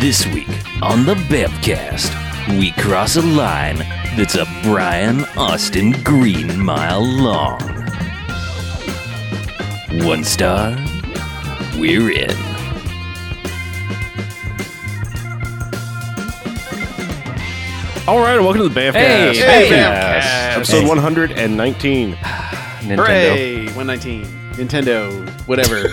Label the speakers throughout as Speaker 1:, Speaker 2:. Speaker 1: This week on the Bebcast, we cross a line that's a Brian Austin Green mile long. One star, we're in.
Speaker 2: All right, welcome to the Bamfcast.
Speaker 1: Hey,
Speaker 3: Hey,
Speaker 2: Bamfcast.
Speaker 3: Bamfcast.
Speaker 2: Episode 119.
Speaker 1: Nintendo.
Speaker 3: Hooray! 119. Nintendo, whatever.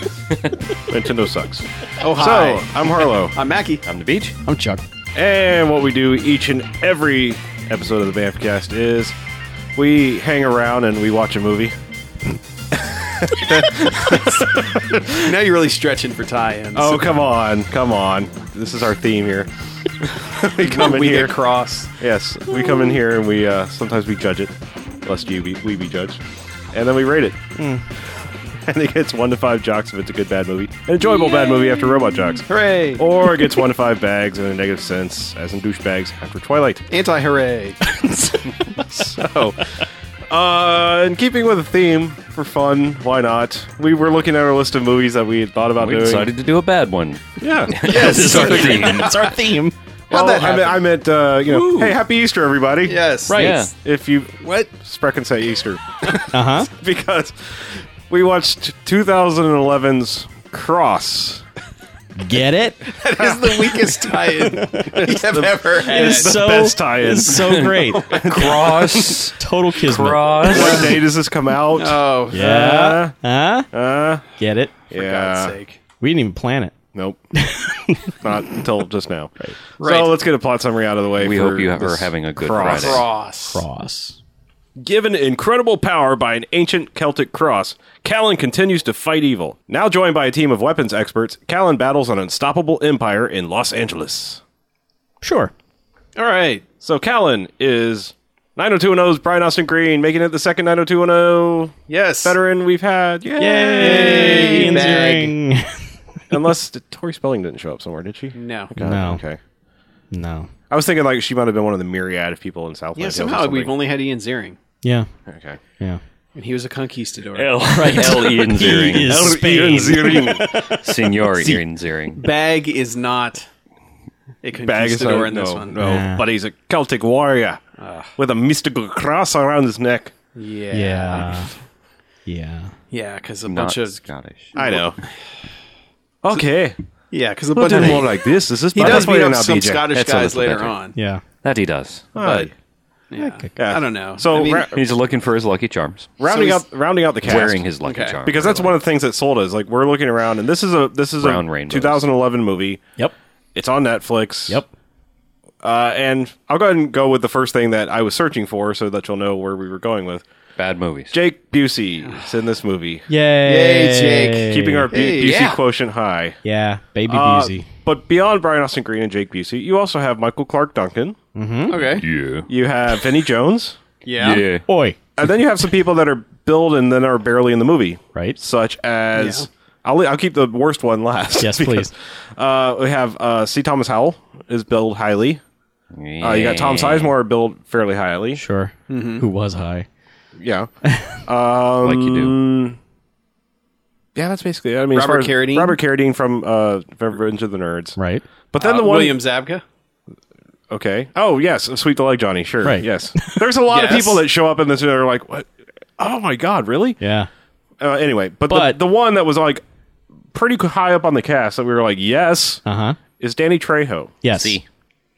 Speaker 2: Nintendo sucks.
Speaker 3: oh, hi.
Speaker 2: So, I'm Harlow.
Speaker 3: I'm Mackie.
Speaker 2: I'm the beach.
Speaker 4: I'm Chuck.
Speaker 2: And what we do each and every episode of the Bamfcast is we hang around and we watch a movie.
Speaker 3: Now you're really stretching for tie-ins.
Speaker 2: Oh, come on. Come on. This is our theme here. we come in
Speaker 3: we
Speaker 2: here.
Speaker 3: get cross.
Speaker 2: yes, we come in here and we uh, sometimes we judge it, lest you be, we be judged. And then we rate it.
Speaker 5: Hmm.
Speaker 2: And it gets 1 to 5 jocks if it's a good bad movie. An enjoyable bad movie after Robot Jocks.
Speaker 3: Hooray!
Speaker 2: or gets one to five bags in a negative sense, as in douchebags after Twilight.
Speaker 3: Anti-hooray.
Speaker 2: So, uh, in keeping with the theme, for fun, why not? We were looking at our list of movies that we had thought about
Speaker 5: We
Speaker 2: doing.
Speaker 5: decided to do a bad one.
Speaker 2: Yeah.
Speaker 1: Yes, it's our theme.
Speaker 4: That's our theme.
Speaker 2: well,
Speaker 3: that
Speaker 2: I meant, I meant uh, you know, hey, happy Easter, everybody.
Speaker 3: yes.
Speaker 4: Right.
Speaker 5: Yeah.
Speaker 2: If you
Speaker 3: What?
Speaker 2: Sprecken say Easter,
Speaker 4: Uh huh.
Speaker 2: because we watched 2011's Cross.
Speaker 4: Get it?
Speaker 3: That is the weakest tie-in we have ever had.
Speaker 4: It's so
Speaker 2: best tie-in.
Speaker 4: It's so great.
Speaker 5: Cross.
Speaker 4: Total kismet.
Speaker 5: cross.
Speaker 2: What day does this come out?
Speaker 3: oh, for
Speaker 4: Yeah. Huh?
Speaker 2: uh,
Speaker 4: Get it?
Speaker 2: yeah.
Speaker 3: God's sake.
Speaker 4: We didn't even plan it.
Speaker 2: Nope. Not until just now. Right.
Speaker 3: Right.
Speaker 2: So let's get a plot summary out of the way.
Speaker 5: We
Speaker 2: for
Speaker 5: hope you have- are
Speaker 2: this
Speaker 5: having a good
Speaker 2: cross.
Speaker 5: Friday.
Speaker 3: Cross.
Speaker 4: Cross.
Speaker 2: Given incredible power by an ancient Celtic cross, Callan continues to fight evil. Now joined by a team of weapons experts, Callan battles an unstoppable empire in Los Angeles.
Speaker 4: Sure.
Speaker 3: All right.
Speaker 2: So Callan is 90210's Brian Austin Green, making it the second 90210
Speaker 3: Yes.
Speaker 2: veteran we've had. Yay!
Speaker 4: Yay!
Speaker 3: Yay, bag.
Speaker 2: Unless did Tori Spelling didn't show up somewhere, did she?
Speaker 3: No.
Speaker 4: No.
Speaker 2: Okay.
Speaker 4: No.
Speaker 2: I was thinking like she might have been one of the myriad of people in South.
Speaker 3: Yeah, somehow we've only had Ian Ziering.
Speaker 4: Yeah.
Speaker 2: okay.
Speaker 4: Yeah.
Speaker 3: And he was a conquistador.
Speaker 5: L. L. Ian
Speaker 4: He
Speaker 3: E
Speaker 5: Ziering.
Speaker 4: is
Speaker 2: Ian
Speaker 4: Spain.
Speaker 2: Ziering.
Speaker 5: Senor Ian Ziering.
Speaker 3: Bag is not a conquistador in this
Speaker 2: no,
Speaker 3: one.
Speaker 2: No,
Speaker 4: Yeah.
Speaker 2: but he's a Celtic warrior with a mystical cross around his neck.
Speaker 3: Yeah.
Speaker 4: Yeah. Yeah.
Speaker 3: Yeah, because a
Speaker 5: Not
Speaker 3: bunch of
Speaker 5: Scottish.
Speaker 2: I know. okay,
Speaker 3: yeah, because a
Speaker 2: but
Speaker 3: bunch of
Speaker 2: more like this. This is
Speaker 3: he does beat up some Scottish
Speaker 5: That's a
Speaker 3: guys
Speaker 5: little
Speaker 3: later
Speaker 5: better.
Speaker 3: on.
Speaker 4: Yeah.
Speaker 5: That he does.
Speaker 2: But
Speaker 3: Yeah.
Speaker 2: Yeah.
Speaker 3: I don't know.
Speaker 2: So
Speaker 3: I mean,
Speaker 2: ra-
Speaker 5: He's looking for his lucky charms.
Speaker 2: rounding
Speaker 3: so
Speaker 2: up,
Speaker 3: he's-
Speaker 2: rounding out the cast,
Speaker 5: Wearing his lucky
Speaker 3: Okay.
Speaker 5: charm.
Speaker 2: because that's one of the things that sold us. Like we're looking around, and this is a this is a
Speaker 5: Brown rainbows.
Speaker 2: 2011 movie.
Speaker 4: Yep.
Speaker 2: It's on Netflix.
Speaker 4: Yep.
Speaker 2: Uh, and I'll go ahead and go with the first thing that I was searching for, so that you'll know where we were going with.
Speaker 5: bad movies.
Speaker 2: Jake Busey is in this movie,
Speaker 4: Yay.
Speaker 3: Yay, Jake.
Speaker 2: keeping our Bu-
Speaker 3: Hey,
Speaker 2: Busey
Speaker 3: yeah.
Speaker 2: quotient high.
Speaker 4: Yeah. Baby
Speaker 2: Uh,
Speaker 4: Busey.
Speaker 2: But beyond Brian Austin Green and Jake Busey, you also have Michael Clark Duncan.
Speaker 3: okay.
Speaker 5: yeah.
Speaker 2: You have Vinnie Jones.
Speaker 3: Yeah.
Speaker 5: Yeah.
Speaker 4: Oi.
Speaker 2: And then you have some people that are billed and then are barely in the movie,
Speaker 4: Right.
Speaker 2: such as.
Speaker 3: Yeah.
Speaker 2: I'll, I'll keep the worst one last.
Speaker 4: Yes,
Speaker 2: because,
Speaker 4: please.
Speaker 2: Uh, we have uh, C. Thomas Howell is billed highly. Uh, you got Tom Sizemore billed fairly highly.
Speaker 4: Sure. Who was high?
Speaker 2: Yeah,
Speaker 5: Like you do.
Speaker 2: yeah, that's basically. It. I mean, as
Speaker 3: Robert
Speaker 2: far as-
Speaker 3: Carradine?
Speaker 2: Robert Carradine from uh, Revenge of the Nerds.
Speaker 4: Right.
Speaker 2: But then
Speaker 3: Uh,
Speaker 2: the one
Speaker 3: William Zabka.
Speaker 2: Okay. Oh yes, Sweet the Leg Johnny. Sure.
Speaker 4: Right.
Speaker 2: Yes. There's a lot of
Speaker 3: Yes.
Speaker 2: people that show up in this and are like, "What? Oh my God, really?"
Speaker 4: Yeah.
Speaker 2: Uh, anyway, but,
Speaker 4: But-
Speaker 2: the, the one that was like pretty high up on the cast that we were like, "Yes,"
Speaker 4: Uh huh.
Speaker 2: is Danny Trejo.
Speaker 4: Yes.
Speaker 5: See.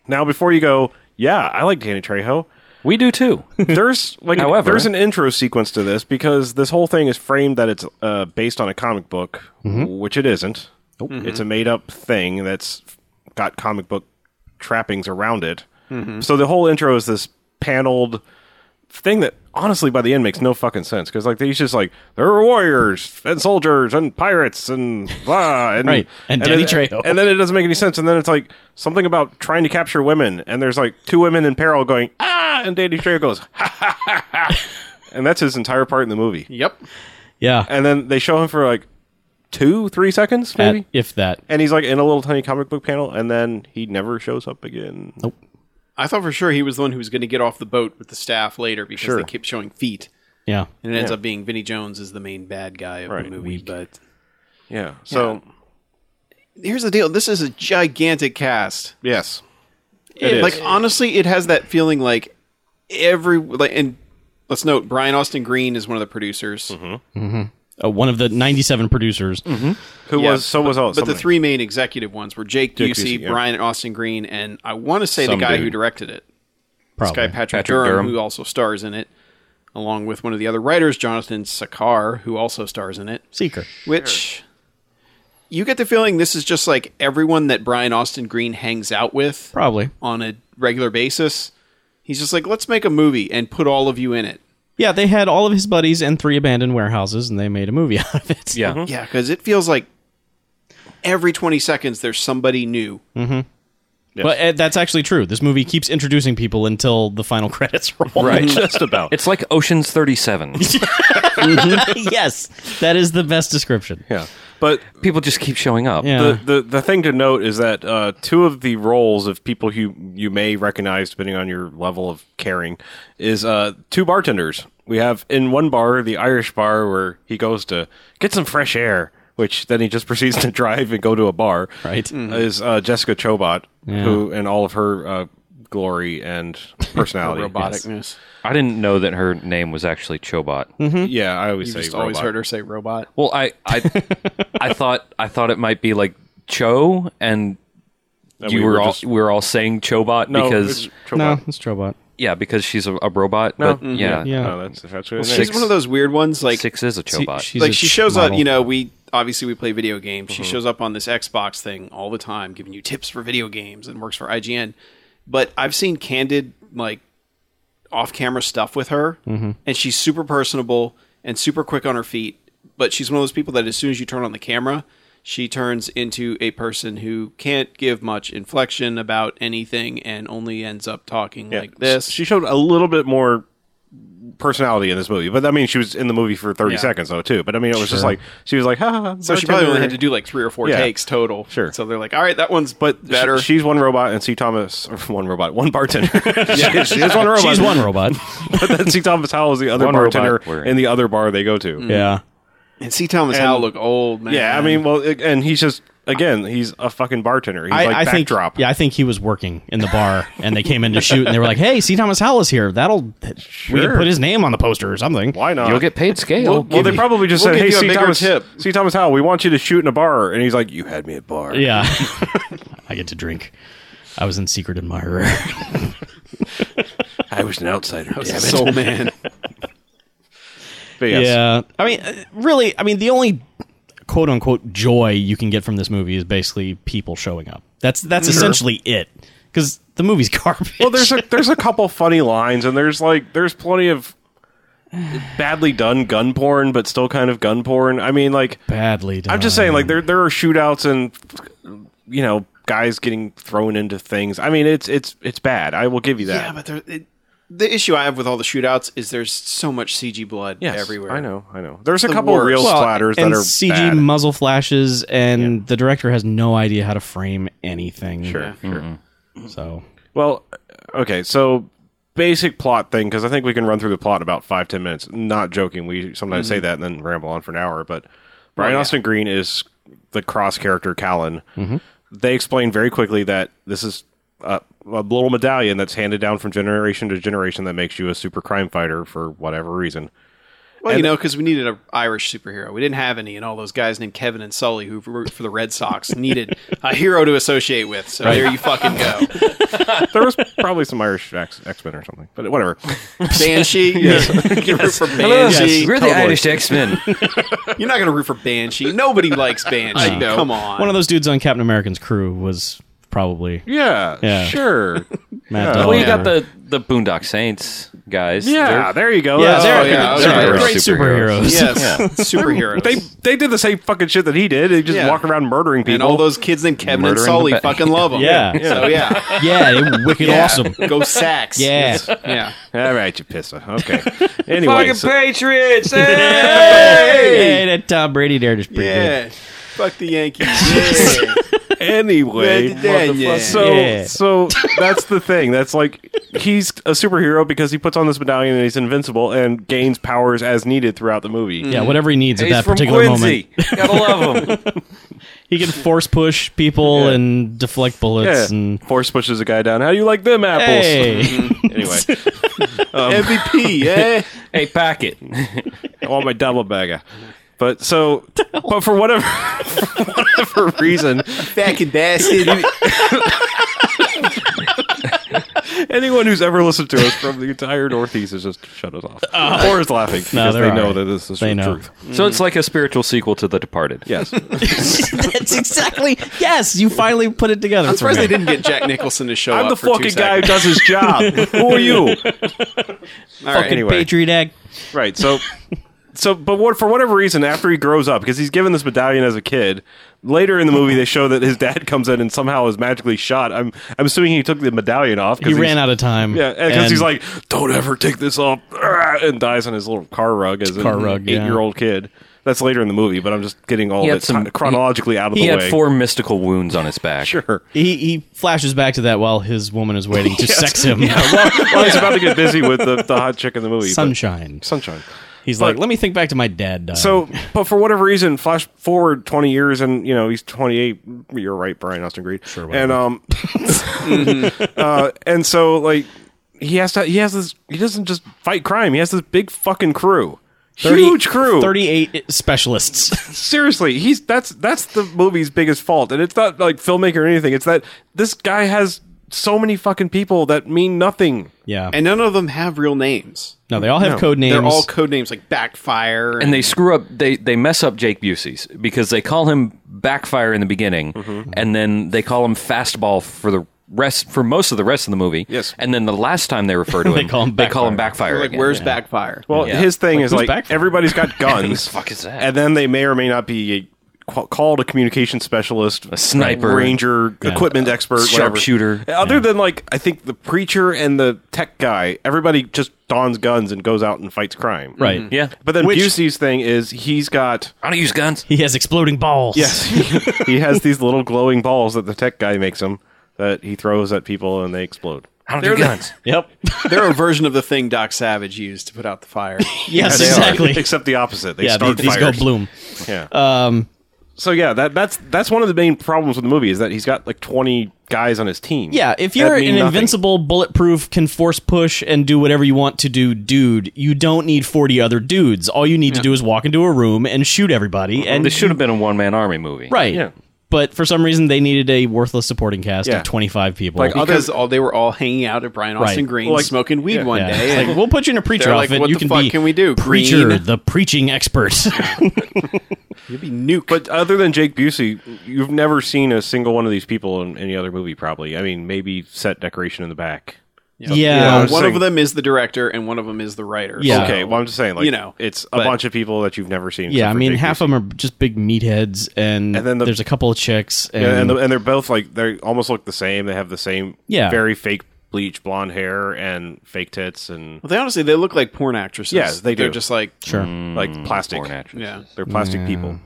Speaker 2: Now, before you go, yeah, I like Danny Trejo.
Speaker 5: We do too.
Speaker 2: There's like,
Speaker 5: However-
Speaker 2: there's an intro sequence to this because this whole thing is framed that it's uh, based on a comic book,
Speaker 4: Mm-hmm.
Speaker 2: which it isn't. It's a made up thing that's got comic book trappings around it.
Speaker 4: Mm-hmm.
Speaker 2: So the whole intro is this paneled thing that honestly by the end makes no fucking sense because like he's just like there are warriors and soldiers and pirates and blah and
Speaker 4: Right. And Danny
Speaker 2: it-
Speaker 4: Trejo.
Speaker 2: and then it doesn't make any sense and then it's like something about trying to capture women and there's like two women in peril going ah and Danny Trejo goes ha ha ha ha and that's his entire part in the movie
Speaker 3: Yep.
Speaker 4: Yeah.
Speaker 2: and then they show him for like two three seconds
Speaker 4: At-
Speaker 2: maybe
Speaker 4: if that.
Speaker 2: and he's like in a little tiny comic book panel and then he never shows up again
Speaker 3: I thought for sure he was the one who was going to get off the boat with the staff later because
Speaker 2: Sure.
Speaker 3: they kept showing feet,
Speaker 4: Yeah.
Speaker 3: and it ends up being Vinnie Jones is the main bad guy of the movie. But
Speaker 2: yeah so
Speaker 3: here's the deal. This is a gigantic cast.
Speaker 2: Yes.
Speaker 3: It-
Speaker 2: is.
Speaker 3: like honestly, it has that feeling like every like and let's note Brian Austin Green is one of the producers,
Speaker 4: Uh, one of the 97 producers.
Speaker 2: Who
Speaker 3: Yeah,
Speaker 2: was so was all
Speaker 3: but the three main executive ones were Jake,
Speaker 2: Jake
Speaker 3: Busey,
Speaker 2: Busey, yeah.
Speaker 3: Brian Austin Green, and I want to say
Speaker 5: Some
Speaker 3: the guy who
Speaker 5: dude.
Speaker 3: directed it,
Speaker 4: Probably.
Speaker 3: this guy Patrick,
Speaker 5: Patrick
Speaker 3: Durham,
Speaker 5: Durham.
Speaker 3: who also stars in it, along with one of the other writers, Jonathan Sakar, who also stars in it.
Speaker 4: Seeker.
Speaker 3: Which you get the feeling this is just like everyone that Brian Austin Green hangs out with
Speaker 4: Probably.
Speaker 3: on a regular basis. He's just like, let's make a movie and put all of you in it.
Speaker 4: Yeah, they had all of his buddies and three abandoned warehouses, and they made a movie out of it.
Speaker 5: Yeah.
Speaker 1: Mm-hmm.
Speaker 3: Yeah, because it feels like every 20 seconds there's somebody new.
Speaker 4: But uh, that's actually true. This movie keeps introducing people until the final credits roll.
Speaker 5: Right.
Speaker 2: just about.
Speaker 5: It's like Ocean's 37.
Speaker 4: yes, that is the best description.
Speaker 2: yeah. But
Speaker 5: People just keep showing up.
Speaker 4: Yeah.
Speaker 2: the, the the thing to note is that uh, two of the roles of people you you may recognize depending on your level of caring is uh, two bartenders. We have in one bar the Irish bar where he goes to get some fresh air, which then he just proceeds to drive and go to a bar.
Speaker 4: Right.
Speaker 3: Mm-hmm.
Speaker 2: is uh, Jessica Chobot, who in all of her uh, glory and personality,
Speaker 3: Roboticness.
Speaker 5: I didn't know that her name was actually Chobot.
Speaker 2: Mm-hmm. Yeah, I always
Speaker 3: Mm-hmm. You
Speaker 2: say
Speaker 3: just always
Speaker 2: robot.
Speaker 3: heard her say robot.
Speaker 5: Well, I I I thought I thought it might be like Cho and you
Speaker 2: we
Speaker 5: were,
Speaker 2: were
Speaker 5: all
Speaker 2: just-
Speaker 5: we were all saying Chobot
Speaker 2: No,
Speaker 5: because
Speaker 2: it's
Speaker 4: No,
Speaker 2: Chobot.
Speaker 4: it's Trobot.
Speaker 5: yeah, because she's a, a robot, but yeah.
Speaker 4: Yeah.
Speaker 2: No, Oh, that's if that's what it
Speaker 3: She's
Speaker 2: is.
Speaker 3: one of those weird ones. Like,
Speaker 5: 6 is a Chobot.
Speaker 4: she's
Speaker 3: like
Speaker 4: a
Speaker 3: she shows
Speaker 4: model. Mm-hmm.
Speaker 3: up, you know, we obviously we play video games. She shows up on this Xbox thing all the time, giving you tips for video games and works for IGN. But I've seen candid, like off camera stuff with her,
Speaker 4: Mm-hmm.
Speaker 3: and she's super personable and super quick on her feet. But she's one of those people that as soon as you turn on the camera, she turns into a person who can't give much inflection about anything and only ends up talking like this.
Speaker 2: She showed a little bit more personality in this movie, but I mean, she was in the movie for thirty
Speaker 3: Yeah.
Speaker 2: seconds though too. But I mean, it was just like she was like, ha, ha, ha
Speaker 3: so she probably only had to do like three or four
Speaker 2: Yeah.
Speaker 3: takes total.
Speaker 2: Sure.
Speaker 3: So they're like, all right, that one's
Speaker 2: But sh-
Speaker 3: better.
Speaker 2: she's one robot, and C. Thomas or one robot, one bartender. she, is, she is one robot.
Speaker 4: She's one robot.
Speaker 2: But then C. Thomas Howell is the other
Speaker 5: One robot
Speaker 2: bartender
Speaker 5: we're in.
Speaker 2: in the other bar they go to.
Speaker 4: yeah.
Speaker 3: And see Thomas Howell look old, man.
Speaker 2: Yeah, I mean, well, it- and he's just again, he's a fucking bartender. He's
Speaker 4: I,
Speaker 2: like
Speaker 4: I think
Speaker 2: backdrop.
Speaker 4: yeah, I think he was working in the bar, and they came in to shoot, and they were like, "Hey, C. Thomas Howell is here. That'll we can
Speaker 2: Sure.
Speaker 4: put his name on the poster or something."
Speaker 2: Why not?
Speaker 5: You'll get paid scale.
Speaker 2: Well, well, they probably just
Speaker 3: we'll
Speaker 2: said,
Speaker 3: give
Speaker 2: "Hey,
Speaker 3: you a
Speaker 2: C.
Speaker 3: bigger
Speaker 2: Thomas,
Speaker 3: tip."
Speaker 2: C. Thomas Howell, we want you to shoot in a bar," and he's like, "You had me at bar."
Speaker 4: Yeah, I get to drink. I was in secret admirer.
Speaker 2: I was an outsider. damn it.
Speaker 3: soul man.
Speaker 2: But yes.
Speaker 4: Yeah. I mean, uh, really, I mean, the only quote unquote joy you can get from this movie is basically people showing up. That's that's essentially it. Because the movie's garbage.
Speaker 2: Well, there's a, there's a couple funny lines, and there's like there's plenty of badly done gun porn, but still kind of gun porn. I mean, like
Speaker 4: badly done.
Speaker 2: I'm just saying, like there there are shootouts and you know guys getting thrown into things. I mean, it's it's it's bad. I will give you that.
Speaker 3: yeah, but there, it, the issue I have with all the shootouts is there's so much CG blood
Speaker 2: Yes,
Speaker 3: everywhere.
Speaker 2: I know, I know. There's a
Speaker 3: The
Speaker 2: couple
Speaker 3: worst.
Speaker 2: real
Speaker 4: Well,
Speaker 2: splatters
Speaker 4: and
Speaker 2: that are
Speaker 4: CG
Speaker 2: bad.
Speaker 4: muzzle flashes, and the director has no idea how to frame anything.
Speaker 2: Sure, sure.
Speaker 4: So
Speaker 2: Well, okay, so basic plot thing because I think we can run through the plot in about five ten minutes. Not joking. We sometimes say that and then ramble on for an hour. But Brian Austin Green is the cross character Callan. They explain very quickly that this is a, a little medallion that's handed down from generation to generation that makes you a super crime fighter for whatever reason.
Speaker 3: Well, you know, because we needed an Irish superhero. We didn't have any, and all those guys named Kevin and Sully who worked for the Red Sox needed a hero to associate with. So there you fucking go.
Speaker 2: There was probably some Irish X Men or something, but whatever.
Speaker 3: Banshee. Yes. You root for Banshee.
Speaker 5: We're the Irish X Men.
Speaker 3: You're not going to root for Banshee. Nobody likes Banshee. Come on.
Speaker 4: one of those dudes on Captain American's crew was probably
Speaker 2: Yeah, Oh,
Speaker 4: Yeah.
Speaker 2: sure.
Speaker 4: Matt
Speaker 5: well, you got
Speaker 4: Dillon.
Speaker 5: the the Boondock Saints guys.
Speaker 2: yeah, there you go.
Speaker 4: yeah,
Speaker 2: That's-
Speaker 4: they're,
Speaker 3: Oh, yeah,
Speaker 4: they're
Speaker 3: okay.
Speaker 4: great
Speaker 5: Superheroes.
Speaker 4: superheroes.
Speaker 3: yes. Superheroes.
Speaker 2: They they did the same fucking shit that he did. They just
Speaker 3: Yeah.
Speaker 2: walk around murdering people.
Speaker 3: and all those kids named Kevin
Speaker 5: Murdering the
Speaker 3: and Sully
Speaker 5: ba-
Speaker 3: fucking love them.
Speaker 4: Yeah.
Speaker 3: So yeah.
Speaker 4: yeah, they were wicked
Speaker 3: Yeah.
Speaker 4: awesome.
Speaker 3: Go Sacks.
Speaker 4: Yeah.
Speaker 3: Yeah.
Speaker 2: all right, you pisser. Okay. anyway, so-
Speaker 5: Patriots.
Speaker 4: Hey, that Tom Brady there just pretty
Speaker 3: Yeah. Fuck the Yankees. Yeah.
Speaker 2: anyway. So
Speaker 4: Yeah.
Speaker 2: so that's the thing. That's like he's a superhero because he puts on this medallion and he's invincible and gains powers as needed throughout the movie.
Speaker 4: Yeah, whatever he needs at
Speaker 5: He's
Speaker 4: that
Speaker 5: from
Speaker 4: particular moment.
Speaker 5: Quincy. Gotta love him.
Speaker 4: He can force push people and deflect bullets
Speaker 2: Yeah.
Speaker 4: and
Speaker 2: Force pushes a guy down. How do you like them apples?
Speaker 4: Hey.
Speaker 2: anyway. MVP, eh?
Speaker 5: hey, packet.
Speaker 2: I want my double bagger. But so, but for whatever, for whatever reason,
Speaker 3: Fucking bastard.
Speaker 2: anyone who's ever listened to us from the entire Northeast is just shut us off. or is laughing because
Speaker 4: Uh, they're
Speaker 2: they
Speaker 4: all
Speaker 2: know
Speaker 4: right.
Speaker 2: that this is
Speaker 4: They
Speaker 2: the
Speaker 4: know.
Speaker 2: truth.
Speaker 5: So it's like a spiritual sequel to The Departed.
Speaker 2: Yes.
Speaker 4: That's exactly Yes, you finally put it together.
Speaker 3: I'm
Speaker 4: for
Speaker 3: surprised
Speaker 4: me.
Speaker 3: they didn't get Jack Nicholson to show
Speaker 2: I'm
Speaker 3: up.
Speaker 2: the
Speaker 3: for two
Speaker 2: fucking guy who
Speaker 3: seconds.
Speaker 2: does his job. Who are you?
Speaker 3: All right.
Speaker 2: Anyway.
Speaker 4: Patriot Act.
Speaker 2: Right. So, so, but what for whatever reason, after he grows up, because he's given this medallion as a kid. Later in the movie, they show that his dad comes in and somehow is magically shot. I'm, I'm assuming he took the medallion off. 'cause
Speaker 4: He
Speaker 2: he's-
Speaker 4: ran out of time.
Speaker 2: Yeah, because
Speaker 4: and-
Speaker 2: he's like, "Don't ever take this off," ah, and dies on his little car rug as
Speaker 4: Car
Speaker 2: an
Speaker 4: rug, yeah.
Speaker 2: eight-year-old kid. That's later in the movie, but I'm just getting all
Speaker 5: He
Speaker 2: of
Speaker 5: had
Speaker 2: it
Speaker 5: some-
Speaker 2: ti- chronologically out of
Speaker 5: He
Speaker 2: the
Speaker 5: had
Speaker 2: way.
Speaker 5: four mystical wounds on his back.
Speaker 2: sure.
Speaker 4: he, he flashes back to that while his woman is waiting to sex him.
Speaker 2: well, well, he's about to get busy with the, the hot chick in the movie. but-
Speaker 4: Sunshine.
Speaker 2: sunshine.
Speaker 4: He's
Speaker 2: But-
Speaker 4: like, let me think back to my dad dying.
Speaker 2: So, but for whatever reason, flash forward 20 years and, you know, he's 28. You're right, Brian Austin Green. Sure. And, um, uh, and so, like, he has to, he has this, he doesn't just fight crime. He has this big fucking crew.
Speaker 4: 30
Speaker 2: Huge crew.
Speaker 4: 38 specialists.
Speaker 2: Seriously, he's that's that's the movie's biggest fault, and it's not like filmmaker or anything. It's that this guy has so many fucking people that mean nothing.
Speaker 4: yeah.
Speaker 3: And none of them have real names.
Speaker 4: no, they all have code names.
Speaker 3: They're all code names like Backfire.
Speaker 5: And they screw up. They they mess up Jake Busey's because they call him Backfire in the beginning,
Speaker 3: Mm-hmm.
Speaker 5: and then they call him Fastball for the rest for most of the rest of the movie.
Speaker 2: Yes.
Speaker 5: And then the last time they refer to
Speaker 4: They
Speaker 5: him,
Speaker 4: call him
Speaker 5: they call him Backfire.
Speaker 3: They're like,
Speaker 5: again.
Speaker 3: where's Backfire?
Speaker 2: Well,
Speaker 5: Yeah.
Speaker 2: his thing
Speaker 4: Like,
Speaker 2: is
Speaker 4: who's
Speaker 2: like
Speaker 4: back for it?
Speaker 2: everybody's got guns.
Speaker 5: fuck is that?
Speaker 2: And then they may or may not be a, qu- called a communication specialist, a
Speaker 5: sniper.
Speaker 2: ranger, equipment expert, whatever.
Speaker 5: Sharpshooter.
Speaker 2: Other than like, I think the preacher and the tech guy, everybody just dons guns and goes out and fights crime.
Speaker 4: Right.
Speaker 5: Yeah.
Speaker 2: But then
Speaker 4: Which-
Speaker 2: Busey's thing is he's got
Speaker 5: I don't use guns.
Speaker 4: He has exploding balls.
Speaker 2: yes he has these little glowing balls that the tech guy makes him that he throws at people and they explode.
Speaker 5: I don't
Speaker 3: They're
Speaker 5: do
Speaker 3: the-
Speaker 5: guns.
Speaker 4: Yep.
Speaker 3: They're a version of the thing Doc Savage used to put out the fire.
Speaker 4: yes,
Speaker 2: They are,
Speaker 4: exactly.
Speaker 2: except the opposite. They
Speaker 4: yeah, the-
Speaker 2: start
Speaker 4: these go
Speaker 2: fires.
Speaker 4: bloom.
Speaker 2: Yeah. so yeah, that that's that's one of the main problems with the movie is that he's got like twenty guys on his team.
Speaker 4: Yeah, if
Speaker 2: That
Speaker 4: you're an
Speaker 2: mean nothing.
Speaker 4: invincible, bulletproof, can force push and do whatever you want to do, dude, you don't need 40 other dudes. All you need to do is walk into a room and shoot everybody. And
Speaker 5: This should have been a one man army movie.
Speaker 4: right.
Speaker 2: Yeah.
Speaker 4: But for some reason, they needed a worthless supporting cast
Speaker 2: Yeah.
Speaker 4: of 25 people.
Speaker 2: Like, other-
Speaker 3: because all they were all hanging out at Brian Austin
Speaker 4: Right.
Speaker 3: Green
Speaker 2: Like-
Speaker 3: smoking weed
Speaker 2: yeah.
Speaker 3: one
Speaker 4: Yeah.
Speaker 3: day.
Speaker 4: It's
Speaker 3: and
Speaker 4: like, we'll put you in a preacher
Speaker 3: they're like,
Speaker 4: outfit.
Speaker 3: "What
Speaker 4: you
Speaker 3: the
Speaker 4: can
Speaker 3: fuck
Speaker 4: be
Speaker 3: can we do,
Speaker 4: preacher,
Speaker 3: Green?"
Speaker 4: the preaching expert.
Speaker 3: you'd be nuke.
Speaker 2: But other than Jake Busey, you've never seen a single one of these people in any other movie, probably. I mean, maybe set decoration in the back.
Speaker 4: yeah,
Speaker 2: I was
Speaker 3: one
Speaker 2: saying-
Speaker 3: of them is the director and one of them is the writer.
Speaker 4: Yeah.
Speaker 2: Okay, well, I'm just saying, like,
Speaker 3: You know,
Speaker 2: it's a
Speaker 3: but-
Speaker 2: bunch of people that you've never seen.
Speaker 4: Yeah,
Speaker 2: except
Speaker 4: I
Speaker 2: for
Speaker 4: mean,
Speaker 2: Jake
Speaker 4: half
Speaker 2: Busey.
Speaker 4: of them are just big meatheads, and,
Speaker 2: And then the-
Speaker 4: there's a couple of chicks, and,
Speaker 2: Yeah, and, the, and they're both like they almost look the same. They have the same,
Speaker 4: Yeah.
Speaker 2: very fake bleach blonde hair and fake tits and
Speaker 3: Well, they honestly they look like porn actresses.
Speaker 2: Yeah, they do.
Speaker 3: They're just like
Speaker 4: sure,
Speaker 2: like plastic.
Speaker 5: Porn actress.
Speaker 3: yeah.
Speaker 2: They're plastic people.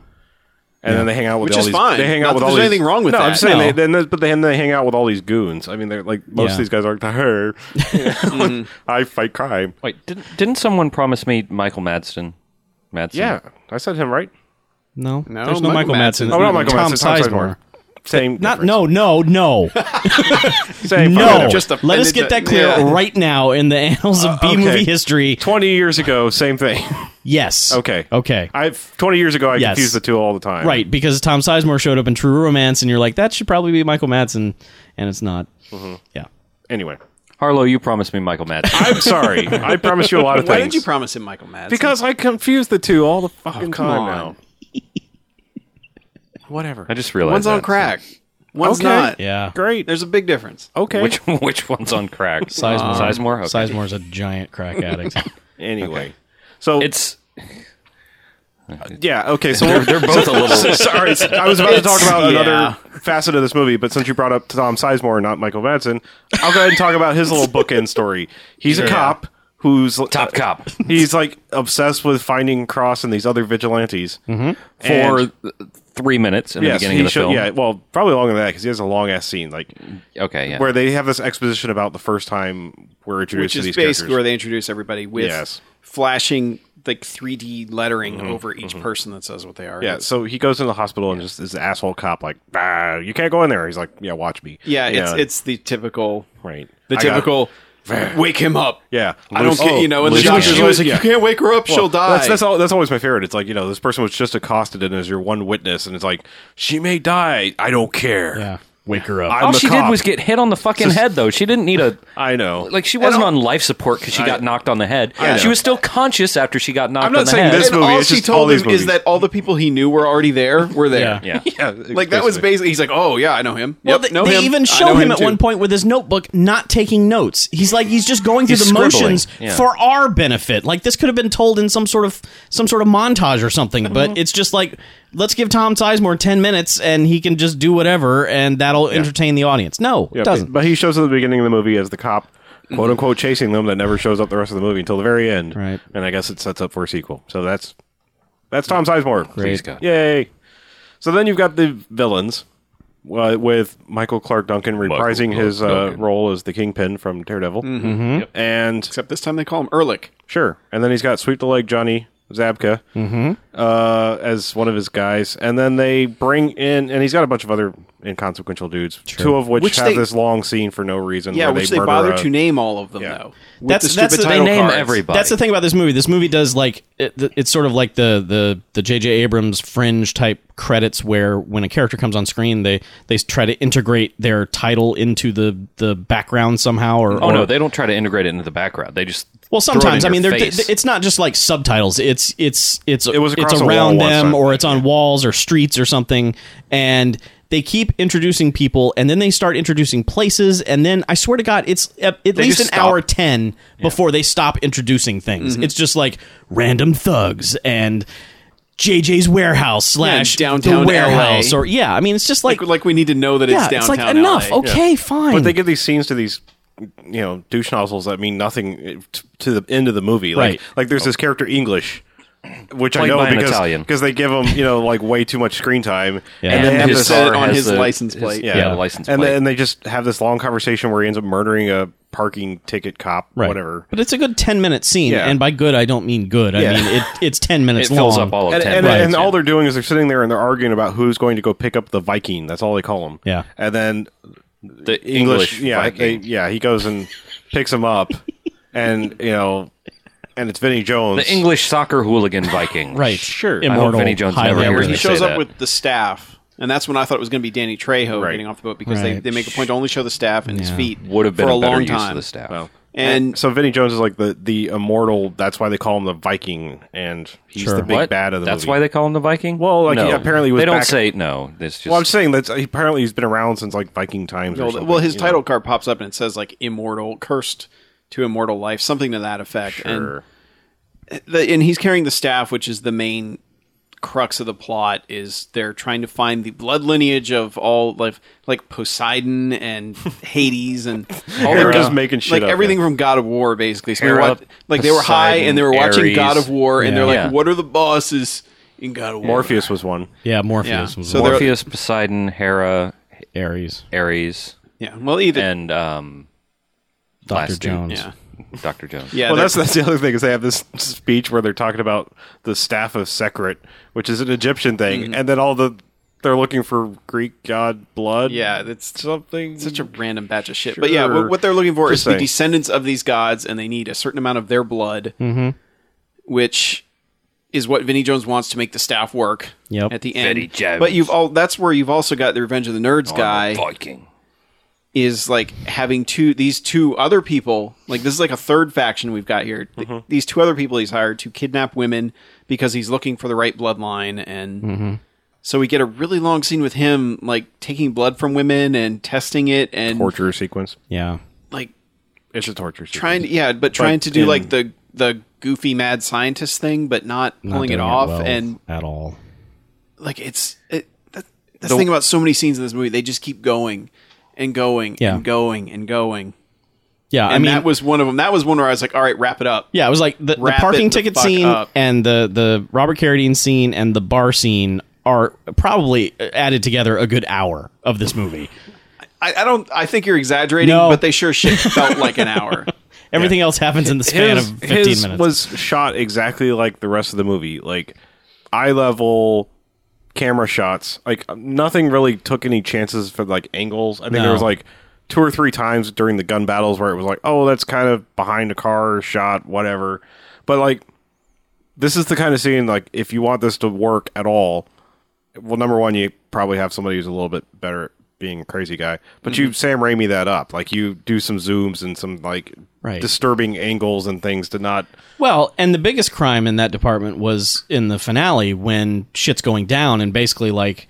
Speaker 2: And then they hang out with
Speaker 3: Which
Speaker 2: all
Speaker 3: is
Speaker 2: these.
Speaker 3: fine.
Speaker 2: They hang
Speaker 3: Not
Speaker 2: out with
Speaker 3: that
Speaker 2: all
Speaker 3: there's
Speaker 2: these-
Speaker 3: anything wrong with
Speaker 2: no,
Speaker 3: that.
Speaker 2: I'm saying
Speaker 4: No.
Speaker 2: they, then, there's- but then they hang out with all these goons. I mean, they're like most
Speaker 4: Yeah.
Speaker 2: of these guys are like, "Her,
Speaker 3: Mm-hmm.
Speaker 2: I fight crime."
Speaker 5: Wait, didn't didn't someone promise me Michael Madsen? Madsen.
Speaker 2: Yeah, I said him right.
Speaker 4: no,
Speaker 3: No,
Speaker 4: there's no
Speaker 3: Michael Madsen.
Speaker 4: Michael Madsen.
Speaker 3: Oh,
Speaker 2: Oh, not Michael
Speaker 4: Tom
Speaker 2: Madsen, Tom Sizemore. Same.
Speaker 4: Not
Speaker 2: difference.
Speaker 4: no, no, no,
Speaker 2: Same
Speaker 4: no.
Speaker 2: fucking-
Speaker 3: Just
Speaker 4: Let us
Speaker 3: offended
Speaker 4: get
Speaker 3: that-
Speaker 4: that clear
Speaker 3: yeah.
Speaker 4: right now in the annals of B
Speaker 2: okay.
Speaker 4: movie history.
Speaker 2: Twenty years ago, same thing.
Speaker 4: Yes.
Speaker 2: Okay.
Speaker 4: Okay.
Speaker 2: I've twenty years ago. I
Speaker 4: Yes.
Speaker 2: confused the two all the time.
Speaker 4: Right, because Tom Sizemore showed up in True Romance, and you're like, that should probably be Michael Madsen, and it's not. Yeah.
Speaker 2: Anyway,
Speaker 5: Harlow, you promised me Michael Madsen.
Speaker 2: I'm sorry. I promise you a lot of
Speaker 3: Why
Speaker 2: things.
Speaker 3: did you promise him Michael Madsen?
Speaker 2: because I confuse the two all the fucking
Speaker 3: come
Speaker 2: time
Speaker 3: on.
Speaker 2: now. Whatever.
Speaker 5: I just realized
Speaker 3: one's on
Speaker 5: that.
Speaker 3: crack, one's
Speaker 2: Okay.
Speaker 3: not.
Speaker 4: Yeah.
Speaker 2: Great.
Speaker 3: There's a big difference.
Speaker 2: okay.
Speaker 5: Which which one's on crack?
Speaker 4: Sizemore.
Speaker 5: Sizemore. Okay.
Speaker 4: Sizemore's a giant crack addict.
Speaker 2: Anyway, so
Speaker 5: It's
Speaker 2: yeah. Okay, so
Speaker 5: they're,
Speaker 2: we're-
Speaker 5: they're both a little.
Speaker 2: sorry, I was about to talk about
Speaker 3: yeah.
Speaker 2: another facet of this movie, but since you brought up Tom Sizemore and not Michael Madsen, I'll go ahead and talk about his little bookend story. He's a cop who's
Speaker 5: Top cop.
Speaker 2: He's like obsessed with finding Cross and these other vigilantes mm-hmm.
Speaker 5: for th- three minutes in the beginning of the film.
Speaker 2: Yeah, well, probably longer than that because he has a long ass scene, like
Speaker 5: Okay, yeah.
Speaker 2: where they have this exposition about the first time we're introduced
Speaker 3: which
Speaker 2: to these
Speaker 3: is basically
Speaker 2: characters.
Speaker 3: where they introduce everybody with
Speaker 2: Yes. Mm-hmm.
Speaker 3: flashing like 3D lettering over each person that says what they are.
Speaker 2: yeah, so he goes into the hospital and just is an asshole cop, like, ah, you can't go in there. He's like, yeah, watch me.
Speaker 3: yeah, it's
Speaker 2: Yeah,
Speaker 3: it's the typical,
Speaker 2: right.
Speaker 3: the
Speaker 2: I got-
Speaker 3: typical. Wake him up.
Speaker 2: Yeah.
Speaker 3: I don't
Speaker 2: Loose-
Speaker 3: get you know. And the
Speaker 2: loose
Speaker 3: doctor's
Speaker 2: cannon.
Speaker 3: always like,
Speaker 2: Yeah.
Speaker 3: "You can't wake her up; she'll die."
Speaker 2: That's that's, all, that's always my favorite. It's like you know this person was just accosted and is your one witness, and it's like she may die. I don't care.
Speaker 4: Yeah. Wake her up.
Speaker 2: I'm
Speaker 5: All
Speaker 2: the
Speaker 5: she
Speaker 2: cop.
Speaker 5: did was get hit on the fucking head, though. She didn't need a.
Speaker 2: I know.
Speaker 5: Like she wasn't on life support because she got knocked on the head. She
Speaker 2: know.
Speaker 5: was still conscious after she got knocked
Speaker 2: I'm not
Speaker 5: on the
Speaker 2: saying
Speaker 5: head.
Speaker 2: this
Speaker 3: and
Speaker 2: movie,
Speaker 3: all
Speaker 2: it's
Speaker 3: she
Speaker 2: just all
Speaker 3: told
Speaker 2: these
Speaker 3: him is
Speaker 2: movies.
Speaker 3: that all the people he knew were already there. Were there?
Speaker 4: Yeah.
Speaker 5: yeah.
Speaker 2: yeah,
Speaker 3: Like that was
Speaker 2: basically.
Speaker 3: basically. He's like, "Oh yeah, I know him.
Speaker 4: Well,
Speaker 3: Yep,
Speaker 4: they,
Speaker 3: know
Speaker 4: they
Speaker 3: him.
Speaker 4: even
Speaker 3: I
Speaker 4: show
Speaker 3: know
Speaker 4: him, at
Speaker 3: too."
Speaker 4: one point with his notebook, not taking notes. He's like he's just going through
Speaker 5: He's
Speaker 4: the
Speaker 5: scribbling,
Speaker 4: motions
Speaker 5: yeah.
Speaker 4: for our benefit. Like this could have been told in some sort of some sort of montage or something, but it's just like let's give Tom Sizemore ten minutes and he can just do whatever, and that'll entertain the audience. No,
Speaker 2: Yeah,
Speaker 4: it doesn't.
Speaker 2: But he shows up at the beginning of the movie as the cop, quote unquote, chasing them that never shows up the rest of the movie until the very end.
Speaker 4: Right.
Speaker 2: And I guess it sets up for a sequel. So that's that's Tom Sizemore.
Speaker 5: Please God.
Speaker 2: Yay. So then you've got the villains uh, with Michael Clark Duncan reprising
Speaker 5: Clark
Speaker 2: his uh,
Speaker 5: Duncan.
Speaker 2: role as the Kingpin from Daredevil. Mm-hmm. And
Speaker 3: Except this time they call him Ehrlich.
Speaker 2: sure. And then he's got Sweep the Leg Johnny Zabka
Speaker 5: Mm-hmm.
Speaker 2: uh, as one of his guys. And then they bring in, and he's got a bunch of other inconsequential dudes, two of which,
Speaker 3: Which
Speaker 2: have
Speaker 3: they-
Speaker 2: this long scene for no reason.
Speaker 3: Yeah,
Speaker 2: where
Speaker 3: which they,
Speaker 2: murder
Speaker 3: bother
Speaker 2: a-
Speaker 3: to name all of them
Speaker 2: Yeah.
Speaker 3: though. With
Speaker 4: That's- that's the- they
Speaker 5: They
Speaker 3: title
Speaker 5: name
Speaker 3: cards.
Speaker 5: everybody.
Speaker 4: That's the thing about this movie. This movie does like it, th- it's sort of like the the the J.J. Abrams fringe type credits, where when a character comes on screen, they they try to integrate their title into the the background somehow. Or
Speaker 5: Oh
Speaker 4: or,
Speaker 5: no, they don't try to integrate it into the background. They just
Speaker 4: Well,
Speaker 5: throw it in
Speaker 4: sometimes I
Speaker 5: your
Speaker 4: mean, they're,
Speaker 5: face.
Speaker 4: th- it's not just like subtitles. It's it's it's it
Speaker 2: was
Speaker 4: it's
Speaker 2: across a wall
Speaker 4: around
Speaker 2: once,
Speaker 4: them,
Speaker 2: I
Speaker 4: or
Speaker 2: think,
Speaker 4: it's on walls or streets or something, and they keep introducing people, and then they start introducing places, and then I swear to God, it's at, at least an
Speaker 5: just
Speaker 4: hour ten before they stop introducing things.
Speaker 2: Mm-hmm.
Speaker 4: It's just like random thugs and. JJ's warehouse slash
Speaker 3: downtown
Speaker 4: the warehouse
Speaker 3: LA.
Speaker 4: or yeah I mean it's just like,
Speaker 3: Like, like we need to know that
Speaker 4: yeah
Speaker 3: it's downtown.
Speaker 4: it's like enough
Speaker 3: LA.
Speaker 4: okay fine
Speaker 2: But they give these scenes to these, you know, douche nozzles that mean nothing eh, t- to the end of the movie. Like,
Speaker 4: Right.
Speaker 2: like there's this character English, which I
Speaker 5: Played
Speaker 2: know
Speaker 5: by an
Speaker 2: because
Speaker 5: Italian.
Speaker 2: because they give him you know like way too much screen time,
Speaker 4: Yeah.
Speaker 2: and,
Speaker 4: And
Speaker 2: they have
Speaker 3: his
Speaker 2: this,
Speaker 3: son-
Speaker 5: car
Speaker 3: on
Speaker 5: has
Speaker 3: his license plate.
Speaker 5: yeah,
Speaker 4: Yeah.
Speaker 5: the license
Speaker 2: and
Speaker 5: plate.
Speaker 2: then they just have this long conversation where he ends up murdering a parking ticket cop,
Speaker 4: Right.
Speaker 2: whatever.
Speaker 4: But it's a good ten minute scene,
Speaker 2: Yeah.
Speaker 4: and by good I don't mean good. I
Speaker 2: Yeah.
Speaker 4: mean it, it's ten
Speaker 5: it
Speaker 4: minutes
Speaker 5: fills
Speaker 4: long.
Speaker 5: up all of
Speaker 2: And,
Speaker 5: ten.
Speaker 2: and,
Speaker 5: minutes.
Speaker 2: and all they're doing is they're sitting there and they're arguing about who's going to go pick up the Viking. That's all they call him.
Speaker 4: Yeah.
Speaker 2: And then
Speaker 5: the
Speaker 2: English,
Speaker 5: English,
Speaker 2: yeah, they,
Speaker 5: Viking.
Speaker 2: yeah, he goes and picks him up, and you know, and it's Vinny Jones.
Speaker 5: the English soccer hooligan Viking.
Speaker 4: Right.
Speaker 2: Sure. I hope
Speaker 4: Immortal.
Speaker 5: Vinnie Jones
Speaker 4: highly
Speaker 5: never hears
Speaker 4: rated.
Speaker 5: They
Speaker 3: He
Speaker 5: say
Speaker 3: shows up
Speaker 5: that.
Speaker 3: with the staff, and that's when I thought it was going to be Danny Trejo
Speaker 2: Right.
Speaker 3: getting off the boat because
Speaker 4: Right.
Speaker 3: they, they make a point to only show the staff and his feet
Speaker 5: would have been
Speaker 3: for a,
Speaker 5: a, better
Speaker 3: long
Speaker 5: use
Speaker 3: time.
Speaker 5: of the staff.
Speaker 2: Well,
Speaker 3: And
Speaker 2: so Vinny Jones is like the the immortal. That's why they call him the Viking, and he's
Speaker 4: Sure.
Speaker 2: the big
Speaker 5: What?
Speaker 2: bad of the
Speaker 5: That's
Speaker 2: movie.
Speaker 5: why they call him the Viking.
Speaker 2: Well, like,
Speaker 5: No.
Speaker 2: he apparently was
Speaker 5: they don't
Speaker 2: back-
Speaker 5: say no. It's just
Speaker 2: Well, I'm saying that apparently he's been around since like Viking times. or
Speaker 3: well,
Speaker 2: something,
Speaker 3: well, his
Speaker 2: you
Speaker 3: title
Speaker 2: know.
Speaker 3: card pops up and it says like immortal, cursed to immortal life, something to that effect.
Speaker 2: Sure.
Speaker 3: And, the, and he's carrying the staff, which is the main crux of the plot is they're trying to find the blood lineage of all like like Poseidon and Hades and all
Speaker 2: Hera.
Speaker 3: the-
Speaker 2: Just making shit
Speaker 3: like
Speaker 2: up,
Speaker 3: everything
Speaker 2: yeah.
Speaker 3: from God of War basically. So they were
Speaker 5: Hera,
Speaker 3: wat- like they were high and they were watching
Speaker 5: Poseidon,
Speaker 3: God of War and
Speaker 4: Ares.
Speaker 3: they're like,
Speaker 5: Yeah.
Speaker 3: what are the bosses in God of War?
Speaker 2: Morpheus was one.
Speaker 4: Yeah, Morpheus
Speaker 3: Yeah.
Speaker 4: was
Speaker 3: So
Speaker 4: one.
Speaker 3: they're-
Speaker 5: Orpheus, Poseidon, Hera,
Speaker 4: Ares,
Speaker 5: Ares,
Speaker 3: Yeah, well either
Speaker 5: and um,
Speaker 4: Doctor
Speaker 5: last dude.
Speaker 4: Jones.
Speaker 3: yeah.
Speaker 5: Doctor Jones.
Speaker 3: Yeah,
Speaker 2: well,
Speaker 3: they're-
Speaker 2: that's that's the other thing is they have this speech where they're talking about the staff of Sekret, which is an Egyptian thing, and then all the they're looking for Greek god blood.
Speaker 3: yeah, that's
Speaker 2: something.
Speaker 3: such a random batch of shit. But yeah, what,
Speaker 2: Sure.
Speaker 3: what they're looking for
Speaker 2: Just
Speaker 3: is
Speaker 2: saying.
Speaker 3: the descendants of these gods, and they need a certain amount of their blood, which is what Vinnie Jones wants to make the staff work.
Speaker 4: Yep.
Speaker 3: At the
Speaker 5: Vinnie
Speaker 3: end,
Speaker 5: Jones. Oh,
Speaker 3: but you've all that's where you've also got the Revenge of the Nerds guy
Speaker 5: Viking.
Speaker 3: is like having two these two other people like this is like a third faction we've got here Th-
Speaker 5: Mm-hmm.
Speaker 3: these two other people he's hired to kidnap women because he's looking for the right bloodline and so we get a really long scene with him like taking blood from women and testing it and
Speaker 2: torture sequence.
Speaker 4: Yeah,
Speaker 3: like
Speaker 2: It's a torture sequence.
Speaker 3: trying to yeah but trying to do
Speaker 2: in-
Speaker 3: like the the goofy mad scientist thing but not
Speaker 4: Not
Speaker 3: pulling it
Speaker 4: doing
Speaker 3: off
Speaker 4: well
Speaker 3: and
Speaker 4: at all.
Speaker 3: like it's it that, that's the thing about so many scenes in this movie they just keep going and going
Speaker 4: Yeah.
Speaker 3: and going and going
Speaker 4: Yeah,
Speaker 3: And
Speaker 4: I mean,
Speaker 3: that was one of them. That was one where I was like, all right, wrap it up.
Speaker 4: yeah, it was like the, the
Speaker 3: Wrap it
Speaker 4: parking
Speaker 3: the
Speaker 4: ticket
Speaker 3: fuck
Speaker 4: scene
Speaker 3: up.
Speaker 4: and the the Robert Carradine scene and the bar scene are probably added together a good hour of this movie.
Speaker 3: I, I don't. I think you're exaggerating,
Speaker 4: No.
Speaker 3: but they sure shit felt like an hour.
Speaker 4: Everything else happens in the span
Speaker 2: his,
Speaker 4: of 15
Speaker 2: his
Speaker 4: minutes.
Speaker 2: was shot exactly like the rest of the movie like eye level camera shots like nothing really took any chances for like angles i think
Speaker 4: No.
Speaker 2: there was like two or three times during the gun battles where it was like oh that's kind of behind a car shot whatever but like this is the kind of scene like if you want this to work at all well number one you probably have somebody who's a little bit better at being a crazy guy but you sam raimi that up like you do some zooms and some like
Speaker 4: Right.
Speaker 2: disturbing angles and things to not
Speaker 4: Well, and the biggest crime in that department was in the finale when shit's going down and basically like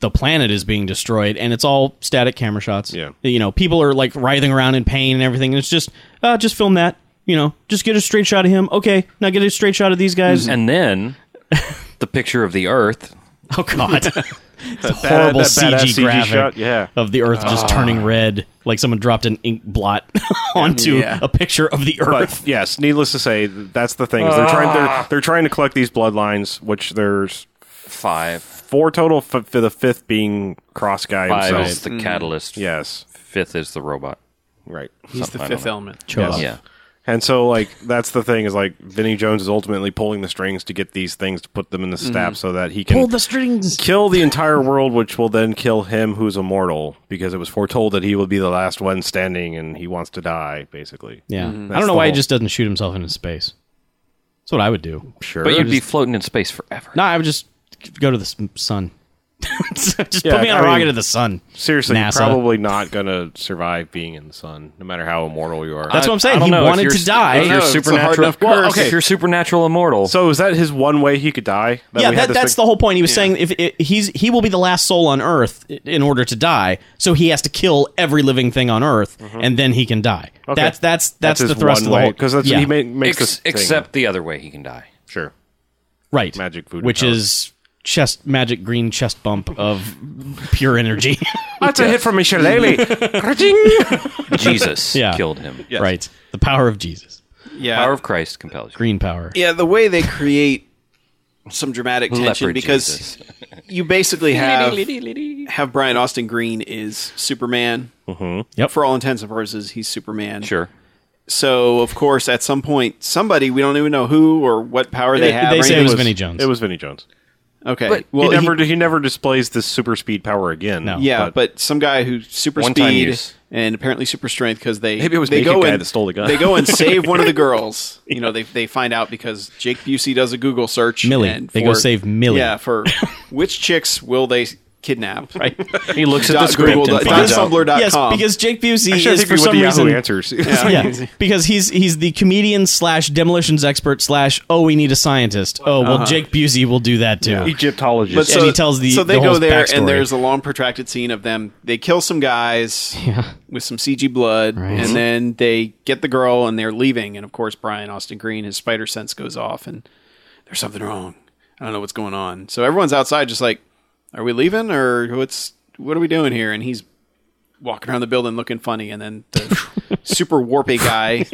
Speaker 4: the planet is being destroyed and it's all static camera shots.
Speaker 2: Yeah.
Speaker 4: You know, people are like writhing around in pain and everything. And it's just, uh, just film that. You know, just get a straight shot of him. Okay, now get a straight shot of these guys.
Speaker 2: Mm-hmm.
Speaker 5: And then the picture of the Earth.
Speaker 4: Oh God, it's a horrible
Speaker 2: that
Speaker 4: CG,
Speaker 2: badass CG
Speaker 4: graphic
Speaker 2: shot, yeah. Ah.
Speaker 4: of the Earth just turning red, like someone dropped an ink blot onto
Speaker 3: Yeah.
Speaker 4: a picture of the
Speaker 2: but
Speaker 4: Earth.
Speaker 2: yes needless to say th- that's the thing is they're trying they're, they're trying to collect these bloodlines which there's
Speaker 5: Five.
Speaker 2: four total f- for the fifth being cross guy
Speaker 5: Five
Speaker 2: himself
Speaker 5: is the
Speaker 3: Mm-hmm.
Speaker 5: catalyst.
Speaker 2: yes
Speaker 5: Fifth is the robot.
Speaker 2: right
Speaker 3: He's the
Speaker 5: Something, I
Speaker 3: fifth
Speaker 5: don't know.
Speaker 3: element.
Speaker 4: Chola.
Speaker 5: Yeah.
Speaker 2: and so like that's the thing is like vinnie jones is ultimately pulling the strings to get these things to put them in the staff so that he can
Speaker 4: Mm-hmm. Pull the strings.
Speaker 2: kill the entire world, which will then kill him who's immortal, because it was foretold that he will be the last one standing and he wants to die, basically.
Speaker 4: Yeah. I
Speaker 2: That's
Speaker 4: don't know
Speaker 2: the
Speaker 4: why he
Speaker 2: whole-
Speaker 4: just doesn't shoot himself into space. That's what I would do.
Speaker 2: Sure.
Speaker 5: But you'd be floating in space forever.
Speaker 4: No, I would just go to the s- sun. just
Speaker 2: Yeah,
Speaker 4: put me on
Speaker 2: I
Speaker 4: a
Speaker 2: mean,
Speaker 4: rocket to the sun.
Speaker 2: Seriously,
Speaker 4: NASA.
Speaker 2: you're probably not going to survive being in the sun, no matter how immortal you are. Uh,
Speaker 4: That's what I'm saying.
Speaker 5: I don't
Speaker 4: He
Speaker 5: know if
Speaker 4: wanted
Speaker 5: you're-
Speaker 4: to die.
Speaker 5: if
Speaker 3: I don't
Speaker 5: you're
Speaker 3: know, it's a hard
Speaker 5: supernatural.
Speaker 3: enough curse.
Speaker 2: okay.
Speaker 5: If you're supernatural immortal,
Speaker 2: so is that his one way he could die? That
Speaker 4: yeah,
Speaker 2: we had
Speaker 4: that,
Speaker 2: this
Speaker 4: that's
Speaker 2: big-
Speaker 4: the whole point. He was saying if it, he's he will be the last soul on Earth i- in order to die, so he has to kill every living thing on Earth, and then he can die. That's that's that's,
Speaker 2: Mm-hmm. his
Speaker 4: the thrust
Speaker 2: one
Speaker 4: of the
Speaker 2: way,
Speaker 4: whole.
Speaker 2: Because that's
Speaker 4: yeah,
Speaker 2: he ma- makes
Speaker 5: Ex-
Speaker 2: this thing.
Speaker 5: except the other way he can die.
Speaker 2: Sure.
Speaker 4: right
Speaker 2: magic voodoo
Speaker 4: which
Speaker 2: power.
Speaker 4: is chest magic green chest bump of pure energy.
Speaker 2: That's a hit from a shillelagh.
Speaker 5: Jesus
Speaker 4: Yeah.
Speaker 5: killed him.
Speaker 4: Right, the power of Jesus,
Speaker 3: Yeah,
Speaker 5: Power of Christ compels you.
Speaker 4: green power.
Speaker 3: yeah. The way they create some dramatic tension
Speaker 5: Leopard
Speaker 3: because
Speaker 5: Jesus.
Speaker 3: you basically have have Brian Austin Green is Superman.
Speaker 4: Yep.
Speaker 3: For all intents and purposes, he's Superman.
Speaker 5: Mm-hmm. Sure.
Speaker 3: So of course, at some point, somebody we don't even know who or what power they
Speaker 4: They-
Speaker 3: have.
Speaker 4: they
Speaker 3: or
Speaker 4: say it
Speaker 3: anything
Speaker 4: was Vinnie Jones.
Speaker 2: It was Vinnie Jones.
Speaker 3: Okay.
Speaker 5: But
Speaker 3: well,
Speaker 2: he
Speaker 3: he-
Speaker 2: never he, never displays this super speed power again.
Speaker 4: No.
Speaker 3: yeah, but, some guy who super
Speaker 5: One-time
Speaker 3: speed
Speaker 5: use.
Speaker 3: and apparently super strength because they
Speaker 2: Maybe it was
Speaker 3: they
Speaker 2: Naked
Speaker 3: go
Speaker 2: Guy
Speaker 3: and,
Speaker 2: that stole the gun.
Speaker 3: They go and save one of the girls. You know, they they find out because Jake Busey does a Google search.
Speaker 4: Millie.
Speaker 3: and
Speaker 4: They go save Millie.
Speaker 3: Yeah, for which chicks will they kidnap? Right.
Speaker 5: He looks at the
Speaker 3: Dot
Speaker 5: script
Speaker 3: Google
Speaker 5: and
Speaker 3: dot-
Speaker 5: finds
Speaker 3: dot
Speaker 5: out.
Speaker 3: Tumblr dot
Speaker 4: Yes,
Speaker 3: com.
Speaker 4: because Jake Busey
Speaker 2: Sure,
Speaker 4: is
Speaker 2: think
Speaker 4: for
Speaker 2: with
Speaker 4: some
Speaker 2: the
Speaker 4: reason
Speaker 2: Yahoo answers.
Speaker 4: yeah, because he's he's the comedian slash demolitions expert slash oh we need a scientist oh well Jake Busey will do that too
Speaker 2: Egyptologist.
Speaker 3: But
Speaker 4: And he tells the-
Speaker 3: so they
Speaker 4: the
Speaker 3: go
Speaker 4: whole
Speaker 3: there
Speaker 4: backstory.
Speaker 3: and there's a long protracted scene of them. They kill some guys with some CG blood, and then they get the girl and they're leaving. And of course, Brian Austin Green, his spider sense goes off, and there's something wrong. I don't know what's going on. So everyone's outside, just like, are we leaving or what's what are we doing here? And he's walking around the building looking funny, and then the super warpy guy.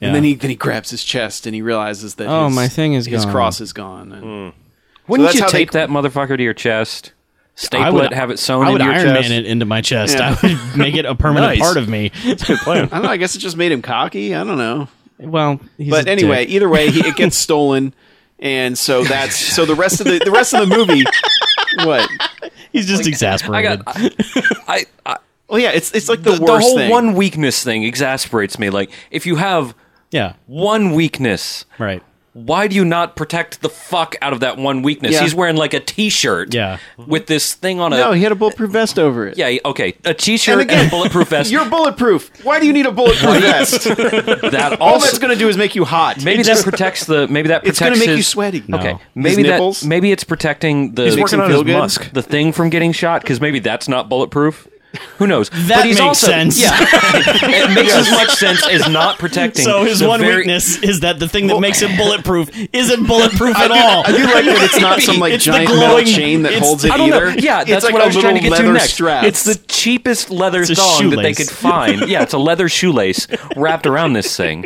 Speaker 3: And then he then he grabs his chest and he realizes that
Speaker 4: Oh,
Speaker 3: his,
Speaker 4: my thing is
Speaker 3: his
Speaker 4: gone.
Speaker 3: cross is gone. And
Speaker 5: Wouldn't
Speaker 3: that's
Speaker 5: you
Speaker 3: how they-
Speaker 5: tape that motherfucker to your chest? Staple it, have it sewn
Speaker 4: I would
Speaker 5: into your
Speaker 4: Iron
Speaker 5: chest.
Speaker 4: Man it into my chest. I would make it a permanent
Speaker 2: Nice.
Speaker 4: part of me.
Speaker 3: I don't know. I guess it just made him cocky. I don't know.
Speaker 4: Well, he's
Speaker 3: But
Speaker 4: a
Speaker 3: anyway,
Speaker 4: dick.
Speaker 3: either way, he, it gets stolen, and so that's so the rest of the the rest of the movie. What?
Speaker 4: he's just
Speaker 5: I
Speaker 4: exasperated.
Speaker 5: got. I, I, I,
Speaker 3: Well, yeah, it's it's like the,
Speaker 5: the, the
Speaker 3: worst
Speaker 5: whole
Speaker 3: thing.
Speaker 5: one weakness thing exasperates me. Like, if you have
Speaker 4: yeah,
Speaker 5: one weakness,
Speaker 4: right.
Speaker 5: why do you not protect the fuck out of that one weakness?
Speaker 3: Yeah.
Speaker 5: He's wearing like a t-shirt
Speaker 4: Yeah.
Speaker 5: with this thing on a
Speaker 3: No, he had a bulletproof vest over it.
Speaker 5: yeah, he- okay, a t-shirt and, a bulletproof vest.
Speaker 3: You're bulletproof. Why do you need a bulletproof vest?
Speaker 5: that
Speaker 3: All
Speaker 5: also
Speaker 3: that's going to do is make you hot.
Speaker 5: maybe that protects the maybe that
Speaker 3: It's
Speaker 5: protects
Speaker 3: going to make
Speaker 5: his,
Speaker 3: you sweaty.
Speaker 5: Okay,
Speaker 4: His
Speaker 5: maybe that
Speaker 3: nipples?
Speaker 5: maybe it's protecting the
Speaker 3: He's working
Speaker 2: on his musk.
Speaker 5: the thing from getting shot because maybe that's not bulletproof. Who knows?
Speaker 4: That makes sense.
Speaker 5: Yeah, it makes as much sense as not protecting.
Speaker 4: So his
Speaker 5: the
Speaker 4: one
Speaker 5: very-
Speaker 4: weakness is that the thing that makes him bulletproof isn't bulletproof at all.
Speaker 3: I do like that it's not some like
Speaker 4: It's the
Speaker 3: giant
Speaker 4: glowing-
Speaker 3: metal chain that
Speaker 4: it's-
Speaker 3: holds it
Speaker 4: I
Speaker 5: don't know.
Speaker 3: either.
Speaker 5: Yeah,
Speaker 3: It's
Speaker 5: that's
Speaker 3: like
Speaker 5: what
Speaker 3: a
Speaker 5: I was trying to
Speaker 3: little
Speaker 5: get to
Speaker 3: leather
Speaker 5: next.
Speaker 3: strap.
Speaker 5: It's the cheapest leather
Speaker 4: a
Speaker 5: thong that they
Speaker 4: shoelace.
Speaker 5: could find. Yeah, it's a leather shoelace wrapped around this thing.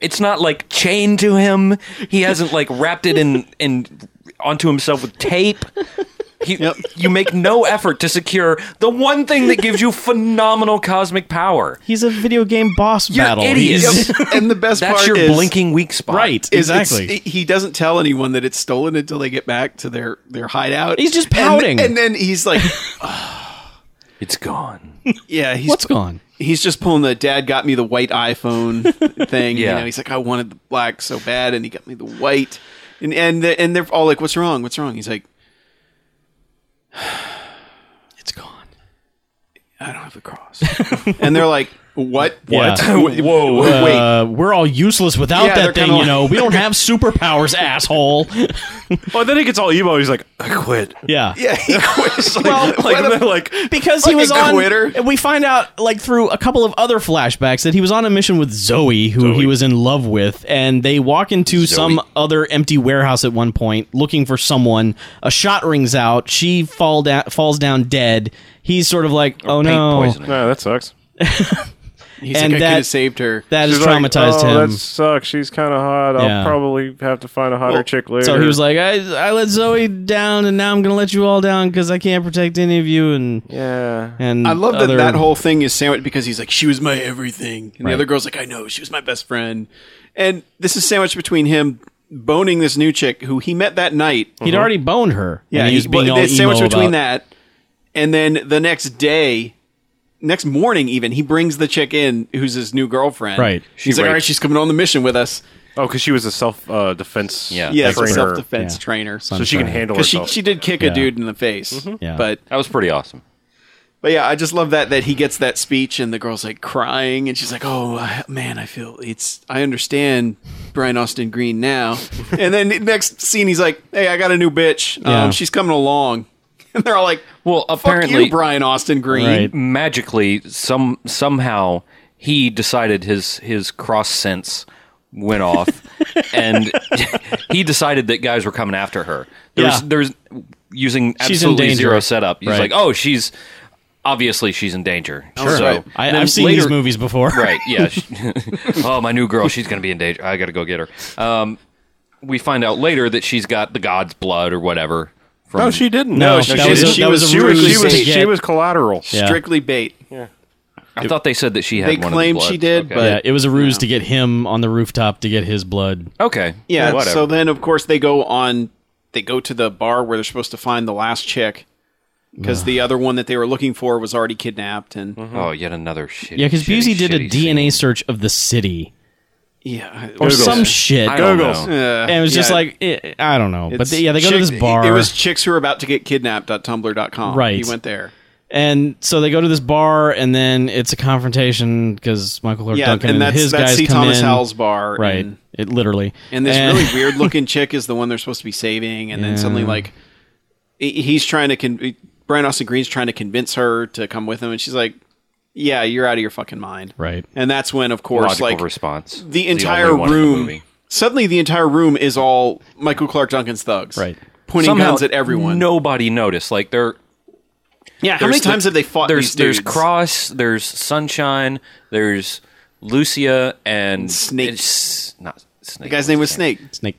Speaker 5: It's not like chained to him. He hasn't like wrapped it in in onto himself with tape. He, You make no effort to secure the one thing that gives you phenomenal cosmic power.
Speaker 4: He's a video game boss
Speaker 5: You're
Speaker 4: battle.
Speaker 5: idiots.
Speaker 4: He's-
Speaker 3: and the best part
Speaker 5: That's your
Speaker 3: is
Speaker 5: blinking weak spot.
Speaker 4: right,
Speaker 3: is it's-
Speaker 4: exactly.
Speaker 3: it- he doesn't tell anyone that it's stolen until they get back to their their hideout.
Speaker 4: He's just
Speaker 3: And-
Speaker 4: pouting.
Speaker 3: and, then he's like,
Speaker 5: It's gone.
Speaker 3: "Yeah, he's
Speaker 4: What's gone?
Speaker 3: He's just pulling the dad got me the white iPhone thing.
Speaker 5: Yeah.
Speaker 3: You know, he's like, I wanted the black so bad, and he got me the white. And and the, and they're all like, "What's wrong? What's wrong?" He's like,
Speaker 4: It's gone.
Speaker 3: "I don't have the cross." and they're like, "What?
Speaker 4: Yeah.
Speaker 3: Whoa! Wait,
Speaker 4: Uh, we're all useless without
Speaker 3: Yeah, they're
Speaker 4: that thing,
Speaker 3: kinda
Speaker 4: you know.
Speaker 3: like-
Speaker 4: We don't have superpowers, asshole.
Speaker 2: Well, Oh, then he gets all emo. He's like, I quit.
Speaker 4: Yeah.
Speaker 3: yeah, he quits. Like,
Speaker 4: Well,
Speaker 3: what
Speaker 2: And
Speaker 3: the-
Speaker 2: then, like,
Speaker 4: Because he was
Speaker 3: Fucking
Speaker 4: on.
Speaker 3: quitter.
Speaker 4: We find out, like, through a couple of other flashbacks, that he was on a mission with Zoe, who he was in love with, and they walk into some other empty warehouse at one point looking for someone. A shot rings out. She fall down, falls down dead. He's sort of like, oh
Speaker 5: Paint
Speaker 4: no.
Speaker 5: poisoning.
Speaker 2: no, that sucks.
Speaker 3: he's like, I
Speaker 4: and that-
Speaker 3: could have saved her.
Speaker 4: That has
Speaker 2: She's like,
Speaker 4: traumatized
Speaker 2: "Oh,
Speaker 4: him.
Speaker 2: That sucks. She's kind of hot.
Speaker 4: Yeah.
Speaker 2: I'll probably have to find a hotter
Speaker 3: Well,
Speaker 2: chick later.
Speaker 4: So he was like, I, I let Zoe down, and now I'm gonna let you all down because I can't protect any of you. And
Speaker 2: Yeah.
Speaker 4: and
Speaker 3: I love that
Speaker 4: other-
Speaker 3: that whole thing is sandwiched because he's like, she was my everything. And the other girl's like, I know, she was my best friend. And this is sandwiched between him boning this new chick who he met that night.
Speaker 4: he'd already boned her.
Speaker 3: Yeah,
Speaker 4: and he was being
Speaker 3: well,
Speaker 4: all
Speaker 3: it's
Speaker 4: emo
Speaker 3: sandwiched between
Speaker 4: about-
Speaker 3: that and then the next day, next morning even, he brings the chick in who's his new girlfriend.
Speaker 4: Right.
Speaker 3: She's
Speaker 5: She
Speaker 3: like, all right,
Speaker 5: raped-
Speaker 3: she's coming on the mission with us.
Speaker 2: oh, because she was a self uh, defense.
Speaker 5: Yeah.
Speaker 3: Yeah, it's a
Speaker 2: trainer,
Speaker 3: self defense
Speaker 4: Yeah.
Speaker 3: trainer.
Speaker 2: so she can handle
Speaker 3: Because she,
Speaker 2: herself. Mm-hmm.
Speaker 3: she did kick a dude in the face.
Speaker 4: Yeah.
Speaker 3: But
Speaker 5: That was pretty awesome.
Speaker 3: But yeah, I just love that that he gets that speech and the girl's like crying and she's like, "Oh I- man, I feel it's I understand Brian Austin Green now." and then the next scene, he's like, "Hey, I got a new bitch.
Speaker 4: Yeah.
Speaker 3: Um, she's coming along," and they're all like,
Speaker 5: Well,
Speaker 3: "Fuck
Speaker 5: apparently-
Speaker 3: you, Brian Austin Green."
Speaker 4: Right.
Speaker 5: magically some somehow he decided his his cross sense went off and he decided that guys were coming after her there was
Speaker 4: Yeah.
Speaker 5: there's using
Speaker 4: She's in
Speaker 5: absolutely
Speaker 4: danger.
Speaker 5: zero setup he's
Speaker 4: Right. Oh,
Speaker 5: like oh she's obviously she's in danger sure
Speaker 3: Right.
Speaker 4: I,
Speaker 5: then
Speaker 4: I've seen
Speaker 5: later-
Speaker 4: these movies before.
Speaker 5: right yeah she- oh my new girl she's gonna be in danger i gotta go get her um we find out later that she's got the god's blood or whatever from
Speaker 4: Oh,
Speaker 2: no, she didn't.
Speaker 4: No,
Speaker 3: she
Speaker 4: that was a,
Speaker 3: didn't. She
Speaker 4: that was
Speaker 3: was-
Speaker 4: a
Speaker 2: She was,
Speaker 4: ruse
Speaker 2: she,
Speaker 4: to
Speaker 2: was,
Speaker 4: get-
Speaker 2: she was collateral.
Speaker 4: Yeah.
Speaker 3: Strictly bait.
Speaker 5: i thought they said that she had
Speaker 3: They
Speaker 5: one of the
Speaker 3: claimed
Speaker 5: bloods.
Speaker 3: she did,
Speaker 5: Okay.
Speaker 3: but-
Speaker 4: yeah, it was a ruse to get him on the rooftop to get his blood.
Speaker 5: okay
Speaker 3: Yeah.
Speaker 5: whatever.
Speaker 3: So then, of course, they go on. They go to the bar where they're supposed to find the last chick because the other one that they were looking for was already kidnapped. And
Speaker 5: Oh, yet another shitty.
Speaker 4: Yeah, because
Speaker 5: shitty,
Speaker 4: Busey did a
Speaker 5: shitty
Speaker 4: DNA search of the city
Speaker 3: yeah,
Speaker 4: or some shit,
Speaker 5: I don't
Speaker 2: Googles.
Speaker 5: know.
Speaker 3: Uh,
Speaker 4: and it was just
Speaker 3: yeah.
Speaker 4: like eh, I don't know. But
Speaker 3: It's
Speaker 4: they, yeah, they go to
Speaker 3: chick-
Speaker 4: this bar.
Speaker 3: It was chicks who were about to get kidnapped.tumblr.com. He
Speaker 4: Right.
Speaker 3: went there.
Speaker 4: And so they go to this bar, and then it's a confrontation because Michael Clark
Speaker 3: Yeah,
Speaker 4: Duncan
Speaker 3: and
Speaker 4: and,
Speaker 3: that's
Speaker 4: his
Speaker 3: that's
Speaker 4: guys
Speaker 3: C.
Speaker 4: come
Speaker 3: Thomas
Speaker 4: in.
Speaker 3: Howell's bar.
Speaker 4: right?
Speaker 3: And,
Speaker 4: It literally.
Speaker 3: and this really weird looking chick is the one they're supposed to be saving, and then suddenly like he- he's trying to con- Brian Austin Green's trying to convince her to come with him, and she's like, "Yeah, you're out of your fucking mind."
Speaker 4: Right.
Speaker 3: And that's when, of course,
Speaker 5: Logical
Speaker 3: like
Speaker 5: response.
Speaker 3: the
Speaker 5: It's
Speaker 3: entire
Speaker 5: only one in the
Speaker 3: room.
Speaker 5: movie.
Speaker 3: suddenly, the entire room is all Michael Clark Duncan's thugs.
Speaker 4: Right.
Speaker 3: Pointing
Speaker 5: Somehow
Speaker 3: guns at everyone.
Speaker 5: Nobody noticed. Like there.
Speaker 3: Yeah. How many times have they fought
Speaker 5: There's
Speaker 3: these
Speaker 5: there's
Speaker 3: dudes?
Speaker 5: Cross. There's Sunshine. There's Lucia and
Speaker 3: Snake.
Speaker 5: it's Not Snake.
Speaker 3: the guy's name was Snake.
Speaker 4: snake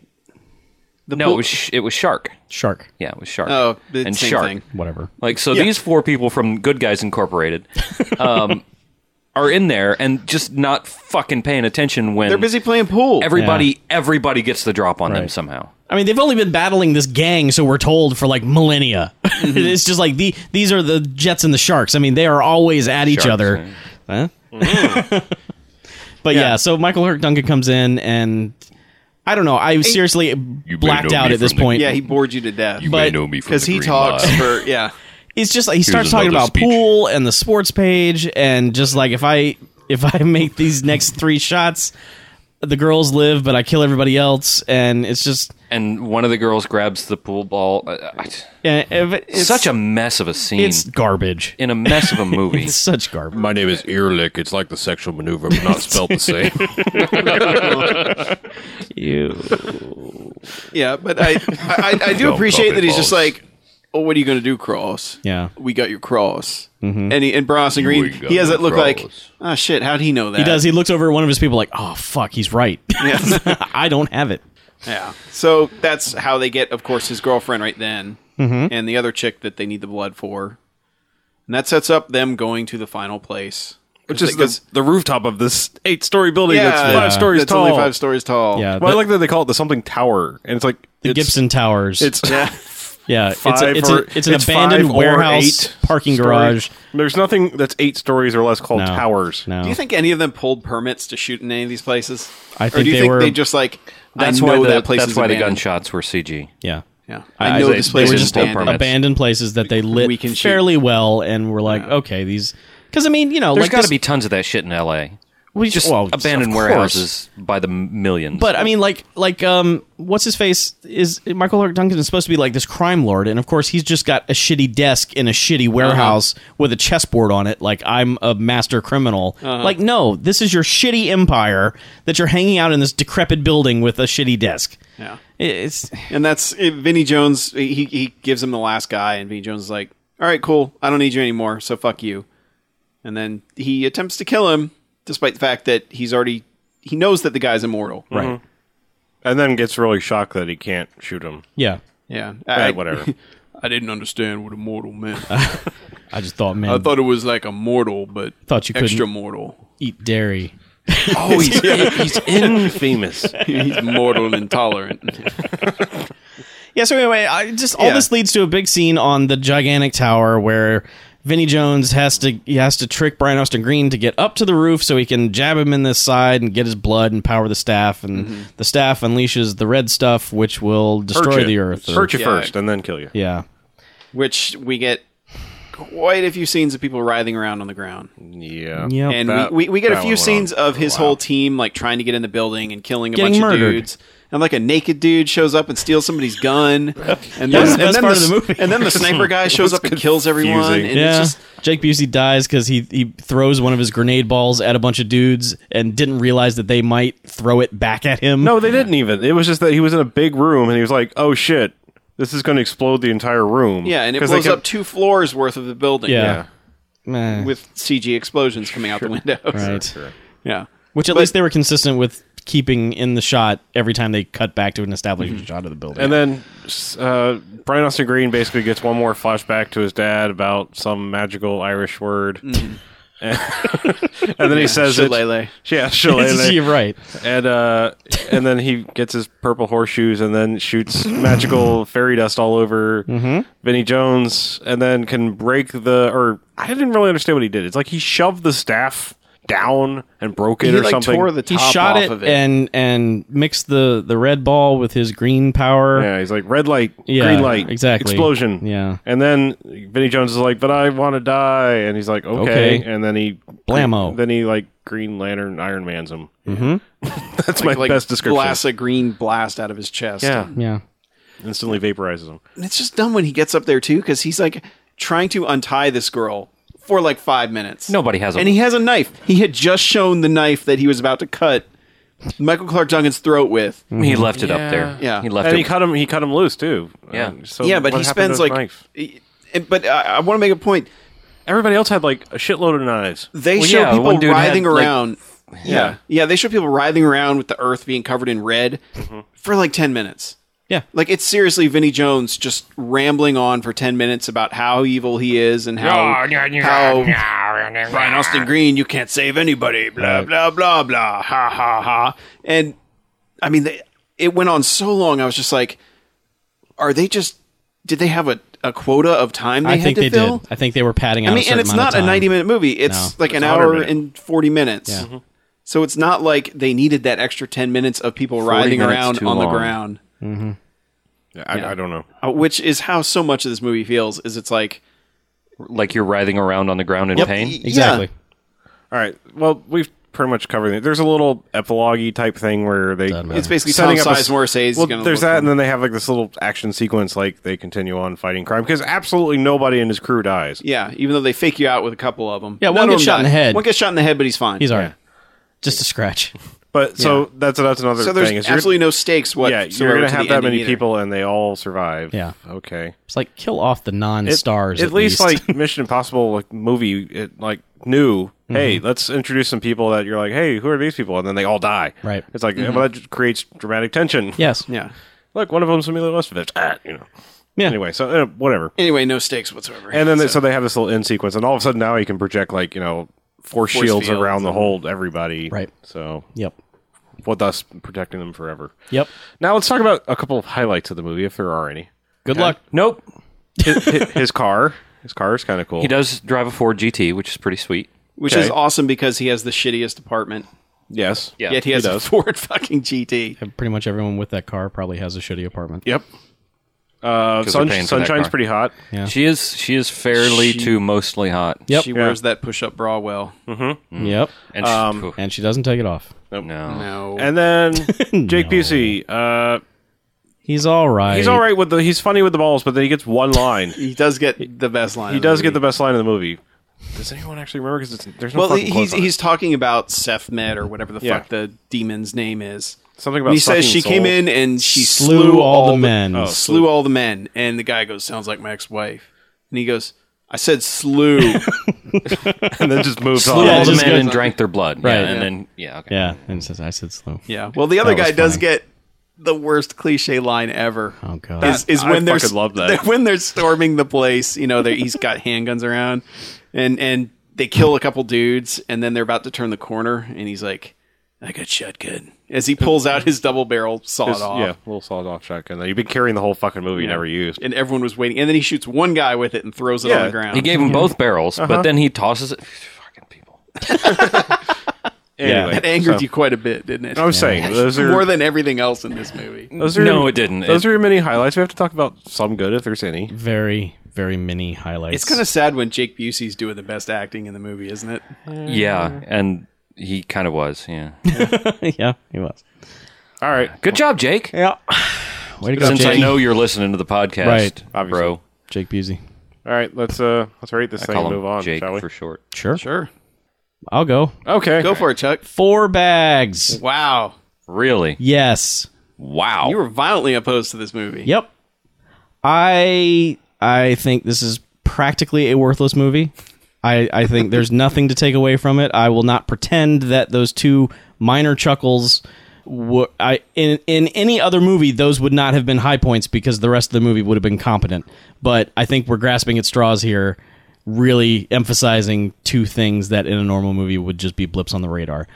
Speaker 3: The
Speaker 5: No,
Speaker 3: bull-
Speaker 5: it was sh- it was Shark.
Speaker 4: shark,
Speaker 5: Yeah, it was Shark.
Speaker 3: Oh, the
Speaker 5: and
Speaker 3: same
Speaker 5: Shark.
Speaker 3: thing.
Speaker 4: whatever.
Speaker 5: Like so, these four people from Good Guys Incorporated. Um, Are in there and just not fucking paying attention when
Speaker 3: They're busy playing pool.
Speaker 5: everybody everybody gets the drop on them
Speaker 4: Right.
Speaker 5: somehow.
Speaker 4: I mean, they've only been battling this gang, so we're told for like millennia.
Speaker 3: Mm-hmm.
Speaker 4: it's just like the these are the jets and the sharks. I mean, they are always at each
Speaker 5: Sharks,
Speaker 4: other. Huh?
Speaker 3: Mm-hmm.
Speaker 4: but yeah. so Michael Hurt Duncan comes in, and I don't know. I seriously blacked
Speaker 5: know
Speaker 4: out
Speaker 5: me
Speaker 4: at this
Speaker 5: from the-
Speaker 4: point.
Speaker 3: Yeah, he bored you to death.
Speaker 4: but
Speaker 3: because he talks for yeah.
Speaker 4: it's just like he starts talking
Speaker 5: another
Speaker 4: about
Speaker 5: speech.
Speaker 4: pool and the sports page and just like if i if i make these next three shots the girls live, but I kill everybody else, and it's just
Speaker 5: and one of the girls grabs the pool ball. Uh, uh,
Speaker 4: yeah, but it's
Speaker 5: such a mess of a scene.
Speaker 4: it's garbage.
Speaker 5: in a mess of a movie.
Speaker 4: It's such garbage.
Speaker 6: My name is Earlick. It's like the sexual maneuver, but not spelled the same.
Speaker 4: You.
Speaker 3: Yeah, but I I, I, I do
Speaker 6: Don't
Speaker 3: appreciate
Speaker 6: copy
Speaker 3: that he's just
Speaker 6: balls.
Speaker 3: like, oh, what are you going to do, Cross?
Speaker 4: Yeah.
Speaker 3: we got your Cross. And he, and Bronson Green,
Speaker 6: ain't got
Speaker 3: he has
Speaker 6: no
Speaker 3: that look like,
Speaker 6: Cross.
Speaker 3: oh shit, how'd he know that?
Speaker 4: He does. He looks over at one of his people like, oh, fuck, he's right. I don't have it.
Speaker 3: Yeah. So that's how they get, of course, his girlfriend right then, and the other chick that they need the blood for, and that sets up them going to the final place,
Speaker 2: Which is
Speaker 3: because
Speaker 2: the, the rooftop of this eight story building
Speaker 3: yeah,
Speaker 2: that's five stories
Speaker 3: that's
Speaker 2: tall.
Speaker 3: only five stories tall.
Speaker 4: Yeah.
Speaker 2: well, I
Speaker 4: the-
Speaker 2: like that they call it the something tower, and it's like
Speaker 4: the
Speaker 2: it's,
Speaker 4: Gibson Towers.
Speaker 2: It's
Speaker 4: yeah. It's, a,
Speaker 2: five
Speaker 4: it's, a,
Speaker 2: or-
Speaker 4: it's an abandoned
Speaker 2: five or
Speaker 4: warehouse,
Speaker 2: eight
Speaker 4: parking
Speaker 2: story-
Speaker 4: garage.
Speaker 2: There's nothing that's eight stories or less called
Speaker 4: No.
Speaker 2: towers.
Speaker 4: No.
Speaker 3: Do you think any of them pulled permits to shoot in any of these places?
Speaker 4: Oh. I
Speaker 3: or
Speaker 4: think
Speaker 3: do you
Speaker 4: they
Speaker 3: think
Speaker 4: were-
Speaker 3: they just like
Speaker 5: That's
Speaker 3: I
Speaker 5: why
Speaker 3: know
Speaker 5: the,
Speaker 3: that place
Speaker 5: that's
Speaker 3: is
Speaker 5: why the
Speaker 3: abandoned.
Speaker 5: gunshots were CG.
Speaker 4: Yeah.
Speaker 3: Yeah, I, know
Speaker 5: they-
Speaker 3: this
Speaker 5: they
Speaker 3: place
Speaker 5: were
Speaker 3: is
Speaker 5: just pulled
Speaker 3: abandoned.
Speaker 5: permits.
Speaker 4: Abandoned places that they lit
Speaker 3: We can shoot.
Speaker 4: fairly well and were like, okay, these. Because, I mean, you know,
Speaker 5: There's
Speaker 4: like.
Speaker 5: got to
Speaker 4: this-
Speaker 5: be tons of that shit in L.A.
Speaker 4: we
Speaker 5: Just
Speaker 4: well,
Speaker 5: abandoned
Speaker 4: of course.
Speaker 5: warehouses by the millions.
Speaker 4: But I mean, like, like, um, what's his face is Michael Clark Duncan is supposed to be like this crime lord, and of course he's just got a shitty desk in a shitty warehouse with a chessboard on it. Like, I'm a master criminal. Like, no, this is your shitty empire that you're hanging out in this decrepit building with a shitty desk.
Speaker 3: Yeah.
Speaker 4: It's
Speaker 3: And that's eh, Vinny Jones. He he gives him the last guy, and Vinny Jones is like, "All right, cool. I don't need you anymore. So fuck you." And then he attempts to kill him, despite the fact that he's already he knows that the guy's immortal. Right.
Speaker 2: And then gets really shocked that he can't shoot him.
Speaker 4: yeah.
Speaker 3: Yeah.
Speaker 2: Eh,
Speaker 3: I,
Speaker 2: whatever.
Speaker 3: I didn't understand what immortal meant.
Speaker 4: I just thought, man,
Speaker 3: I thought it was like a mortal, but
Speaker 4: Thought you couldn't-
Speaker 3: extra mortal.
Speaker 4: eat dairy.
Speaker 2: oh, he's, he's infamous.
Speaker 3: He's mortal intolerant.
Speaker 4: Yeah, so anyway, I just all
Speaker 3: Yeah.
Speaker 4: this leads to a big scene on the gigantic tower where Vinnie Jones has to he has to trick Brian Austin Green to get up to the roof so he can jab him in the side and get his blood and power the staff and
Speaker 3: Mm-hmm.
Speaker 4: the staff unleashes the red stuff which will destroy the earth. or-
Speaker 2: Hurt you
Speaker 3: Yeah.
Speaker 2: first and then kill you.
Speaker 4: yeah.
Speaker 3: Which we get quite a few scenes of people writhing around on the ground.
Speaker 2: Yeah.
Speaker 4: Yep.
Speaker 3: and
Speaker 2: That-
Speaker 3: we, we, we get a
Speaker 2: that
Speaker 3: few
Speaker 2: one went
Speaker 3: scenes
Speaker 2: on
Speaker 3: of
Speaker 2: for a
Speaker 3: his
Speaker 2: while.
Speaker 3: whole team like trying to get in the building and killing a
Speaker 4: Getting
Speaker 3: bunch
Speaker 4: murdered.
Speaker 3: of dudes and like a naked dude shows up and steals somebody's gun and
Speaker 4: That
Speaker 3: then, and
Speaker 4: was the best
Speaker 3: then
Speaker 4: part
Speaker 3: the,
Speaker 4: of the movie.
Speaker 3: and then the sniper guy shows up and kills everyone and
Speaker 2: confusing.
Speaker 4: yeah.
Speaker 3: it's just
Speaker 4: Jake Busey dies because he, he throws one of his grenade balls at a bunch of dudes and didn't realize that they might throw it back at him.
Speaker 2: No, they didn't even. It was just that he was in a big room and he was like, "Oh shit, this is going to explode the entire room."
Speaker 3: yeah and it
Speaker 2: 'Cause they
Speaker 3: blows
Speaker 2: kept-
Speaker 3: up two floors worth of the building
Speaker 4: Yeah. Eh,
Speaker 3: with CG explosions coming out the windows
Speaker 4: right.
Speaker 3: yeah
Speaker 4: Which at
Speaker 3: But-
Speaker 4: least they were consistent with keeping in the shot every time they cut back to an established shot of the building.
Speaker 2: And then uh, Brian Austin Green basically gets one more flashback to his dad about some magical Irish word, and, and then he says it.
Speaker 3: Mm. Shillelagh.
Speaker 2: Yeah,
Speaker 4: It's-
Speaker 2: shillelagh.
Speaker 4: you're right.
Speaker 2: and uh, and then he gets his purple horseshoes and then shoots magical fairy dust all over Vinnie Jones, and then can break the. Or I didn't really understand what he did. It's like he shoved the staff down and broke it
Speaker 3: he
Speaker 2: or
Speaker 3: like
Speaker 2: something.
Speaker 3: tore the
Speaker 4: He
Speaker 3: top
Speaker 4: shot
Speaker 3: off
Speaker 4: it,
Speaker 3: of it
Speaker 4: and and mixed the the red ball with his green power.
Speaker 2: yeah, he's like red light,
Speaker 4: Yeah,
Speaker 2: green light,
Speaker 4: exactly.
Speaker 2: explosion.
Speaker 4: Yeah.
Speaker 2: and then Vinnie Jones is like, "But I want to die," and he's like, "Okay."
Speaker 4: Okay.
Speaker 2: And then he
Speaker 4: Blammo.
Speaker 2: Then he like Green Lantern Iron Man's him. Mm-hmm. That's my
Speaker 3: like
Speaker 2: best description.
Speaker 3: blasts a green blast out of his chest
Speaker 2: Yeah,
Speaker 4: Yeah.
Speaker 2: instantly vaporizes him.
Speaker 3: And it's just dumb when he gets up there too, because he's like trying to untie this girl for like five minutes.
Speaker 5: Nobody has a-
Speaker 3: and he has a knife. He had just shown the knife that he was about to cut Michael Clark Duncan's throat with.
Speaker 5: he left it up there.
Speaker 3: Yeah.
Speaker 5: he left
Speaker 2: and
Speaker 5: it.
Speaker 2: he cut him. He cut him loose too.
Speaker 5: Yeah.
Speaker 2: Um, so
Speaker 3: yeah, but
Speaker 2: what
Speaker 3: he
Speaker 2: happened to his
Speaker 3: spends like.
Speaker 2: knife?
Speaker 3: e- and- But I, I want to make a point.
Speaker 2: everybody else had like a shitload of knives.
Speaker 3: They
Speaker 5: Well,
Speaker 3: show
Speaker 5: yeah, one
Speaker 3: people
Speaker 5: dude had,
Speaker 3: writhing
Speaker 5: like-
Speaker 3: around. yeah, yeah, they show people writhing around with the earth being covered in red
Speaker 5: Mm-hmm.
Speaker 3: for like ten minutes.
Speaker 4: Yeah.
Speaker 3: Like it's seriously Vinnie Jones just rambling on for ten minutes about how evil he is and how how Brian Austin Green, you can't save anybody, blah blah blah blah, ha ha ha. And I mean, they, it went on so long. I was just like, are they just? Did they have a, a quota of time they
Speaker 4: I
Speaker 3: had
Speaker 4: think
Speaker 3: to
Speaker 4: they
Speaker 3: fill?
Speaker 4: did. I think they were padding out.
Speaker 3: I
Speaker 4: a
Speaker 3: mean,
Speaker 4: certain
Speaker 3: and it's
Speaker 4: amount of
Speaker 3: not a
Speaker 4: time.
Speaker 3: 90 minute movie. It's
Speaker 4: No.
Speaker 3: like an
Speaker 2: a 100
Speaker 3: hour
Speaker 2: minute.
Speaker 3: and 40 minutes.
Speaker 4: Yeah.
Speaker 3: So it's not like they needed that extra 10 minutes of people writhing
Speaker 5: minutes
Speaker 3: around
Speaker 5: too
Speaker 3: on the
Speaker 5: long.
Speaker 3: ground,
Speaker 2: I, I don't know.
Speaker 3: uh, which is how so much of this movie feels is it's like
Speaker 5: like you're writhing around on the ground in
Speaker 3: Yep.
Speaker 5: pain.
Speaker 3: Y-
Speaker 4: Exactly.
Speaker 2: All right. Well, we've pretty much cover it. There's a little epilogue type thing where they
Speaker 3: It's basically
Speaker 2: setting
Speaker 3: Tom
Speaker 2: up a-
Speaker 3: Sizemore says he's
Speaker 2: Well,
Speaker 3: eh, gonna
Speaker 2: there's
Speaker 3: look
Speaker 2: that,
Speaker 3: for
Speaker 2: and then they have like this little action sequence, like they continue on fighting crime because absolutely nobody in his crew dies.
Speaker 3: Yeah, even though they fake you out with a couple of them.
Speaker 4: Yeah, one gets shot in the head.
Speaker 3: One gets shot in the head, but he's fine.
Speaker 4: He's all right. Just a scratch.
Speaker 2: But so that's that's another
Speaker 3: So there's
Speaker 2: thing. is you're-
Speaker 3: absolutely no stakes
Speaker 2: yeah,
Speaker 3: whatsoever.
Speaker 2: you're gonna
Speaker 3: to
Speaker 2: have
Speaker 3: the
Speaker 2: that
Speaker 3: ending
Speaker 2: many
Speaker 3: either.
Speaker 2: people, and they all survive.
Speaker 4: Yeah.
Speaker 2: okay.
Speaker 4: It's like kill off the
Speaker 2: It-
Speaker 4: non-stars.
Speaker 2: at, least, like Mission Impossible, like movie, it like knew. Hey, let's introduce some people that you're like, hey, who are these people? And then they all die.
Speaker 4: Right.
Speaker 2: It's like well, that just creates dramatic tension.
Speaker 4: yes.
Speaker 3: Yeah.
Speaker 2: Look, one of them's Emilio Estevez. Ah, you know.
Speaker 4: Yeah.
Speaker 2: Anyway, so uh, whatever.
Speaker 3: Anyway, no stakes whatsoever.
Speaker 2: And then they, so they have this little end sequence, and all of a sudden now he can project like you know force, shields
Speaker 3: fields
Speaker 2: around the whole everybody.
Speaker 4: Right.
Speaker 2: So
Speaker 4: Yep.
Speaker 2: well, thus protecting them forever.
Speaker 4: Yep.
Speaker 2: Now let's talk about a couple of highlights of the movie, if there are any.
Speaker 4: Good luck.
Speaker 5: Nope.
Speaker 2: His, hi- his car, his car is kind of cool.
Speaker 5: He does drive a Ford GT, which is pretty sweet.
Speaker 3: which
Speaker 2: okay.
Speaker 3: is awesome because he has the shittiest apartment.
Speaker 2: Yes.
Speaker 5: Yeah.
Speaker 3: Yet he has a Ford fucking GT.
Speaker 4: Pretty much everyone with that car probably has a shitty apartment.
Speaker 2: Yep. Uh,
Speaker 5: 'Cause
Speaker 2: sun,
Speaker 5: they're paying for that
Speaker 2: sunshine's
Speaker 5: car.
Speaker 2: pretty hot.
Speaker 5: She is she is fairly to mostly hot.
Speaker 4: Yep.
Speaker 3: She wears that push-up bra well.
Speaker 2: Hmm.
Speaker 3: Mm.
Speaker 4: Yep.
Speaker 5: And she,
Speaker 4: And she doesn't take it off.
Speaker 5: no.
Speaker 3: No.
Speaker 2: And then Jake Busey, uh,
Speaker 4: He's all right.
Speaker 2: he's all right with the he's funny with the balls, but then he gets one line.
Speaker 3: he does get the best line.
Speaker 2: he does get the best line of the movie. Does anyone actually remember? Because there's no
Speaker 3: Well,
Speaker 2: fucking
Speaker 3: he's
Speaker 2: quotes on it.
Speaker 3: he's talking about Seth Med or whatever the
Speaker 2: Yeah.
Speaker 3: fuck the demon's name is.
Speaker 2: something
Speaker 3: And
Speaker 2: about
Speaker 3: he says
Speaker 2: sucking
Speaker 3: she came
Speaker 2: souls.
Speaker 3: in and she
Speaker 4: Slew all the men. Oh,
Speaker 3: slew all the men, and the guy goes, "Sounds like my ex-wife," and he goes, "I said slew."
Speaker 2: and then just moves
Speaker 5: Flew
Speaker 2: on.
Speaker 5: all the
Speaker 4: just
Speaker 5: men
Speaker 4: goes
Speaker 5: and
Speaker 4: on.
Speaker 5: drank their blood.
Speaker 4: Right.
Speaker 5: Yeah, and
Speaker 4: Yeah.
Speaker 5: then yeah, okay.
Speaker 4: Yeah. And says, I said slow.
Speaker 3: yeah. Well, the other
Speaker 4: That was
Speaker 3: guy does
Speaker 4: funny.
Speaker 3: get the worst cliche line ever.
Speaker 4: Oh, God.
Speaker 3: Is, is
Speaker 2: I
Speaker 3: when they're
Speaker 2: fucking love that.
Speaker 3: when they're storming the place. You know, they he's got handguns around, and and they kill a couple dudes, and then they're about to turn the corner, and he's like, "I got shotgun." As he pulls out his double barrel sawed
Speaker 2: Just-
Speaker 3: off.
Speaker 2: yeah, little sawed off shotgun that you've been carrying the whole fucking movie,
Speaker 3: Yeah.
Speaker 2: never used.
Speaker 3: And everyone was waiting. And then he shoots one guy with it and throws it
Speaker 2: Yeah.
Speaker 3: on
Speaker 2: Uh-huh.
Speaker 3: the ground.
Speaker 5: He gave him both barrels, but then he tosses it. Fucking people.
Speaker 2: Anyway,
Speaker 3: that angered
Speaker 2: so-
Speaker 3: you quite a bit, didn't it?
Speaker 2: I was saying those are
Speaker 3: More than everything else in this movie.
Speaker 2: those are
Speaker 5: No, it didn't.
Speaker 2: Those
Speaker 5: It-
Speaker 2: are your many highlights. We have to talk about some good if there's any.
Speaker 4: Very, very mini highlights.
Speaker 3: It's kind of sad when Jake Busey's doing the best acting in the movie, isn't it?
Speaker 5: Yeah, and he kind of was. Yeah.
Speaker 4: yeah, he was.
Speaker 2: All right,
Speaker 5: Good job, Jake.
Speaker 4: Yeah. Way to go,
Speaker 5: Since I
Speaker 4: Jake.
Speaker 5: know you're listening to the podcast,
Speaker 4: Right.
Speaker 2: Obviously.
Speaker 5: bro.
Speaker 4: Jake Busey.
Speaker 2: all right. Let's uh let's rate this thing
Speaker 5: Call
Speaker 2: and
Speaker 5: him
Speaker 2: move on,
Speaker 5: Jake
Speaker 2: shall we?
Speaker 5: for short.
Speaker 4: Sure.
Speaker 3: Sure. Uh,
Speaker 4: I'll go.
Speaker 2: Okay,
Speaker 3: Go for it, Chuck.
Speaker 4: Four bags.
Speaker 3: Wow.
Speaker 5: Really?
Speaker 4: Yes.
Speaker 5: Wow.
Speaker 3: You were violently opposed to this movie.
Speaker 4: Yep. I I think this is practically a worthless movie. I, I think there's nothing to take away from it. I will not pretend that those two minor chuckles were I in in any other movie those would not have been high points because the rest of the movie would have been competent. But I think we're grasping at straws here, really emphasizing two things that in a normal movie would just be blips on the radar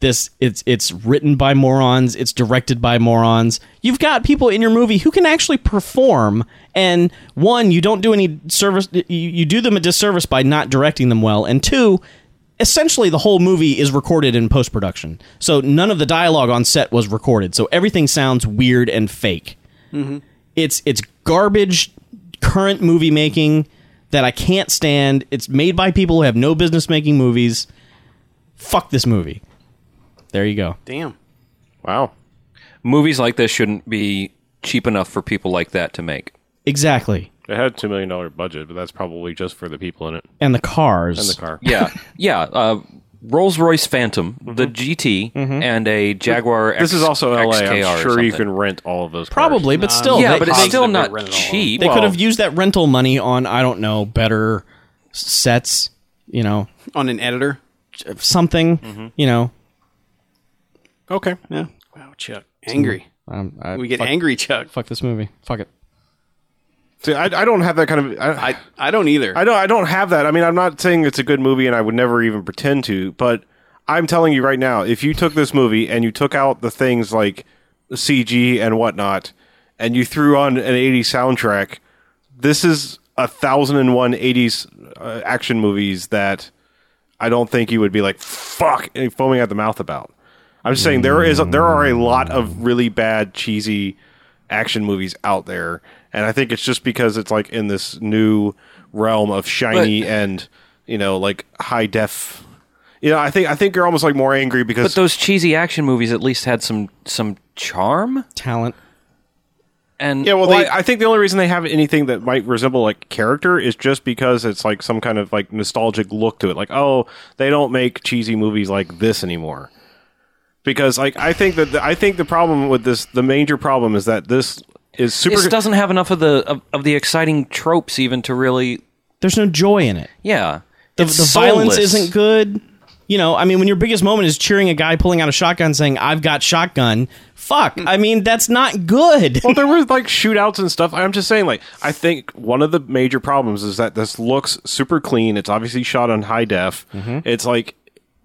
Speaker 4: this it's it's written by morons it's directed by morons you've got people in your movie who can actually perform and one you don't do any service you, you do them a disservice by not directing them well and two essentially the whole movie is recorded in post-production so none of the dialogue on set was recorded so everything sounds weird and fake it's it's garbage current movie making that i can't stand it's made by people who have no business making movies fuck this movie there you go.
Speaker 3: Damn.
Speaker 2: Wow.
Speaker 5: Movies like this shouldn't be cheap enough for people like that to make.
Speaker 4: Exactly.
Speaker 2: It had two million dollar budget, but that's probably just for the people in it
Speaker 4: And the cars.
Speaker 2: and the car.
Speaker 5: Yeah, yeah. Uh, Rolls Royce Phantom, the GT, and a Jaguar.
Speaker 2: Mm-hmm. This is
Speaker 5: X-
Speaker 2: also LA.
Speaker 5: XKR or
Speaker 2: I'm sure you
Speaker 5: something.
Speaker 2: can rent all of those. cars.
Speaker 4: Probably, but still.
Speaker 5: Yeah,
Speaker 4: they,
Speaker 5: but it's
Speaker 4: they-
Speaker 5: still
Speaker 3: Positive
Speaker 5: not
Speaker 3: rental.
Speaker 5: cheap.
Speaker 4: They could
Speaker 2: well-
Speaker 4: have used that rental money on, I don't know, better sets, you know,
Speaker 3: On an editor.
Speaker 4: something, you know.
Speaker 2: Okay.
Speaker 3: Yeah. Wow, Chuck. Angry.
Speaker 4: Um, I,
Speaker 3: We get angry, Chuck.
Speaker 4: fuck this movie. Fuck it.
Speaker 2: See, I, I don't have that kind of. I,
Speaker 3: I, I don't either.
Speaker 2: I don't. I don't have that. I mean, I'm not saying it's a good movie, and I would never even pretend to. But I'm telling you right now, if you took this movie and you took out the things like CG and whatnot, and you threw on an '80s soundtrack, this is a thousand and one '80s uh, action movies that I don't think you would be like fuck and foaming at the mouth about. I'm just saying there is there are a lot of really bad cheesy action movies out there, and I think it's just because it's like in this new realm of shiny and you know like high def. You know, I think I think you're almost like more angry
Speaker 5: But
Speaker 2: because
Speaker 5: those cheesy action movies at least had some some charm.
Speaker 4: Talent.
Speaker 5: And
Speaker 2: yeah, Mm-hmm. well, I, I think the only reason they have anything that might resemble like character is just because it's like some kind of like nostalgic look to it. Like, oh, they don't make cheesy movies like this anymore. Because like I think that the, I think the problem with this, the major problem is that this is super.
Speaker 5: this doesn't have enough of the of, of the exciting tropes even to really.
Speaker 4: There's no joy in it.
Speaker 5: Yeah,
Speaker 4: The,
Speaker 5: It's
Speaker 4: the violence
Speaker 5: soulless.
Speaker 4: isn't good. You know, I mean, when your biggest moment is cheering a guy pulling out a shotgun saying, I've got shotgun, fuck. I mean, that's not good.
Speaker 2: well, there were like shootouts and stuff. I'm just saying, like, I think one of the major problems is that this looks super clean. It's obviously shot on high def.
Speaker 3: Mm-hmm.
Speaker 2: It's like,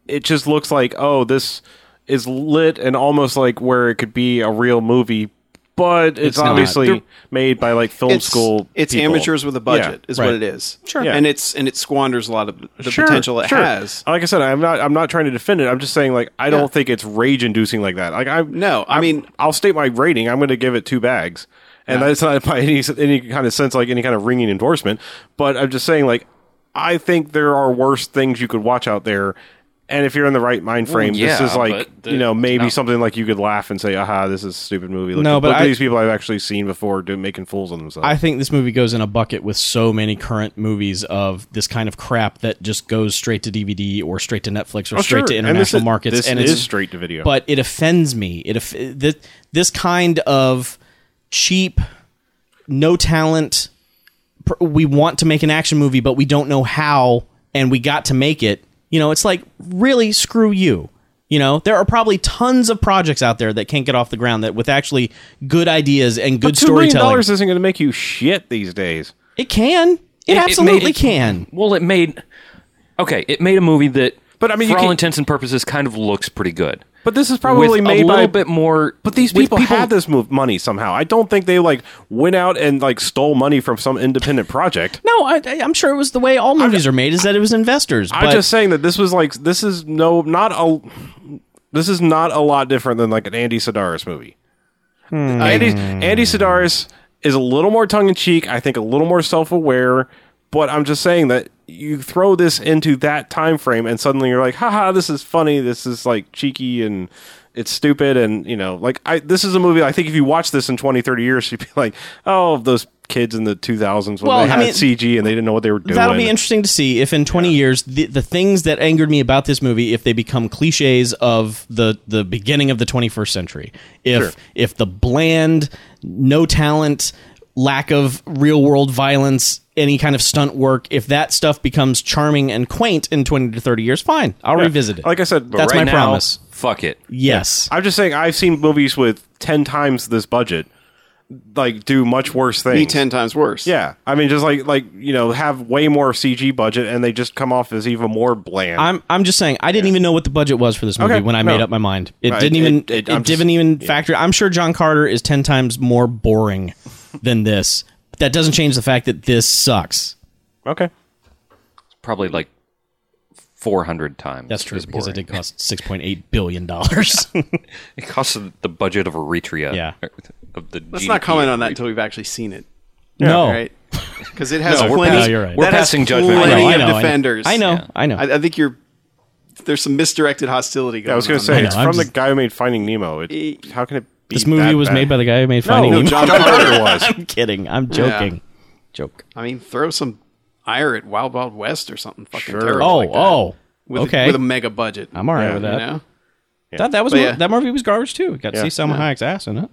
Speaker 2: it just looks like, oh, this is lit and almost like where it could be a real movie, but it's,
Speaker 4: not.
Speaker 2: obviously
Speaker 4: They're-
Speaker 2: made by like film
Speaker 3: it's,
Speaker 2: school.
Speaker 3: It's
Speaker 2: people.
Speaker 3: amateurs with a budget,
Speaker 2: Yeah,
Speaker 3: is
Speaker 4: right.
Speaker 3: what it is.
Speaker 2: Sure. Yeah.
Speaker 3: and it's and it squanders a lot of the
Speaker 2: Sure,
Speaker 3: potential it
Speaker 2: sure.
Speaker 3: has.
Speaker 2: Like I said, I'm not. I'm not trying to defend it. I'm just saying, like, I don't think it's rage inducing like that. Like, I
Speaker 3: No, I
Speaker 2: I'm-
Speaker 3: mean-
Speaker 2: I'll state my rating. I'm going to give it two bags, and that's not by any any kind of sense like any kind of ringing endorsement. But I'm just saying, like, I think there are worse things you could watch out there. And if you're in the right mind frame,
Speaker 5: yeah,
Speaker 2: this is like
Speaker 5: but
Speaker 2: you
Speaker 5: the-
Speaker 2: know maybe
Speaker 5: no.
Speaker 2: something like you could laugh and say, "Aha, this is a stupid movie." Look,
Speaker 4: No,
Speaker 2: at-
Speaker 4: but
Speaker 2: look at
Speaker 4: I-
Speaker 2: these people I've actually seen before doing making fools of themselves.
Speaker 4: I think this movie goes in a bucket with so many current movies of this kind of crap that just goes straight to DVD or straight to Netflix or
Speaker 2: Oh,
Speaker 4: straight
Speaker 2: sure.
Speaker 4: to
Speaker 2: And this
Speaker 4: international
Speaker 2: is-
Speaker 4: markets.
Speaker 2: this
Speaker 4: and
Speaker 2: is
Speaker 4: it's,
Speaker 2: straight to video.
Speaker 4: but it offends me. It off- this, this kind of cheap, no talent. pr- We want to make an action movie, but we don't know how, and we got to make it. You know, it's like really screw you. You know, there are probably tons of projects out there that can't get off the ground that with actually good ideas and
Speaker 2: But
Speaker 4: good
Speaker 2: two million
Speaker 4: storytelling.
Speaker 2: dollars isn't going to make you shit these days.
Speaker 4: It can. It,
Speaker 5: it
Speaker 4: absolutely
Speaker 5: made-
Speaker 4: can.
Speaker 5: well, it made okay. It made a movie that,
Speaker 2: But, I mean, you
Speaker 5: for all
Speaker 2: can't-
Speaker 5: intents and purposes, kind of looks pretty good.
Speaker 2: But this is probably
Speaker 5: with
Speaker 2: made
Speaker 5: a little
Speaker 2: by
Speaker 5: bit more.
Speaker 2: But these
Speaker 5: with
Speaker 2: people, had this move money somehow. I don't think they like went out and like stole money from some independent project.
Speaker 4: No, I, I- I'm sure it was the way all movies are made. Is that it was investors?
Speaker 2: I'm
Speaker 4: but
Speaker 2: just saying that this was like this is no not a this is not a lot different than like an Andy Sidaris movie.
Speaker 4: Hmm.
Speaker 2: Andy Andy Sidaris is a little more tongue in cheek. I think a little more self aware. But I'm just saying that you throw this into that time frame, and suddenly you're like, haha, this is funny. This is like cheeky and it's stupid. And you know, like I this is a movie. I think if you watch this in 20, 30 years, you'd be like, oh, those kids in the 2000s when
Speaker 4: Well,
Speaker 2: they
Speaker 4: I
Speaker 2: had
Speaker 4: mean,
Speaker 2: CG and they didn't know what they were doing.
Speaker 4: that'll be interesting to see if in 20 years the, the things that angered me about this movie if they become cliches of the the beginning of the 21st century. If if the bland, no talent, lack of real world violence, any kind of stunt work, if that stuff becomes charming and quaint in 20 to 30 years, fine, I'll revisit it.
Speaker 2: Like I said,
Speaker 4: That's my
Speaker 5: right now,
Speaker 4: promise.
Speaker 5: Fuck it.
Speaker 4: Yes.
Speaker 2: I'm just saying I've seen movies with ten times this budget, like do much worse things.
Speaker 3: Be ten times worse.
Speaker 2: Yeah, I mean, just like like you know, have way more CG budget, and they just come off as even more bland.
Speaker 4: I'm I'm just saying I didn't even know what the budget was for this movie
Speaker 2: Okay,
Speaker 4: when I
Speaker 2: no.
Speaker 4: made up my mind. It
Speaker 2: Right,
Speaker 4: didn't
Speaker 2: it-
Speaker 4: even
Speaker 2: it-
Speaker 4: it,
Speaker 2: I'm
Speaker 4: didn't
Speaker 2: just-
Speaker 4: even factor. I'm sure John Carter is ten times more boring than this. But That doesn't change the fact that this sucks.
Speaker 2: okay,
Speaker 5: Probably like four hundred times.
Speaker 4: That's true
Speaker 5: as
Speaker 4: because it
Speaker 5: boring.
Speaker 4: did cost six point eight billion dollars.
Speaker 5: It costs the budget of Eritrea.
Speaker 4: Yeah.
Speaker 5: Of the
Speaker 3: let's not comment on that until we've actually seen it,
Speaker 4: no,
Speaker 3: right? Because it has
Speaker 5: No, we're
Speaker 3: plenty.
Speaker 5: pass-
Speaker 4: Oh. No, you're right.
Speaker 5: we're
Speaker 3: that has
Speaker 5: passing judgment.
Speaker 3: Plenty
Speaker 4: No, I
Speaker 3: of
Speaker 4: know, I know.
Speaker 3: defenders.
Speaker 4: I know, I know.
Speaker 3: I, I think you're. There's some misdirected hostility going.
Speaker 2: I was gonna
Speaker 3: on
Speaker 2: say
Speaker 3: there.
Speaker 2: it's
Speaker 4: know, I'm
Speaker 2: from the
Speaker 4: just-
Speaker 2: guy who made Finding Nemo. It, how can it? be
Speaker 4: this movie
Speaker 2: that
Speaker 4: was
Speaker 2: bad?
Speaker 4: made by the guy who made
Speaker 2: no,
Speaker 4: Finding
Speaker 2: no,
Speaker 4: Nemo.
Speaker 2: John Carter was.
Speaker 4: I'm kidding. I'm joking. Joke.
Speaker 3: I mean, throw some ire at Wild Wild West or something fucking terrible.
Speaker 4: Oh,
Speaker 3: like that.
Speaker 4: oh,
Speaker 3: with
Speaker 4: okay.
Speaker 3: a, with a mega budget.
Speaker 4: I'm all right
Speaker 2: Yeah,
Speaker 4: with
Speaker 3: you
Speaker 4: that.
Speaker 3: know?
Speaker 4: That that was
Speaker 3: But yeah.
Speaker 4: that movie was garbage too. Got to see Selma Hayek's ass in it.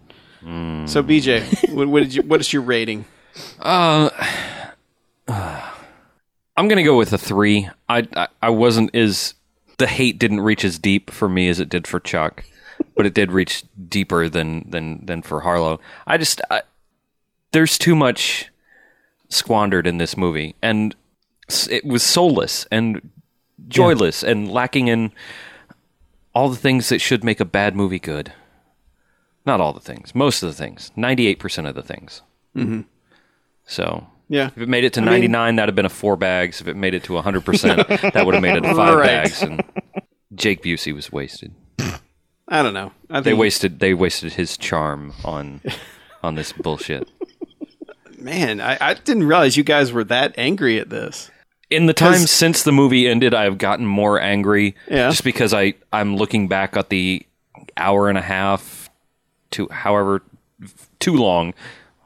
Speaker 3: So BJ, what, what did you? What is your rating?
Speaker 5: I'm gonna go with a three. I, I I wasn't as the hate didn't reach as deep for me as it did for Chuck, but it did reach deeper than than than for Harlow. I just I, there's too much squandered in this movie, and s- it was soulless and joyless and lacking in all the things that should make a bad movie good. Not all the things, most of the things, ninety eight percent of the things. Mm-hmm. So
Speaker 3: Yeah.
Speaker 5: if it made it to 99, that'd have been a four bags. If it made it to 100%, that would have made it five
Speaker 3: Right.
Speaker 5: bags. And Jake Busey was wasted.
Speaker 3: I don't know. I think,
Speaker 5: They wasted they wasted his charm on on this bullshit.
Speaker 3: Man, I, I didn't realize you guys were that angry at this.
Speaker 5: in the time
Speaker 3: 'Cause-
Speaker 5: since the movie ended, I've gotten more angry.
Speaker 3: Yeah.
Speaker 5: Just because I I'm looking back at the hour and a half to however too long,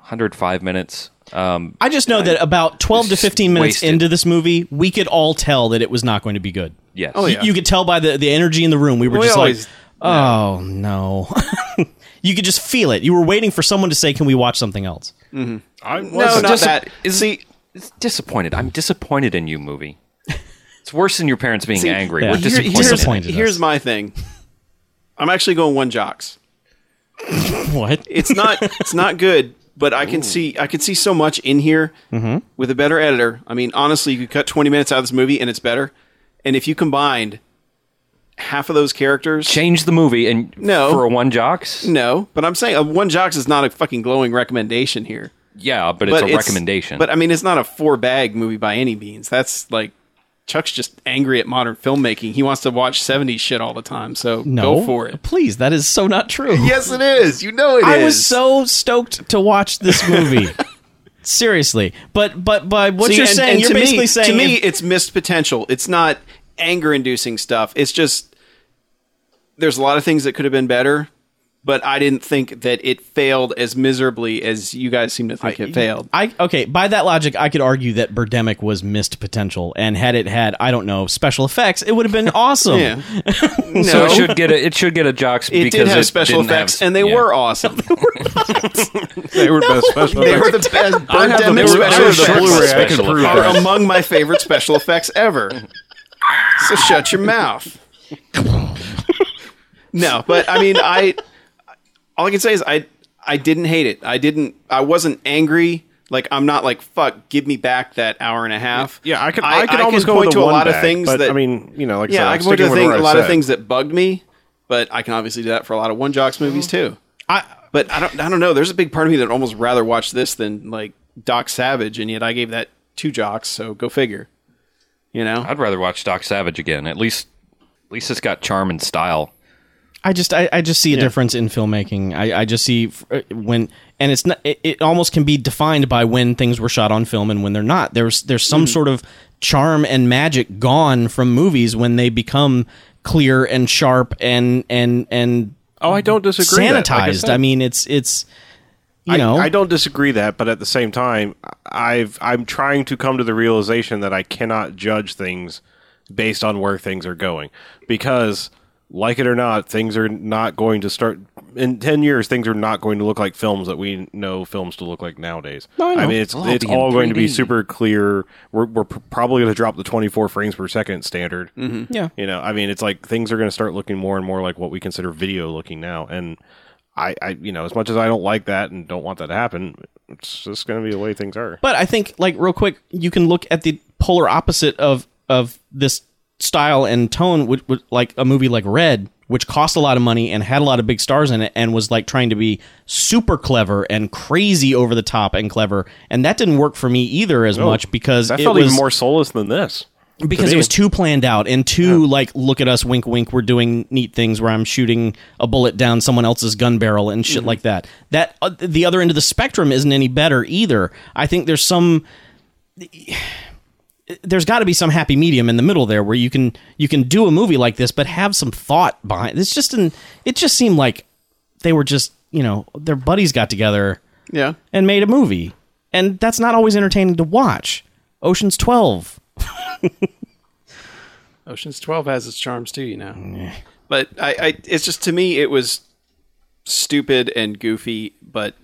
Speaker 5: 105 minutes. Um,
Speaker 4: I just know that about 12 to 15 minutes
Speaker 5: wasted.
Speaker 4: into this movie, we could all tell that it was not going to be good.
Speaker 5: yes.
Speaker 3: Oh,
Speaker 4: You-
Speaker 3: yeah.
Speaker 4: You, could tell by the, the energy in the room. We were
Speaker 3: We
Speaker 4: just
Speaker 3: always-
Speaker 4: like, oh, no. you could just feel it. You were waiting for someone to say, can we watch something else?
Speaker 2: I
Speaker 3: No,
Speaker 2: was
Speaker 3: not
Speaker 5: Disa-
Speaker 3: that.
Speaker 5: is-
Speaker 3: See,
Speaker 5: It's disappointed. I'm disappointed in you, movie. It's worse than your parents being angry.
Speaker 4: yeah.
Speaker 5: We're
Speaker 4: Here-
Speaker 3: Here-
Speaker 5: disappointed.
Speaker 3: here's,
Speaker 4: Disappointed us.
Speaker 3: here's my thing. I'm actually going one jocks.
Speaker 4: What?
Speaker 3: It's not it's not good, but I can see I can see so much in here
Speaker 5: Mm-hmm.
Speaker 3: with a better editor. I mean, honestly, you could cut 20 minutes out of this movie and it's better. And if you combined half of those characters,
Speaker 5: Change the movie and
Speaker 3: No.
Speaker 5: for a one jocks.
Speaker 3: no, but I'm saying a one jocks is not a fucking glowing recommendation here.
Speaker 5: Yeah, but it's
Speaker 3: But
Speaker 5: a recommendation.
Speaker 3: But I mean, it's not a four bag movie by any means. That's like Chuck's just angry at modern filmmaking. He wants to watch 70s shit all the time. So
Speaker 4: No.
Speaker 3: go for it.
Speaker 4: Please, that is so not true.
Speaker 3: Yes, it is. You know it
Speaker 4: I was so stoked to watch this movie. Seriously. But but by what
Speaker 3: See,
Speaker 4: you're
Speaker 3: and-
Speaker 4: saying,
Speaker 3: and
Speaker 4: you're
Speaker 3: to me-
Speaker 4: basically saying
Speaker 3: to me,
Speaker 4: if-
Speaker 3: it's missed potential. It's not anger inducing stuff. It's just there's a lot of things that could have been better, but I didn't think that it failed as miserably as you guys seem to think it failed.
Speaker 4: I okay, by that logic I could argue that Birdemic was missed potential and had it had I don't know, special effects, it would have been awesome.
Speaker 3: yeah, no,
Speaker 5: so it should get a it should get a jocks
Speaker 3: it
Speaker 5: because
Speaker 3: did have
Speaker 5: it
Speaker 3: special
Speaker 5: didn't have-
Speaker 3: effects, and they
Speaker 5: yeah.
Speaker 3: were awesome.
Speaker 2: they were best special
Speaker 3: they were
Speaker 2: effects.
Speaker 3: the best.
Speaker 2: I have the
Speaker 3: Birdemic
Speaker 2: Blu- I
Speaker 3: special
Speaker 2: have the Blu-ray. I
Speaker 3: effects
Speaker 2: can
Speaker 5: Special
Speaker 2: prove
Speaker 3: Are
Speaker 2: that.
Speaker 3: among my favorite special effects ever. So shut your mouth. No, but I mean, I all I can say is I I didn't hate it. I didn't. I wasn't angry. Like I'm not like fuck. Give me back that hour and a half.
Speaker 2: Yeah, I could. I, could almost
Speaker 3: can
Speaker 2: go
Speaker 3: point
Speaker 2: with
Speaker 3: to
Speaker 2: the
Speaker 3: a
Speaker 2: one
Speaker 3: lot of
Speaker 2: back,
Speaker 3: things
Speaker 2: but,
Speaker 3: that
Speaker 2: I mean, you know, like
Speaker 3: yeah,
Speaker 2: I said,
Speaker 3: I
Speaker 2: I'm
Speaker 3: can point to
Speaker 2: sticking
Speaker 3: a,
Speaker 2: with
Speaker 3: thing,
Speaker 2: what
Speaker 3: a
Speaker 2: I
Speaker 3: lot of
Speaker 2: said.
Speaker 3: things that bugged me, but I can obviously do that for a lot of one jocks movies too. I but I don't I don't know. There's a big part of me that would almost rather watch this than like Doc Savage, and yet I gave that two jocks. So go figure. You know,
Speaker 5: I'd rather watch Doc Savage again. At least at least it's got charm and style.
Speaker 4: I just I, I just see a difference in filmmaking. I, I just see f- uh, when and it's not it, it almost can be defined by when things were shot on film and when they're not. There's there's some
Speaker 2: Mm.
Speaker 4: sort of charm and magic gone from movies when they become clear and sharp and and and
Speaker 2: Oh, I don't disagree. with that. Like
Speaker 4: sanitized.
Speaker 2: said,
Speaker 4: I mean, it's it's you know
Speaker 2: I don't disagree that, but at the same time, I've I'm trying to come to the realization that I cannot judge things based on where things are going because like it or not, things are not going to start in 10 years things are not going to look like films that we know films to look like nowadays.
Speaker 4: I know.
Speaker 2: mean, it's
Speaker 5: It'll all
Speaker 2: it's
Speaker 5: be in
Speaker 2: all going to be
Speaker 5: 3D.
Speaker 2: super clear. We're we're pr- probably going to drop the 24 frames per second standard. Mm-hmm.
Speaker 4: yeah.
Speaker 2: You know, I mean, it's like things are going to start looking more and more like what we consider video looking now. And I, I, you know, as much as I don't like that and don't want that to happen, it's just going to be the way things are.
Speaker 4: But I think, like, real quick, you can look at the polar opposite of of this style and tone, with, with like a movie like Red, which cost a lot of money and had a lot of big stars in it, and was like trying to be super clever and crazy over the top and clever, and that didn't work for me either as much because
Speaker 2: Oh, That
Speaker 4: it
Speaker 2: felt
Speaker 4: was
Speaker 2: even more soulless than this.
Speaker 4: because
Speaker 2: to
Speaker 4: it
Speaker 2: me.
Speaker 4: was too planned out and too like look at us wink wink we're doing neat things where i'm shooting a bullet down someone else's gun barrel and shit like that that uh, the other end of the spectrum isn't any better either i think there's some there's got to be some happy medium in the middle there where you can you can do a movie like this but have some thought behind it's just an it just seemed like they were just you know their buddies got together
Speaker 3: yeah.
Speaker 4: and made a movie. And that's not always entertaining to watch. Ocean's 12.
Speaker 3: Ocean's Twelve has its charms too, you know. But I, I, it's just to me, it was stupid and goofy, but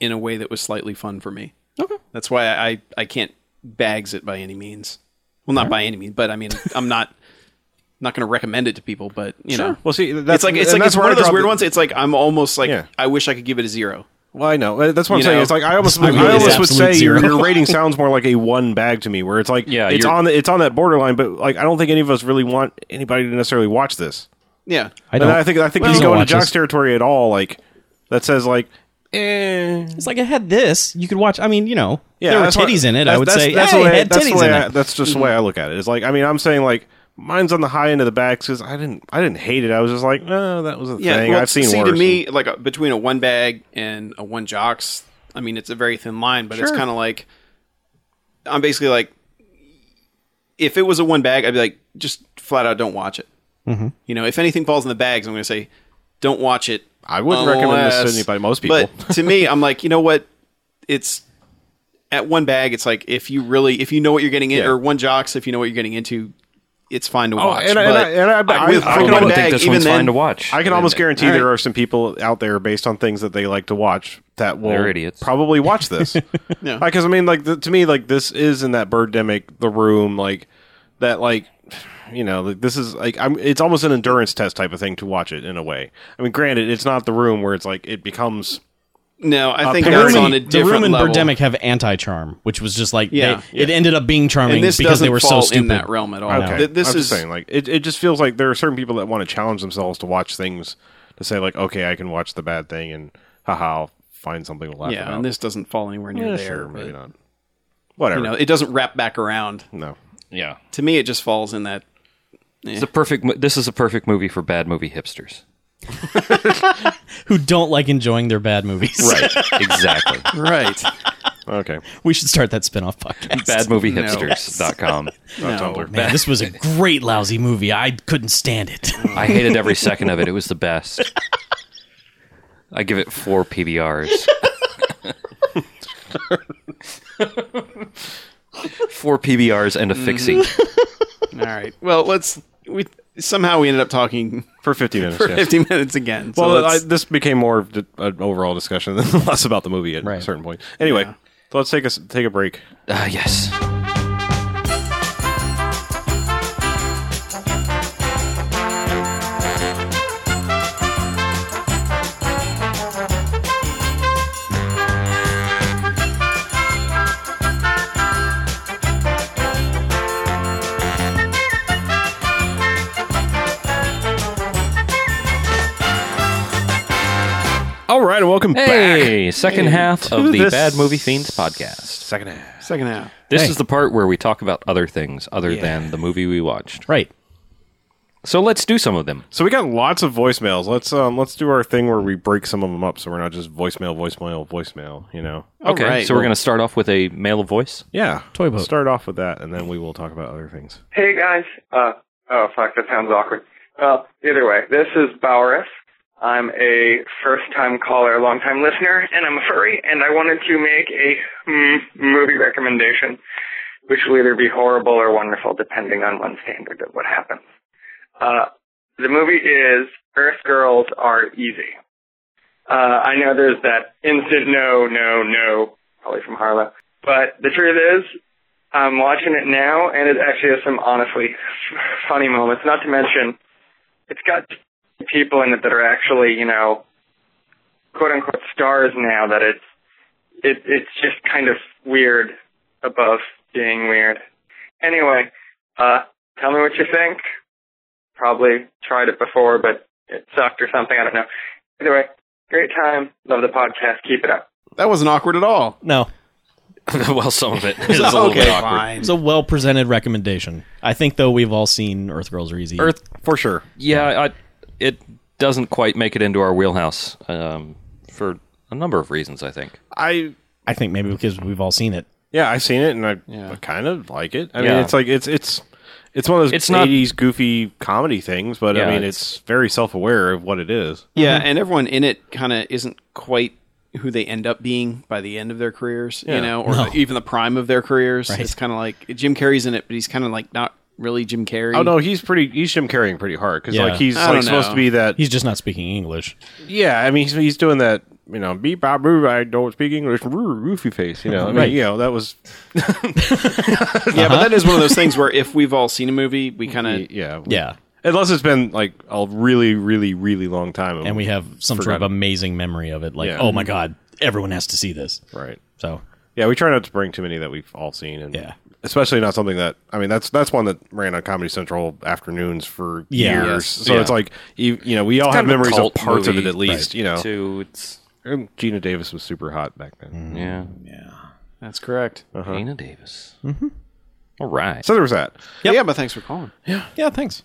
Speaker 3: in a way that was slightly fun for me. Okay, that's why I, I, I can't bags it by any means. Well, not by any means, but I mean, I'm not not going to recommend it to people. But you know,
Speaker 2: Well, see, that's,
Speaker 3: it's like it's
Speaker 2: and
Speaker 3: like
Speaker 2: that's
Speaker 3: it's
Speaker 2: where
Speaker 3: one
Speaker 2: I
Speaker 3: of those
Speaker 2: draw
Speaker 3: weird
Speaker 2: the-
Speaker 3: ones. It's like I'm almost like
Speaker 2: Yeah.
Speaker 3: I wish I could give it a zero.
Speaker 2: Well, I know. Uh, That's what I'm
Speaker 3: You
Speaker 2: saying.
Speaker 3: know?
Speaker 2: It's like I almost, I,
Speaker 4: really
Speaker 2: almost
Speaker 4: is
Speaker 2: would
Speaker 4: absolute
Speaker 2: say your,
Speaker 4: zero.
Speaker 2: your rating sounds more like a one bag to me, where it's like
Speaker 5: Yeah,
Speaker 2: it's
Speaker 5: you're-
Speaker 2: on the, it's on that borderline. But like, I don't think any of us really want anybody to necessarily watch this.
Speaker 3: Yeah,
Speaker 4: I
Speaker 2: and I think I think if
Speaker 4: Please
Speaker 2: you
Speaker 4: don't
Speaker 2: go into
Speaker 4: watch this.
Speaker 2: Jock's territory at all, like that says like, eh,
Speaker 4: It's like I had this. You could watch. I mean, you know,
Speaker 2: Yeah,
Speaker 4: there were
Speaker 2: that's what-
Speaker 4: titties in it. I
Speaker 2: that's-
Speaker 4: would
Speaker 2: that's-
Speaker 4: say,
Speaker 2: that's
Speaker 4: hey,
Speaker 2: the
Speaker 4: it
Speaker 2: way-
Speaker 4: had
Speaker 2: that's the
Speaker 4: titties
Speaker 2: way
Speaker 4: in
Speaker 2: I-
Speaker 4: it. Mm-hmm.
Speaker 2: That's just the way I look at it. It's like I mean, I'm saying like mine's on the high end of the back because I didn't I didn't hate it. I was just like, oh, that was a
Speaker 3: yeah.
Speaker 2: thing.
Speaker 3: well,
Speaker 2: I've seen
Speaker 3: see
Speaker 2: worse.
Speaker 3: to me like uh, between a one bag and a one jocks. I mean, it's a very thin line, but it's kind of like I'm basically like if it was a one bag, I'd be like, just flat out don't watch it.
Speaker 2: Mm-hmm.
Speaker 3: You know, if anything falls in the bags, I'm going to say, don't watch it.
Speaker 2: I wouldn't recommend this to
Speaker 3: unless-
Speaker 2: anybody- most people.
Speaker 3: But to me, I'm like, you know what? It's at one bag. It's like if you really, if you know what you're getting in,
Speaker 2: Yeah. Oh,
Speaker 3: or one jocks, if you know what you're getting into, it's fine to watch.
Speaker 2: and I- and I- and I-
Speaker 3: but
Speaker 2: I-
Speaker 3: with-
Speaker 2: I
Speaker 3: for
Speaker 2: can
Speaker 3: one
Speaker 2: almost
Speaker 3: bag,
Speaker 5: think this
Speaker 3: even
Speaker 5: one's
Speaker 3: then,
Speaker 5: fine to watch.
Speaker 2: I can almost guarantee
Speaker 3: all right.
Speaker 2: there are some people out there based on things that they like to watch that will
Speaker 5: They're idiots.
Speaker 2: probably watch this.
Speaker 3: Yeah.
Speaker 2: Because I mean, like th- to me, like this is in that Birdemic, The Room, like that, like you know, like, this is like I'm. It's almost an endurance test type of thing to watch it in a way. I mean, granted, it's not The Room where it's like it becomes
Speaker 3: No, I think
Speaker 2: The
Speaker 4: Uh, The
Speaker 3: that's
Speaker 4: room,
Speaker 2: room
Speaker 3: on a different
Speaker 4: and, the room and
Speaker 3: level.
Speaker 4: Birdemic have anti charm, which was just like
Speaker 3: Yeah,
Speaker 4: they, it ended up being charming
Speaker 3: and this
Speaker 4: because
Speaker 3: doesn't
Speaker 4: they were
Speaker 3: fall
Speaker 4: so stupid.
Speaker 3: in that realm at all.
Speaker 2: Okay.
Speaker 3: Th- this
Speaker 2: I'm
Speaker 3: is
Speaker 2: just saying, like, it, it just feels like there are certain people that want to challenge themselves to watch things to say, like, okay, I can watch the bad thing and haha, I'll find something to laugh
Speaker 3: yeah,
Speaker 2: about.
Speaker 3: and this doesn't fall anywhere near
Speaker 2: Yeah,
Speaker 3: there.
Speaker 2: sure, maybe
Speaker 3: but,
Speaker 2: not. Whatever.
Speaker 3: You know, it doesn't wrap back around.
Speaker 2: no.
Speaker 5: Yeah.
Speaker 3: To me, it just falls in that.
Speaker 5: It's a perfect. mo- This is a perfect movie for bad movie hipsters.
Speaker 4: Who don't like enjoying their bad movies.
Speaker 5: Right. exactly.
Speaker 3: Right.
Speaker 2: Okay.
Speaker 4: we should start that spin off podcast.
Speaker 5: Badmoviehipsters.com.
Speaker 3: no.
Speaker 4: Man, this was a great lousy movie. I couldn't stand it.
Speaker 5: I hated every second of it. It was the best. I give it four PBRs. four PBRs and a fixie.
Speaker 3: All right. Well, let's. We somehow we ended up talking
Speaker 2: For 50 minutes.
Speaker 3: for
Speaker 2: yes.
Speaker 3: 50 minutes again. So
Speaker 2: well, I,
Speaker 3: let's-
Speaker 2: this became more of d- an overall discussion than less about the movie at a
Speaker 4: Right.
Speaker 2: certain point. Anyway, so let's take a, s- take a break.
Speaker 5: Ah, yes.
Speaker 2: All right, and welcome back.
Speaker 5: Hey, second half of the
Speaker 2: this-
Speaker 5: Bad Movie Fiends podcast.
Speaker 2: Second half.
Speaker 3: second half.
Speaker 5: This
Speaker 4: Hey.
Speaker 5: is the part where we talk about other things other than the movie we watched.
Speaker 4: right.
Speaker 5: So let's do some of them.
Speaker 2: So we got lots of voicemails. Let's um let's do our thing where we break some of them up so we're not just voicemail, voicemail, voicemail, you know. Oh,
Speaker 5: Okay,
Speaker 3: right.
Speaker 5: so we're going to start off with a male voice.
Speaker 2: Yeah.
Speaker 4: Toy boat.
Speaker 2: Start off with that, and then we will talk about other things.
Speaker 7: Hey guys. Uh, oh fuck, that sounds awkward. Well, either way, this is Bowerus. I'm a first-time caller, long-time listener, and I'm a furry. And I wanted to make a mm, movie recommendation, which will either be horrible or wonderful, depending on one standard of what happens. Uh, the movie is Earth Girls Are Easy. Uh, I know there's that instant no, no, no, probably from Harlow. But the truth is, I'm watching it now, and it actually has some honestly funny moments. Not to mention, it's got people in it that are actually, you know, quote unquote stars now. That it's it it's just kind of weird above being weird. Anyway, uh, tell me what you think. Probably tried it before, but it sucked or something. I don't know. Either way, great time. Love the podcast. Keep it up.
Speaker 3: That wasn't awkward at all.
Speaker 4: No.
Speaker 5: well, some of it is a little bit awkward.
Speaker 4: It's a well presented recommendation. I think though we've all seen Earth Girls Are Easy.
Speaker 5: Earth
Speaker 2: For sure.
Speaker 5: Yeah, I, it doesn't quite make it into our wheelhouse um, for a number of reasons. I think
Speaker 2: I
Speaker 4: I think maybe because we've all seen it.
Speaker 2: yeah, I seen it and I
Speaker 3: Yeah.
Speaker 2: kind of like it. I
Speaker 5: Yeah.
Speaker 2: mean, it's like it's it's it's one of those
Speaker 5: It's not-
Speaker 2: eighties goofy comedy things, but
Speaker 5: Yeah,
Speaker 2: I mean,
Speaker 5: it's-
Speaker 2: it's, very self aware of what it is.
Speaker 3: Yeah, and everyone in it kind of isn't quite who they end up being by the end of their careers, you know, or even the prime of their careers. It's kind of like Jim Carrey's in it, but he's kind of like not really Jim Carrey.
Speaker 2: Oh no, he's pretty. He's Jim carrying pretty hard because
Speaker 4: Yeah.
Speaker 2: like he's
Speaker 3: I don't
Speaker 2: like supposed
Speaker 3: know.
Speaker 2: to be that.
Speaker 4: He's just not speaking English.
Speaker 2: yeah, I mean, he's, he's doing that. You know, beep bop boo. I don't speak English. Roo, roofy face. You know, I mean,
Speaker 4: Right.
Speaker 2: you know that was
Speaker 3: Yeah, but that is one of those things where if we've all seen a movie, we kind of
Speaker 2: yeah
Speaker 4: Yeah.
Speaker 2: Unless it's been like a really really really long time,
Speaker 4: And we have some sort of
Speaker 2: Forgotten.
Speaker 4: amazing memory of it. Like,
Speaker 2: Yeah.
Speaker 4: oh my god, everyone has to see this.
Speaker 2: right.
Speaker 4: So
Speaker 2: Yeah, we try not to bring too many that we've all seen, and
Speaker 4: Yeah.
Speaker 2: especially not something that I mean that's that's one that ran on Comedy Central afternoons for
Speaker 4: Yeah.
Speaker 2: years.
Speaker 4: Yes.
Speaker 2: So
Speaker 4: Yeah.
Speaker 2: it's like you, you know we all have
Speaker 5: kind of a
Speaker 2: memories of
Speaker 5: cult
Speaker 2: parts of it
Speaker 5: movie,
Speaker 2: at least. You know,
Speaker 5: too. It's
Speaker 2: And Gina Davis was super hot back
Speaker 4: Mm.
Speaker 2: then,
Speaker 5: yeah,
Speaker 3: That's correct.
Speaker 2: Uh-huh.
Speaker 5: Gina Davis. Mm-hmm. right.
Speaker 2: so there was that.
Speaker 3: Yeah, but thanks for calling.
Speaker 4: yeah, thanks.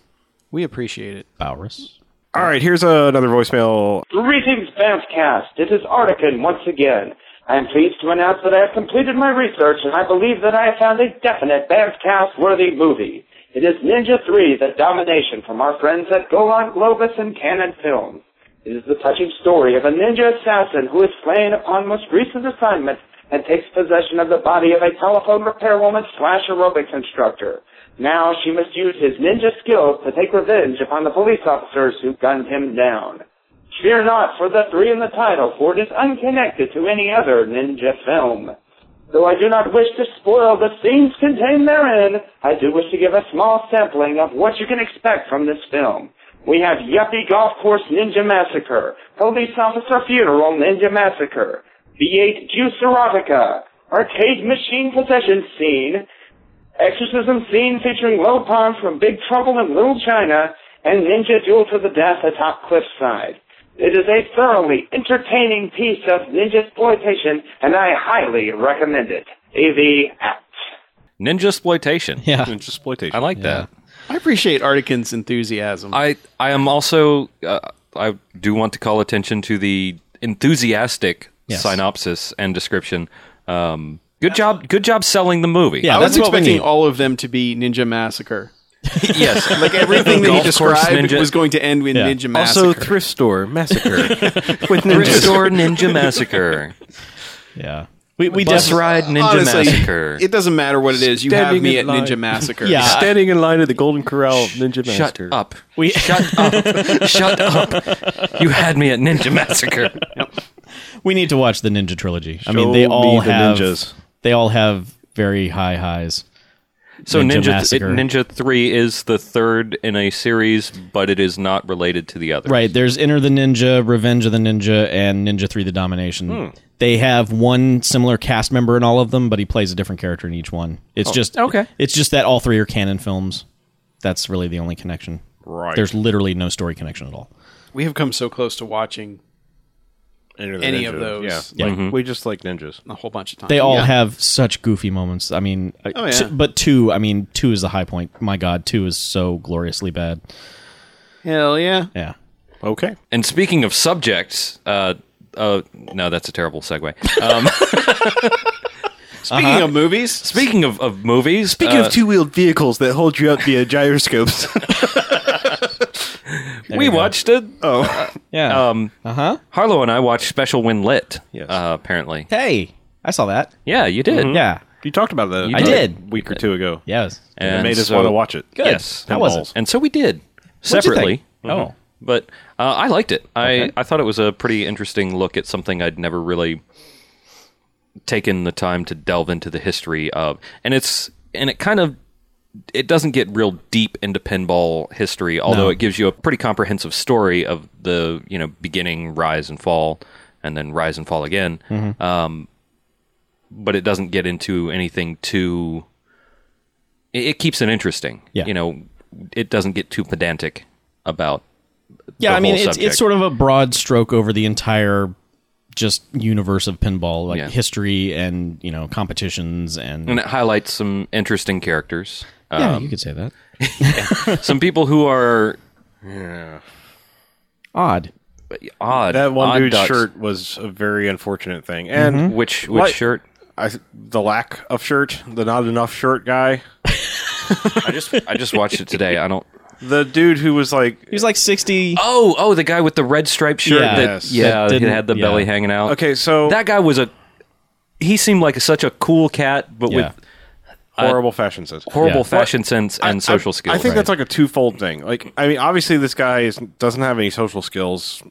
Speaker 3: We appreciate it.
Speaker 4: Bowers.
Speaker 2: All right, here's uh, another voicemail.
Speaker 8: Greetings, Bamfcast. It is Artican once again. I am pleased to announce that I have completed my research and I believe that I have found a definite Bamcast worthy movie. It is Ninja 3, The Domination from our friends at Golan Globus and Canon Films. It is the touching story of a ninja assassin who is slain upon most recent assignment and takes possession of the body of a telephone repairwoman slash aerobics instructor. Now she must use his ninja skills to take revenge upon the police officers who gunned him down. Fear not for the three in the title, for it is unconnected to any other ninja film. Though I do not wish to spoil the scenes contained therein, I do wish to give a small sampling of what you can expect from this film. We have Yuppie Golf Course Ninja Massacre, Police Officer Funeral Ninja Massacre, V8 Juice Erotica, Arcade Machine Possession Scene, Exorcism Scene featuring Lo Pan from Big Trouble in Little China, and Ninja Duel to the Death atop Cliffside. It is a thoroughly entertaining piece of ninja exploitation, and I highly recommend it. AV out.
Speaker 5: Ninja exploitation.
Speaker 4: Yeah.
Speaker 2: Ninja exploitation.
Speaker 5: I like that.
Speaker 3: I appreciate Artican's enthusiasm.
Speaker 5: I I am also uh, I do want to call attention to the enthusiastic
Speaker 4: Yes.
Speaker 5: synopsis and description. Um, good job, good job selling the movie.
Speaker 4: Yeah,
Speaker 3: I was
Speaker 4: that's what we
Speaker 3: expecting
Speaker 4: need.
Speaker 3: all of them to be Ninja Massacre.
Speaker 5: yes, like
Speaker 3: Everything that you described was going to end in
Speaker 4: Yeah.
Speaker 3: Ninja Massacre.
Speaker 2: thrift store massacre.
Speaker 5: with Ninja Store Ninja Massacre,
Speaker 4: Yeah. We, we
Speaker 5: Bus
Speaker 4: definitely-
Speaker 5: Ride Ninja
Speaker 3: Honestly,
Speaker 5: Massacre.
Speaker 3: it doesn't matter what it is. You have
Speaker 2: Standing
Speaker 3: me
Speaker 2: in
Speaker 3: at
Speaker 2: line.
Speaker 3: Ninja Massacre.
Speaker 4: Yeah.
Speaker 2: Standing in line at the Golden Corral of Ninja
Speaker 5: Shut
Speaker 2: Master.
Speaker 5: up.
Speaker 4: We-
Speaker 5: Shut up. Shut up. You had me at Ninja Massacre.
Speaker 4: we need to watch the Ninja trilogy. I mean,
Speaker 2: Show
Speaker 4: they all
Speaker 2: me the
Speaker 4: have
Speaker 2: ninjas.
Speaker 4: they all have very high highs.
Speaker 5: So
Speaker 4: Ninja
Speaker 5: Ninja Ninja,
Speaker 4: Massacre.
Speaker 5: Ninja 3 is the third in a series, but it is not related to the other.
Speaker 4: Right. There's Enter the Ninja, Revenge of the Ninja, and Ninja 3 The Domination.
Speaker 2: Hmm.
Speaker 4: They have one similar cast member in all of them, but he plays a different character in each one. It's
Speaker 2: Oh,
Speaker 4: just
Speaker 5: okay.
Speaker 4: It's just that all three are canon films. That's really the only connection.
Speaker 2: Right.
Speaker 4: There's literally no story connection at all.
Speaker 3: We have come so close to watching
Speaker 2: Enter the
Speaker 3: any of
Speaker 2: Ninja.
Speaker 3: those.
Speaker 2: Yeah.
Speaker 4: Yeah.
Speaker 2: Like, We just like ninjas.
Speaker 3: a whole bunch of times.
Speaker 4: They all
Speaker 3: Yeah.
Speaker 4: have such goofy moments. I mean, I-
Speaker 3: Oh, yeah.
Speaker 4: t- but two. I mean, two is the high point. My God, two is so gloriously bad.
Speaker 3: Hell yeah.
Speaker 4: Yeah.
Speaker 2: Okay.
Speaker 5: And speaking of subjects, uh, uh, no, that's a terrible segue. Um,
Speaker 3: Speaking
Speaker 4: Uh-huh.
Speaker 3: of movies,
Speaker 5: speaking of, of movies,
Speaker 2: Speaking
Speaker 5: uh,
Speaker 2: of two wheeled vehicles that hold you up via gyroscopes.
Speaker 5: we watched a,
Speaker 2: oh.
Speaker 4: Yeah.
Speaker 5: um,
Speaker 4: uh huh.
Speaker 5: Harlow and I watched Special When Lit.
Speaker 2: Yes.
Speaker 5: Uh, apparently,
Speaker 4: Hey, I saw that.
Speaker 5: yeah, you did.
Speaker 4: Yeah.
Speaker 2: You talked about that.
Speaker 4: I
Speaker 2: a
Speaker 4: did.
Speaker 2: Week or two ago.
Speaker 4: Yes.
Speaker 5: and
Speaker 2: it made us
Speaker 5: so-
Speaker 2: want to watch it.
Speaker 4: Good.
Speaker 5: Yes,
Speaker 4: How was
Speaker 2: balls.
Speaker 4: it?
Speaker 5: and so we did
Speaker 4: What'd you
Speaker 5: separately. Mm-hmm.
Speaker 4: think? Oh.
Speaker 5: But uh, I liked it. I, I thought it was a pretty interesting look at something I'd never really taken the time to delve into the history of, and it's and it kind of it doesn't get real deep into pinball history, although it gives you a pretty comprehensive story of the you know beginning, rise and fall, and then rise and fall again. Um, but it doesn't get into anything too. It, it keeps it interesting.
Speaker 4: Yeah.
Speaker 5: you know, it doesn't get too pedantic about
Speaker 4: yeah,
Speaker 5: the
Speaker 4: I mean,
Speaker 5: whole
Speaker 4: it's,
Speaker 5: subject.
Speaker 4: it's sort of a broad stroke over the entire just universe of pinball, like
Speaker 5: Yeah.
Speaker 4: history and you know competitions and,
Speaker 5: and it highlights some interesting characters, uh,
Speaker 4: yeah, you could say that.
Speaker 5: some people who are
Speaker 4: Odd.
Speaker 5: odd.
Speaker 2: That
Speaker 5: odd
Speaker 2: one dude's
Speaker 5: ducks.
Speaker 2: shirt was a very unfortunate thing. And
Speaker 5: Which which
Speaker 2: What?
Speaker 5: shirt?
Speaker 2: I, the lack of shirt, the not enough shirt guy,
Speaker 5: I just I just watched it today. I don't.
Speaker 2: the dude who was like,
Speaker 4: He was like sixty.
Speaker 5: Oh, oh, the guy with the red striped shirt
Speaker 4: Yeah.
Speaker 5: that
Speaker 2: Yes.
Speaker 5: yeah,
Speaker 4: That
Speaker 5: that
Speaker 4: didn't-
Speaker 5: had the
Speaker 4: yeah.
Speaker 5: belly hanging out.
Speaker 2: okay, so
Speaker 5: that guy was a he seemed like such a cool cat, but
Speaker 4: Yeah.
Speaker 5: with
Speaker 2: horrible fashion sense.
Speaker 5: horrible
Speaker 4: Yeah.
Speaker 5: fashion sense and social skills.
Speaker 2: I think that's like a twofold thing. Like, I mean, obviously, this guy is, doesn't have any social skills,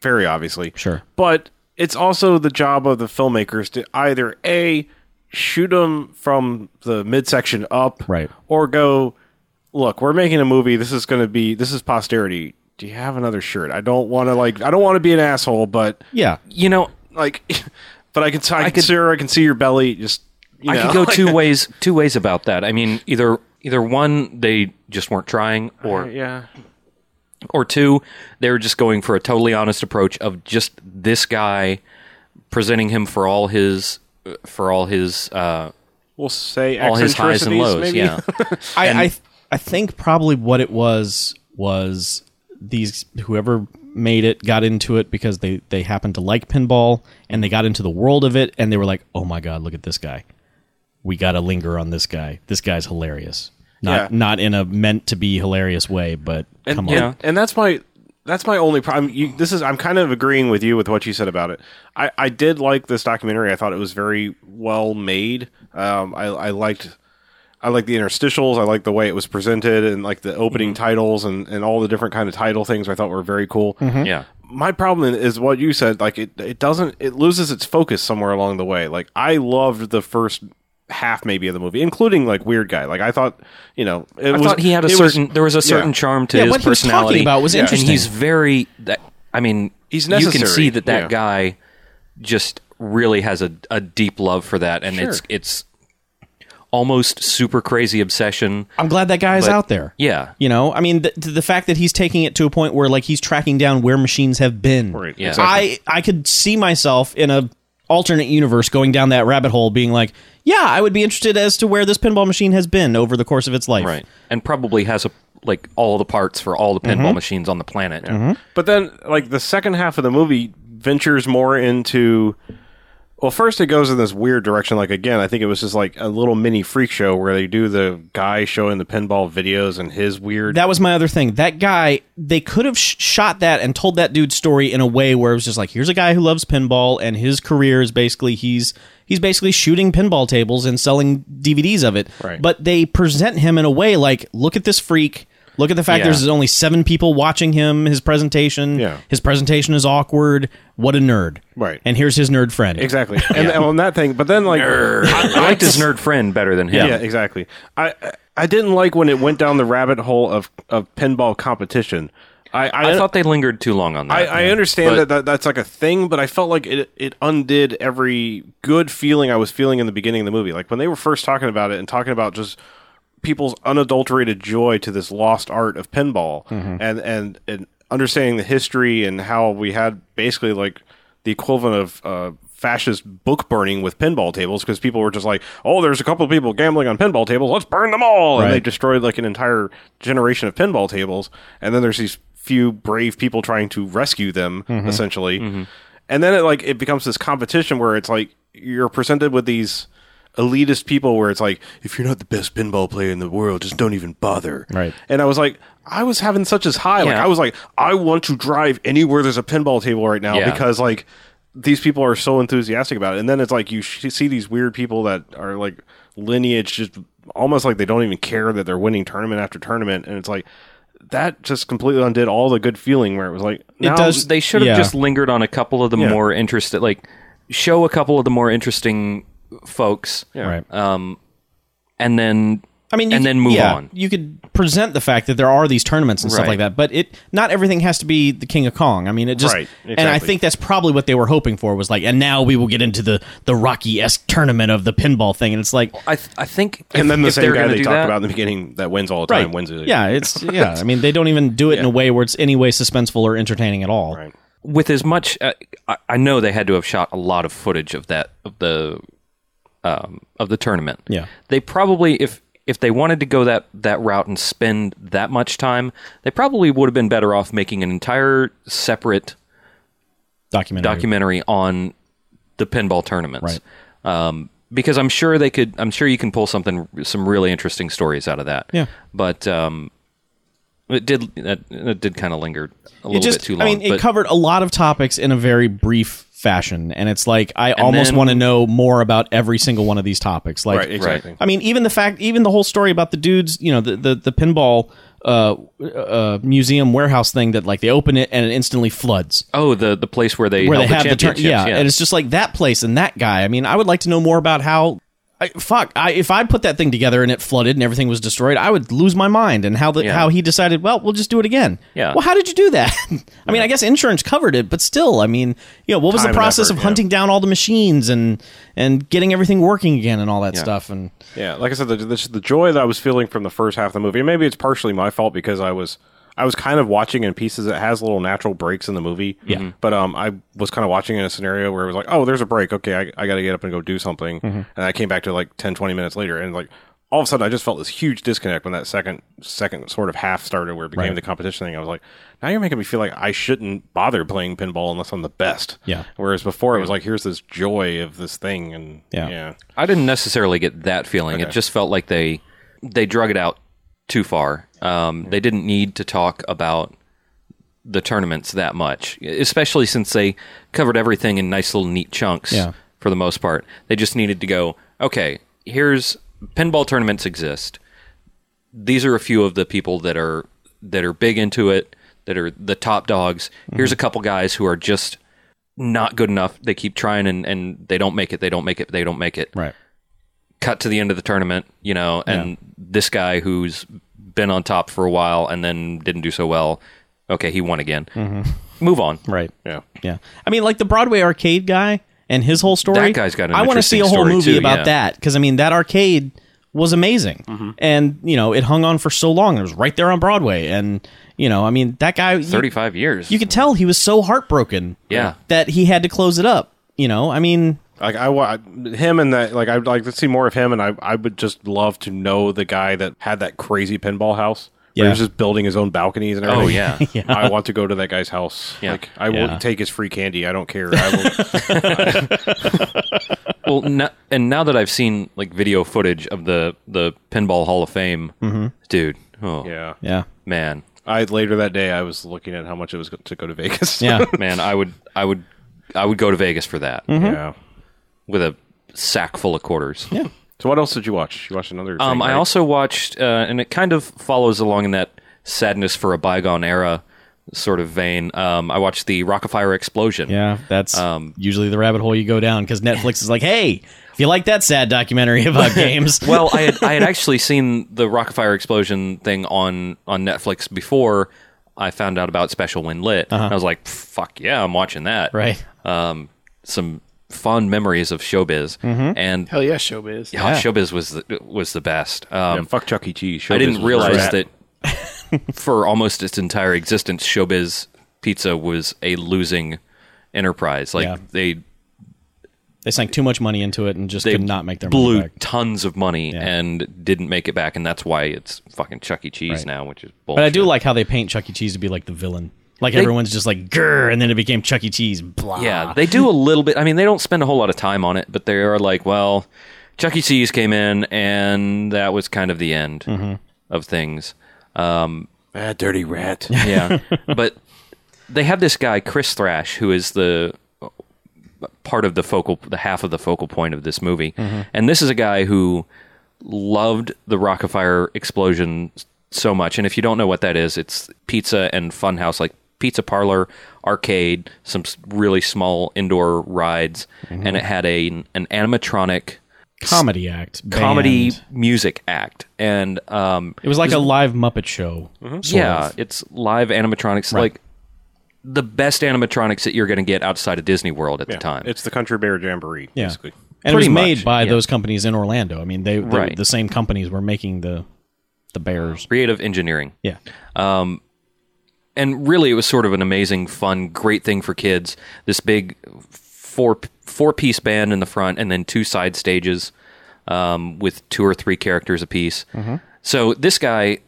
Speaker 2: very obviously.
Speaker 4: Sure.
Speaker 2: But it's also the job of the filmmakers to either A, shoot him from the midsection up,
Speaker 4: Right.
Speaker 2: or go, look, we're making a movie. This is going to be, this is posterity. Do you have another shirt? I don't want to, like, I don't want to be an asshole, but,
Speaker 4: Yeah.
Speaker 5: you know
Speaker 2: like, but I can, I, can,
Speaker 5: could-
Speaker 2: sir, I can see your belly. Just, you
Speaker 5: I
Speaker 2: know.
Speaker 5: could go two ways two ways about that. I mean either either one they just weren't trying, or
Speaker 2: yeah.
Speaker 5: or two they were just going for a totally honest approach of just this guy presenting him for all his for all his uh,
Speaker 2: We'll say
Speaker 5: all his highs and
Speaker 2: eccentricities,
Speaker 5: lows.
Speaker 2: maybe?
Speaker 5: Yeah.
Speaker 4: I, I I think probably what it was was these whoever made it, got into it because they they happened to like pinball and they got into the world of it and they were like, "Oh my god, look at this guy. We got to linger on this guy. This guy's hilarious." Not
Speaker 2: Yeah.
Speaker 4: not in a meant to be hilarious way, but
Speaker 2: and,
Speaker 4: come on.
Speaker 2: and- and that's my that's my only problem. You, this is I'm kind of agreeing with you with what you said about it. I, I did like this documentary. I thought it was very well made. Um, I, I liked I liked the interstitials. I liked the way it was presented and like the opening
Speaker 5: Mm-hmm.
Speaker 2: titles and, and all the different kind of title things. I thought were very cool.
Speaker 5: Yeah.
Speaker 2: My problem is what you said. Like it it doesn't it loses its focus somewhere along the way. Like I loved the first half maybe of the movie, including like Weird Guy. Like I thought you know it
Speaker 5: I
Speaker 2: was,
Speaker 5: thought he had a
Speaker 2: it was-
Speaker 5: certain there was a certain
Speaker 2: yeah.
Speaker 5: charm to
Speaker 4: Yeah,
Speaker 5: his
Speaker 4: what he was talking
Speaker 5: personality
Speaker 4: about was interesting.
Speaker 5: And he's very that I mean
Speaker 2: He's
Speaker 5: you can
Speaker 2: necessary,
Speaker 5: see that that
Speaker 2: yeah.
Speaker 5: guy just really has a, a deep love for that and it's
Speaker 2: Sure.
Speaker 5: it's almost super crazy obsession.
Speaker 4: I'm glad that guy's
Speaker 5: But-
Speaker 4: out there.
Speaker 5: Yeah.
Speaker 4: You know, I mean, the, the fact that he's taking it to a point where like he's tracking down where machines have been.
Speaker 2: Right,
Speaker 5: Yeah.
Speaker 4: I I could see myself in a alternate universe going down that rabbit hole, being like, yeah, I would be interested as to where this pinball machine has been over the course of its life.
Speaker 5: Right. And probably has a like all the parts for all the pinball machines on the planet.
Speaker 2: But then, like the second half of the movie ventures more into. Well, first it goes in this weird direction. Like again, I think it was just like a little mini freak show where they do the guy showing the pinball videos and his weird.
Speaker 4: That was my other thing. That guy, they could have sh- shot that and told that dude's story in a way where it was just like, here's a guy who loves pinball, and his career is basically he's he's basically shooting pinball tables and selling DVDs of it.
Speaker 2: Right.
Speaker 4: But they present him in a way like, look at this freak. Look at the fact
Speaker 5: Yeah.
Speaker 4: there's only seven people watching him. His presentation,
Speaker 2: Yeah.
Speaker 4: his presentation is awkward. What a nerd!
Speaker 2: Right.
Speaker 4: And here's his nerd friend.
Speaker 2: exactly, and and on that thing. But then, like,
Speaker 5: I liked his nerd friend better than him.
Speaker 2: yeah, exactly. I I didn't like when it went down the rabbit hole of of pinball competition. I I,
Speaker 5: I thought they lingered too long on that.
Speaker 2: I, I understand that, that that's like a thing, but I felt like it it undid every good feeling I was feeling in the beginning of the movie. Like when they were first talking about it and talking about just people's unadulterated joy to this lost art of pinball
Speaker 5: Mm-hmm.
Speaker 2: and, and and understanding the history and how we had basically like the equivalent of uh, fascist book burning with pinball tables because people were just like, oh, there's a couple of people gambling on pinball tables, let's burn them all, and they
Speaker 4: Right.
Speaker 2: destroyed like an entire generation of pinball tables. And then there's these few brave people trying to rescue them essentially. And then it like it becomes this competition where it's like you're presented with these elitist people where it's like if you're not the best pinball player in the world just don't even bother
Speaker 4: Right.
Speaker 2: and i was like i was having such as high like
Speaker 5: Yeah.
Speaker 2: i was like i want to drive anywhere there's a pinball table right now
Speaker 5: Yeah.
Speaker 2: because like these people are so enthusiastic about it and then it's like you sh- see these weird people that are like lineage just almost like they don't even care that they're winning tournament after tournament and it's like that just completely undid all the good feeling where it was like now,
Speaker 4: does-
Speaker 5: they should have
Speaker 4: Yeah.
Speaker 5: just lingered on a couple of the more interested like show a couple of the more interesting folks
Speaker 4: Right.
Speaker 5: and then
Speaker 4: I mean, you
Speaker 5: and
Speaker 4: could-
Speaker 5: then move
Speaker 4: yeah,
Speaker 5: on.
Speaker 4: You could present the fact that there are these tournaments and stuff
Speaker 5: Right.
Speaker 4: like that, but it not everything has to be the King of Kong. I mean, it just
Speaker 2: Right,
Speaker 4: and I
Speaker 2: exactly.
Speaker 4: think that's probably what they were hoping for was like, and now we will get into the the Rocky esque tournament of the pinball thing, and it's like,
Speaker 5: I th- I think if,
Speaker 2: and then the
Speaker 5: if
Speaker 2: same
Speaker 5: they're
Speaker 2: guy
Speaker 5: gonna
Speaker 2: they
Speaker 5: do
Speaker 2: talked
Speaker 5: that-
Speaker 2: about in the beginning that wins all the time
Speaker 4: right,
Speaker 2: wins it
Speaker 4: yeah, it's yeah. I mean, they don't even do it in a way where it's any way suspenseful or entertaining at all.
Speaker 2: Right.
Speaker 5: with as much uh, I, I know they had to have shot a lot of footage of that of the um, of the tournament.
Speaker 4: Yeah.
Speaker 5: They probably if if they wanted to go that that route and spend that much time, they probably would have been better off making an entire separate
Speaker 4: Documentary.
Speaker 5: documentary on the pinball tournaments. Right. Um, because I'm sure they could. I'm sure you can pull something, some really interesting stories out of that.
Speaker 4: Yeah.
Speaker 5: But um, it did. It, it did kind of linger a
Speaker 4: It
Speaker 5: little
Speaker 4: just,
Speaker 5: bit too long.
Speaker 4: I mean, it
Speaker 5: but-
Speaker 4: covered a lot of topics in a very brief fashion, and it's like I almost
Speaker 5: then-
Speaker 4: want to know more about every single one of these topics. Like,
Speaker 2: right exactly
Speaker 4: I mean, even the fact, even the whole story about the dudes, you know, the the, the pinball uh, uh, museum warehouse thing that like they open it and it instantly floods.
Speaker 5: Oh, the the place where they
Speaker 4: Where they have
Speaker 5: held the
Speaker 4: the turn,
Speaker 5: championships.
Speaker 4: yeah, and it's just like that place and that guy. I mean, I would like to know more about how. I, fuck, I, if I put that thing together and it flooded and everything was destroyed, I would lose my mind. And how the
Speaker 5: Yeah.
Speaker 4: how he decided, well, we'll just do it again.
Speaker 5: Yeah.
Speaker 4: Well, how did you do that? I mean, I guess insurance covered it, but still, I mean, you know, what was
Speaker 2: Time and
Speaker 4: the process
Speaker 2: effort,
Speaker 4: of
Speaker 2: yeah.
Speaker 4: hunting down all the machines and and getting everything working again and all that stuff? And
Speaker 2: Yeah, like I said, the, the, the joy that I was feeling from the first half of the movie, and maybe it's partially my fault because I was I was kind of watching in pieces. It has little natural breaks in the movie. Yeah, but um, I was kind of watching in a scenario where it was like, oh, there's a break. Okay, I, I got to get up and go do something, and I came back to like 10, 20 minutes later, and like. all of a sudden I just felt this huge disconnect when that second second sort of half started where it became the competition thing. I was like, now you're making me feel like I shouldn't bother playing pinball unless I'm the best.
Speaker 4: Yeah.
Speaker 2: Whereas before it was like, here's this joy of this thing, and
Speaker 4: Yeah.
Speaker 2: yeah,
Speaker 5: I didn't necessarily get that feeling. It just felt like they they drug it out too far. Um, They didn't need to talk about the tournaments that much, especially since they covered everything in nice little neat chunks
Speaker 4: Yeah.
Speaker 5: for the most part. They just needed to go, okay, here's pinball tournaments exist. These are a few of the people that are that are big into it, that are the top dogs. Here's a couple guys who are just not good enough. They keep trying and, and they don't make it, they don't make it, they don't make it
Speaker 4: Right.
Speaker 5: cut to the end of the tournament, you know, and this guy who's been on top for a while and then didn't do so well. Okay, he won again. Move on.
Speaker 4: Mm-hmm. Right.
Speaker 2: yeah.
Speaker 4: Yeah. I mean, like the Broadway arcade guy and his whole story.
Speaker 5: That guy's got an
Speaker 4: I wanna see
Speaker 5: interesting
Speaker 4: a whole
Speaker 5: story,
Speaker 4: movie
Speaker 5: too,
Speaker 4: about
Speaker 5: yeah. Mm-hmm.
Speaker 4: that because I mean that arcade was amazing, and you know it hung on for so long. It was right there on Broadway, and you know I mean that guy. you-
Speaker 5: Thirty-five years.
Speaker 4: You, could tell he was so heartbroken.
Speaker 5: Yeah.
Speaker 4: That he had to close it up. You know. I mean.
Speaker 2: Like I want him and that. Like I'd like to see more of him, and I I would just love to know the guy that had that crazy pinball house. Where
Speaker 4: Yeah.
Speaker 2: he was just building his own balconies and everything.
Speaker 5: Oh, yeah.
Speaker 2: I want to go to that guy's house.
Speaker 5: Yeah.
Speaker 2: Like I
Speaker 4: Yeah.
Speaker 2: will take his free candy. I don't care. I will,
Speaker 5: well, no, and now that I've seen like video footage of the the pinball Hall of Fame, dude. Oh
Speaker 2: yeah.
Speaker 4: Mm-hmm. Yeah.
Speaker 5: man,
Speaker 2: I later that day I was looking at how much it was go- to go to Vegas.
Speaker 4: Yeah.
Speaker 5: man, I would, I would, I would go to Vegas for that
Speaker 4: Mm-hmm.
Speaker 2: yeah.
Speaker 5: with a sack full of quarters. Yeah.
Speaker 2: So what else did you watch? You watched another.
Speaker 5: Um,
Speaker 2: thing,
Speaker 5: I
Speaker 2: right?
Speaker 5: also watched, uh, and it kind of follows along in that sadness for a bygone era sort of vein. Um, I watched the Rockafire Explosion.
Speaker 4: Yeah, that's
Speaker 5: Um,
Speaker 4: usually the rabbit hole you go down because Netflix is like, "Hey, if you like that sad documentary about games,
Speaker 5: Well, I had, I had actually seen the Rockafire Explosion thing on, on Netflix before I found out about Special When Lit. And I was like, fuck yeah, I'm watching that.
Speaker 4: Uh-huh. right?
Speaker 5: Um, some fond memories of showbiz.
Speaker 4: Mm-hmm.
Speaker 5: And
Speaker 3: Hell yeah, showbiz.
Speaker 5: God, showbiz was the, was the best. Um,
Speaker 2: Yeah, fuck Chuck E. Cheese.
Speaker 5: I
Speaker 2: Showbiz
Speaker 5: didn't
Speaker 2: was
Speaker 5: realize
Speaker 2: crap.
Speaker 5: that for almost its entire existence, Showbiz Pizza was a losing enterprise. Like
Speaker 4: Yeah.
Speaker 5: they
Speaker 4: They sank too much money into it and just
Speaker 5: they
Speaker 4: could not make their
Speaker 5: blew
Speaker 4: money back.
Speaker 5: tons of money
Speaker 4: Yeah.
Speaker 5: and didn't make it back, and that's why it's fucking Chuck E. Cheese
Speaker 4: Right.
Speaker 5: now, which is bullshit.
Speaker 4: But I do like how they paint Chuck E. Cheese to be like the villain. Like everyone's just like grr, and then it became Chuck E. Cheese. Blah.
Speaker 5: Yeah, they do a little bit. I mean, they don't spend a whole lot of time on it, but they are like, well, Chuck E. Cheese came in, and that was kind of the end of things. Um,
Speaker 2: Ah, dirty rat.
Speaker 5: Yeah, but they have this guy Chris Thrash, who is the part of the focal, the half of the focal point of this movie, and this is a guy who loved the Rockafire explosion so much. And if you don't know what that is, it's pizza and funhouse, like pizza parlor, arcade, some s- really small indoor rides,
Speaker 4: Mm-hmm.
Speaker 5: and it had a an animatronic
Speaker 4: Comedy act. band.
Speaker 5: comedy music act, and um,
Speaker 4: It was like a live Muppet show.
Speaker 5: Mm-hmm.
Speaker 4: sort
Speaker 5: yeah,
Speaker 4: of.
Speaker 5: it's live animatronics, like the best animatronics that you're going to get outside of Disney World at the time.
Speaker 2: It's the Country Bear Jamboree,
Speaker 4: Yeah.
Speaker 2: basically.
Speaker 4: And it was
Speaker 5: pretty much,
Speaker 4: made by
Speaker 5: yeah.
Speaker 4: those companies in Orlando. I mean, they, they
Speaker 5: Right.
Speaker 4: the same companies were making the the bears.
Speaker 5: creative engineering.
Speaker 4: Yeah.
Speaker 5: and really it was sort of an amazing fun great thing for kids this big four four piece band in the front and then two side stages um, with two or three characters apiece
Speaker 4: Mm-hmm.
Speaker 5: so this guy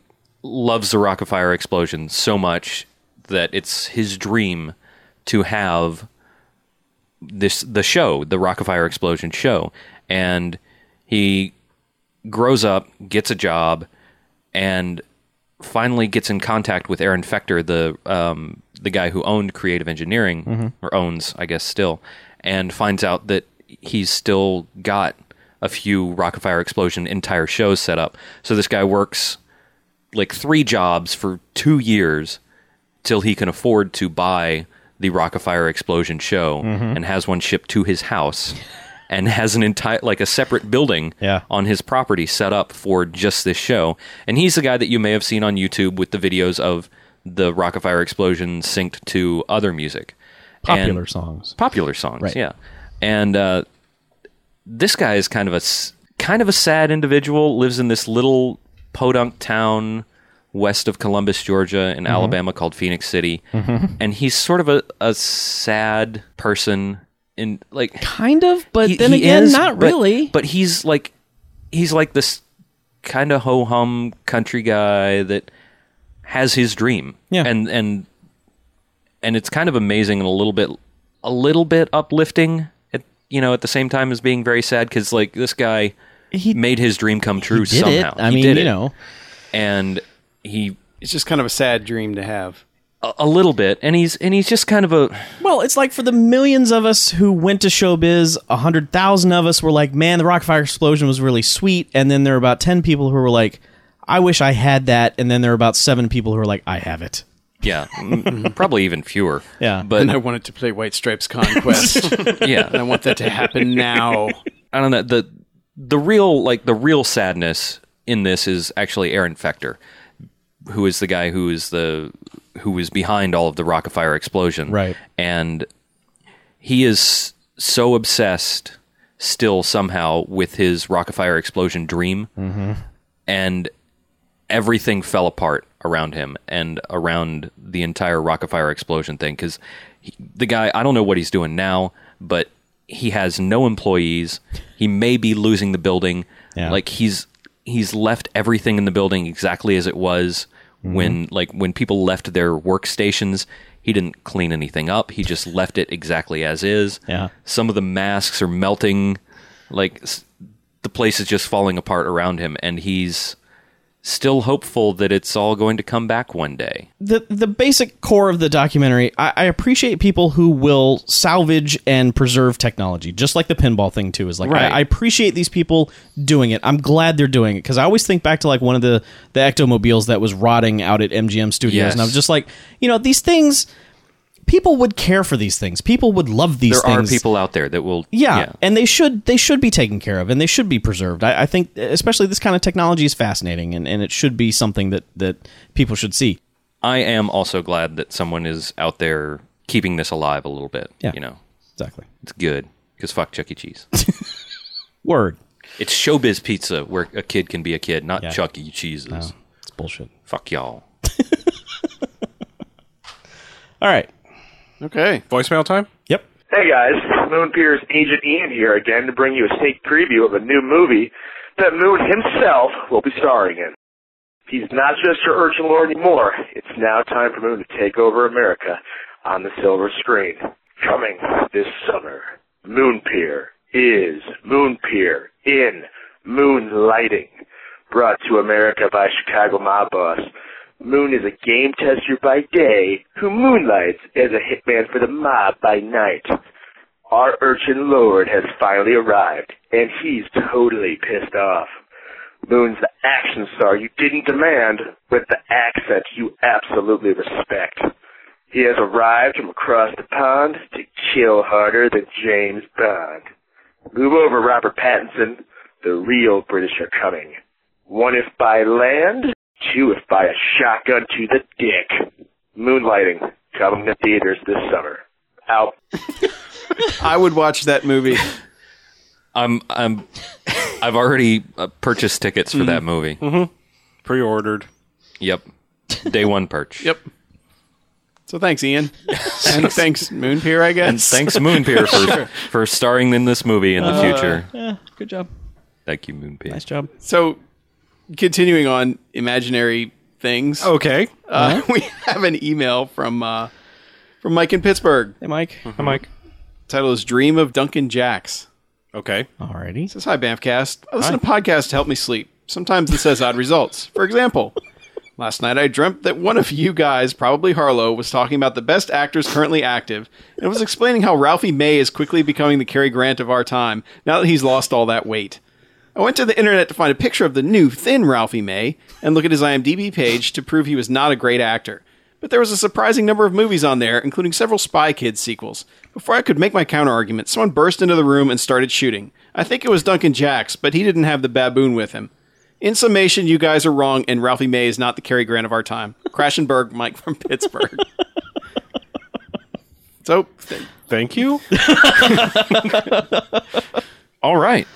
Speaker 5: loves the rock of fire explosion so much that it's his dream to have this the show the rock of fire explosion show and he grows up gets a job and finally gets in contact with Aaron Fechter, the um, the guy who owned Creative Engineering or owns, I guess, still, and finds out that he's still got a few Rockafire Explosion entire shows set up. So this guy works like three jobs for two years till he can afford to buy the Rockafire Explosion show
Speaker 4: Mm-hmm.
Speaker 5: and has one shipped to his house. And has an entire like a separate building
Speaker 4: Yeah.
Speaker 5: on his property set up for just this show. And he's the guy that you may have seen on YouTube with the videos of the Rockafire explosion synced to other music.
Speaker 4: Popular
Speaker 5: And-
Speaker 4: songs.
Speaker 5: Popular songs,
Speaker 4: Right.
Speaker 5: yeah. And uh, this guy is kind of a s- kind of a sad individual. Lives in this little podunk town west of Columbus, Georgia,
Speaker 4: Mm-hmm.
Speaker 5: in Alabama called Phoenix City, and he's sort of a, a sad person. In like
Speaker 4: Kind of, but
Speaker 5: he- he is, but- But he's like he's like this kind of ho hum country guy that has his dream.
Speaker 4: Yeah.
Speaker 5: And and and it's kind of amazing and a little bit a little bit uplifting at you know at the same time as being very sad cuz like this guy
Speaker 4: He-
Speaker 5: made his dream come true
Speaker 4: Did it?
Speaker 5: somehow.
Speaker 4: I
Speaker 5: He
Speaker 4: mean,
Speaker 5: did
Speaker 4: you
Speaker 5: it.
Speaker 4: know,
Speaker 5: And he
Speaker 3: It's just kind of a sad dream to have.
Speaker 5: a, a little bit and he's and he's just kind of a
Speaker 4: Well, it's like for the millions of us who went to showbiz, a hundred thousand of us were like, "Man, the Rockfire explosion was really sweet," and then there are about ten people who were like, "I wish I had that," and then there are about seven people who are like, "I have it."
Speaker 5: yeah, m- probably even fewer.
Speaker 4: Yeah.
Speaker 5: But
Speaker 3: And I wanted to play White Stripes Conquest. and
Speaker 5: yeah.
Speaker 3: I want that to happen now.
Speaker 5: I don't know the the real like the real sadness in this is actually Aaron Fechter, who is the guy who is the who was behind all of the Rockafire explosion,
Speaker 4: Right.
Speaker 5: And he is so obsessed still somehow with his Rockafire explosion dream, and everything fell apart around him and around the entire Rockafire explosion thing because the guy I don't know what he's doing now, but he has no employees. He may be losing the building.
Speaker 4: Yeah.
Speaker 5: Like he's he's left everything in the building exactly as it was
Speaker 4: Mm-hmm.
Speaker 5: when like when people left their workstations. He didn't clean anything up. He just left it exactly as is.
Speaker 4: Yeah.
Speaker 5: Some of the masks are melting. Like s- the place is just falling apart around him, and he's still hopeful that it's all going to come back one day.
Speaker 4: the the basic core of the documentary, I, I appreciate people who will salvage and preserve technology, just like the pinball thing too. Is like
Speaker 5: Right.
Speaker 4: I, I appreciate these people doing it. I'm glad they're doing it because I always think back to like one of the the ectomobiles that was rotting out at MGM Studios,
Speaker 5: Yes.
Speaker 4: and I was just like, you know, these things. People would care for these things. People would love these
Speaker 5: There are
Speaker 4: things.
Speaker 5: people out there that will.
Speaker 4: Yeah, and they should they should be taken care of and they should be preserved. I, I think especially this kind of technology is fascinating and, and it should be something that, that people should see.
Speaker 5: I am also glad that someone is out there keeping this alive a little bit.
Speaker 4: Yeah.
Speaker 5: You know,
Speaker 4: Exactly.
Speaker 5: it's good because fuck Chuck E. Cheese.
Speaker 4: Word.
Speaker 5: it's showbiz pizza where a kid can be a kid, not Chuck E. Cheese's.
Speaker 4: It's bullshit.
Speaker 5: Fuck y'all.
Speaker 4: All right.
Speaker 3: Okay.
Speaker 2: Voicemail time?
Speaker 4: Yep.
Speaker 7: Hey guys, Moon Pier's Agent Ian here again to bring you a sneak preview of a new movie that Moon himself will be starring in. He's not just your urchin lord anymore. It's now time for Moon to take over America on the silver screen. Coming this summer, Moon Pier is Moon Pier in Moonlighting. Brought to America by Chicago mob boss. Moon is a game tester by day who moonlights as a hitman for the mob by night. Our urchin lord has finally arrived, and he's totally pissed off. Moon's the action star you didn't demand with the accent you absolutely respect. He has arrived from across the pond to kill harder than James Bond. Move over, Robert Pattinson. The real British are coming. One if by land, two if by a shotgun to the dick. Moonlighting, coming to theaters this summer. Out.
Speaker 3: I would watch that movie.
Speaker 5: I'm I'm I've already uh, purchased tickets for
Speaker 3: Mm-hmm.
Speaker 5: that movie.
Speaker 2: Pre ordered.
Speaker 5: Yep. Day one perch.
Speaker 3: Yep. So thanks, Ian. and thanks, Moon Pier, I guess.
Speaker 5: And thanks Moonpeer for for starring in this movie in
Speaker 3: Uh,
Speaker 5: the future.
Speaker 4: Good job.
Speaker 5: Thank you Moonpeer.
Speaker 4: Nice job.
Speaker 3: So, continuing on imaginary things,
Speaker 4: Oh,
Speaker 2: Okay.
Speaker 3: uh, we have an email from uh, from Mike in Pittsburgh.
Speaker 4: Hey, Mike.
Speaker 2: Mike.
Speaker 3: title is "Dream of Duncan Jacks."
Speaker 2: Okay.
Speaker 4: Alrighty.
Speaker 3: Says hi, Bamfcast. I listen to podcasts to help me sleep. Sometimes this has odd results. For example, last night I dreamt that one of you guys, probably Harlow, was talking about the best actors currently active and was explaining how Ralphie May is quickly becoming the Cary Grant of our time now that he's lost all that weight. I went to the internet to find a picture of the new thin Ralphie May and look at his IMDb page to prove he was not a great actor. But there was a surprising number of movies on there, including several Spy Kids sequels. Before I could make my counterargument, someone burst into the room and started shooting. I think it was Duncan Jacks, but he didn't have the baboon with him. In summation, you guys are wrong, and Ralphie May is not the Cary Grant of our time. Crashenberg, Mike from Pittsburgh. so, th-
Speaker 2: Thank you.
Speaker 5: All right.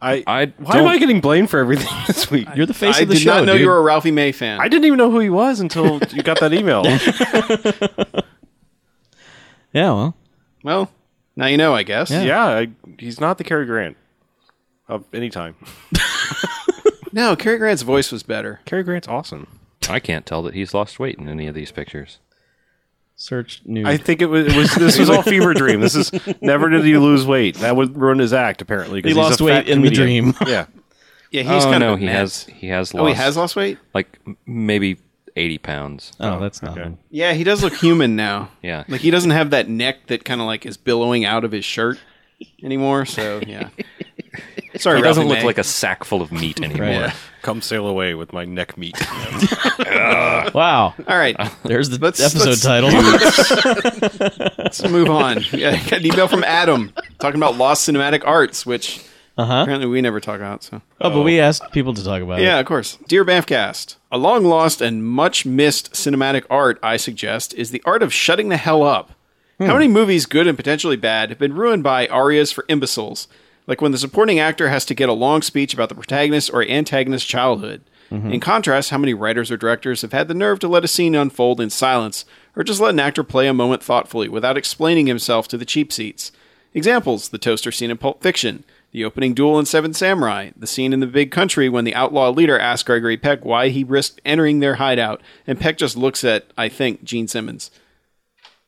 Speaker 2: I,
Speaker 5: I
Speaker 2: why am
Speaker 5: don't-
Speaker 2: I getting blamed for everything this week?
Speaker 4: You're the face
Speaker 3: I
Speaker 4: of the
Speaker 3: did
Speaker 4: show.
Speaker 3: not know
Speaker 4: dude.
Speaker 3: you were a Ralphie May fan.
Speaker 2: I didn't even know who he was until you got that email.
Speaker 4: Yeah. Well.
Speaker 3: well, now you know, I guess.
Speaker 2: yeah, I, he's not the Cary Grant of any time.
Speaker 3: No, Cary Grant's voice was better.
Speaker 2: Cary Grant's awesome.
Speaker 5: I can't tell that he's lost weight in any of these pictures.
Speaker 4: Search new.
Speaker 2: I think it was, it was this was all fever dream. This is never did he lose weight. That would ruin his act apparently. 'cause
Speaker 4: he
Speaker 2: he's a
Speaker 4: lost
Speaker 2: fat
Speaker 4: weight in the
Speaker 2: comedian.
Speaker 4: dream.
Speaker 2: Yeah,
Speaker 3: Yeah, he's
Speaker 5: oh
Speaker 3: kind
Speaker 5: no,
Speaker 3: of. a
Speaker 5: he
Speaker 3: mess.
Speaker 5: has he has lost.
Speaker 3: Oh, he has lost weight.
Speaker 5: like m- maybe eighty pounds.
Speaker 4: Oh, that's not. him.
Speaker 3: Yeah, he does look human now.
Speaker 5: Yeah.
Speaker 3: like he doesn't have that neck that kind of like is billowing out of his shirt anymore. So yeah. Sorry,
Speaker 5: He doesn't
Speaker 3: Ralphie
Speaker 5: look
Speaker 3: May.
Speaker 5: like a sack full of meat anymore.
Speaker 4: Right.
Speaker 2: come sail away with my neck meat.
Speaker 4: Wow.
Speaker 3: All right,
Speaker 4: There's the
Speaker 3: Let's-
Speaker 4: episode
Speaker 3: let's-
Speaker 4: title.
Speaker 3: let's move on. Yeah, I got an email from Adam talking about lost cinematic arts, which apparently we never talk about. So
Speaker 4: oh, but we asked people to talk about it.
Speaker 3: Uh-huh. Yeah, of course. Dear Bamfcast, a long lost and much missed cinematic art, I suggest, is the art of shutting the hell up. How many movies, good and potentially bad, have been ruined by arias for imbeciles? Like when the supporting actor has to get a long speech about the protagonist or antagonist's childhood. In contrast, how many writers or directors have had the nerve to let a scene unfold in silence or just let an actor play a moment thoughtfully without explaining himself to the cheap seats? Examples the toaster scene in Pulp Fiction, the opening duel in Seven Samurai, the scene in The Big Country when the outlaw leader asks Gregory Peck why he risked entering their hideout, and Peck just looks at, I think, Gene Simmons.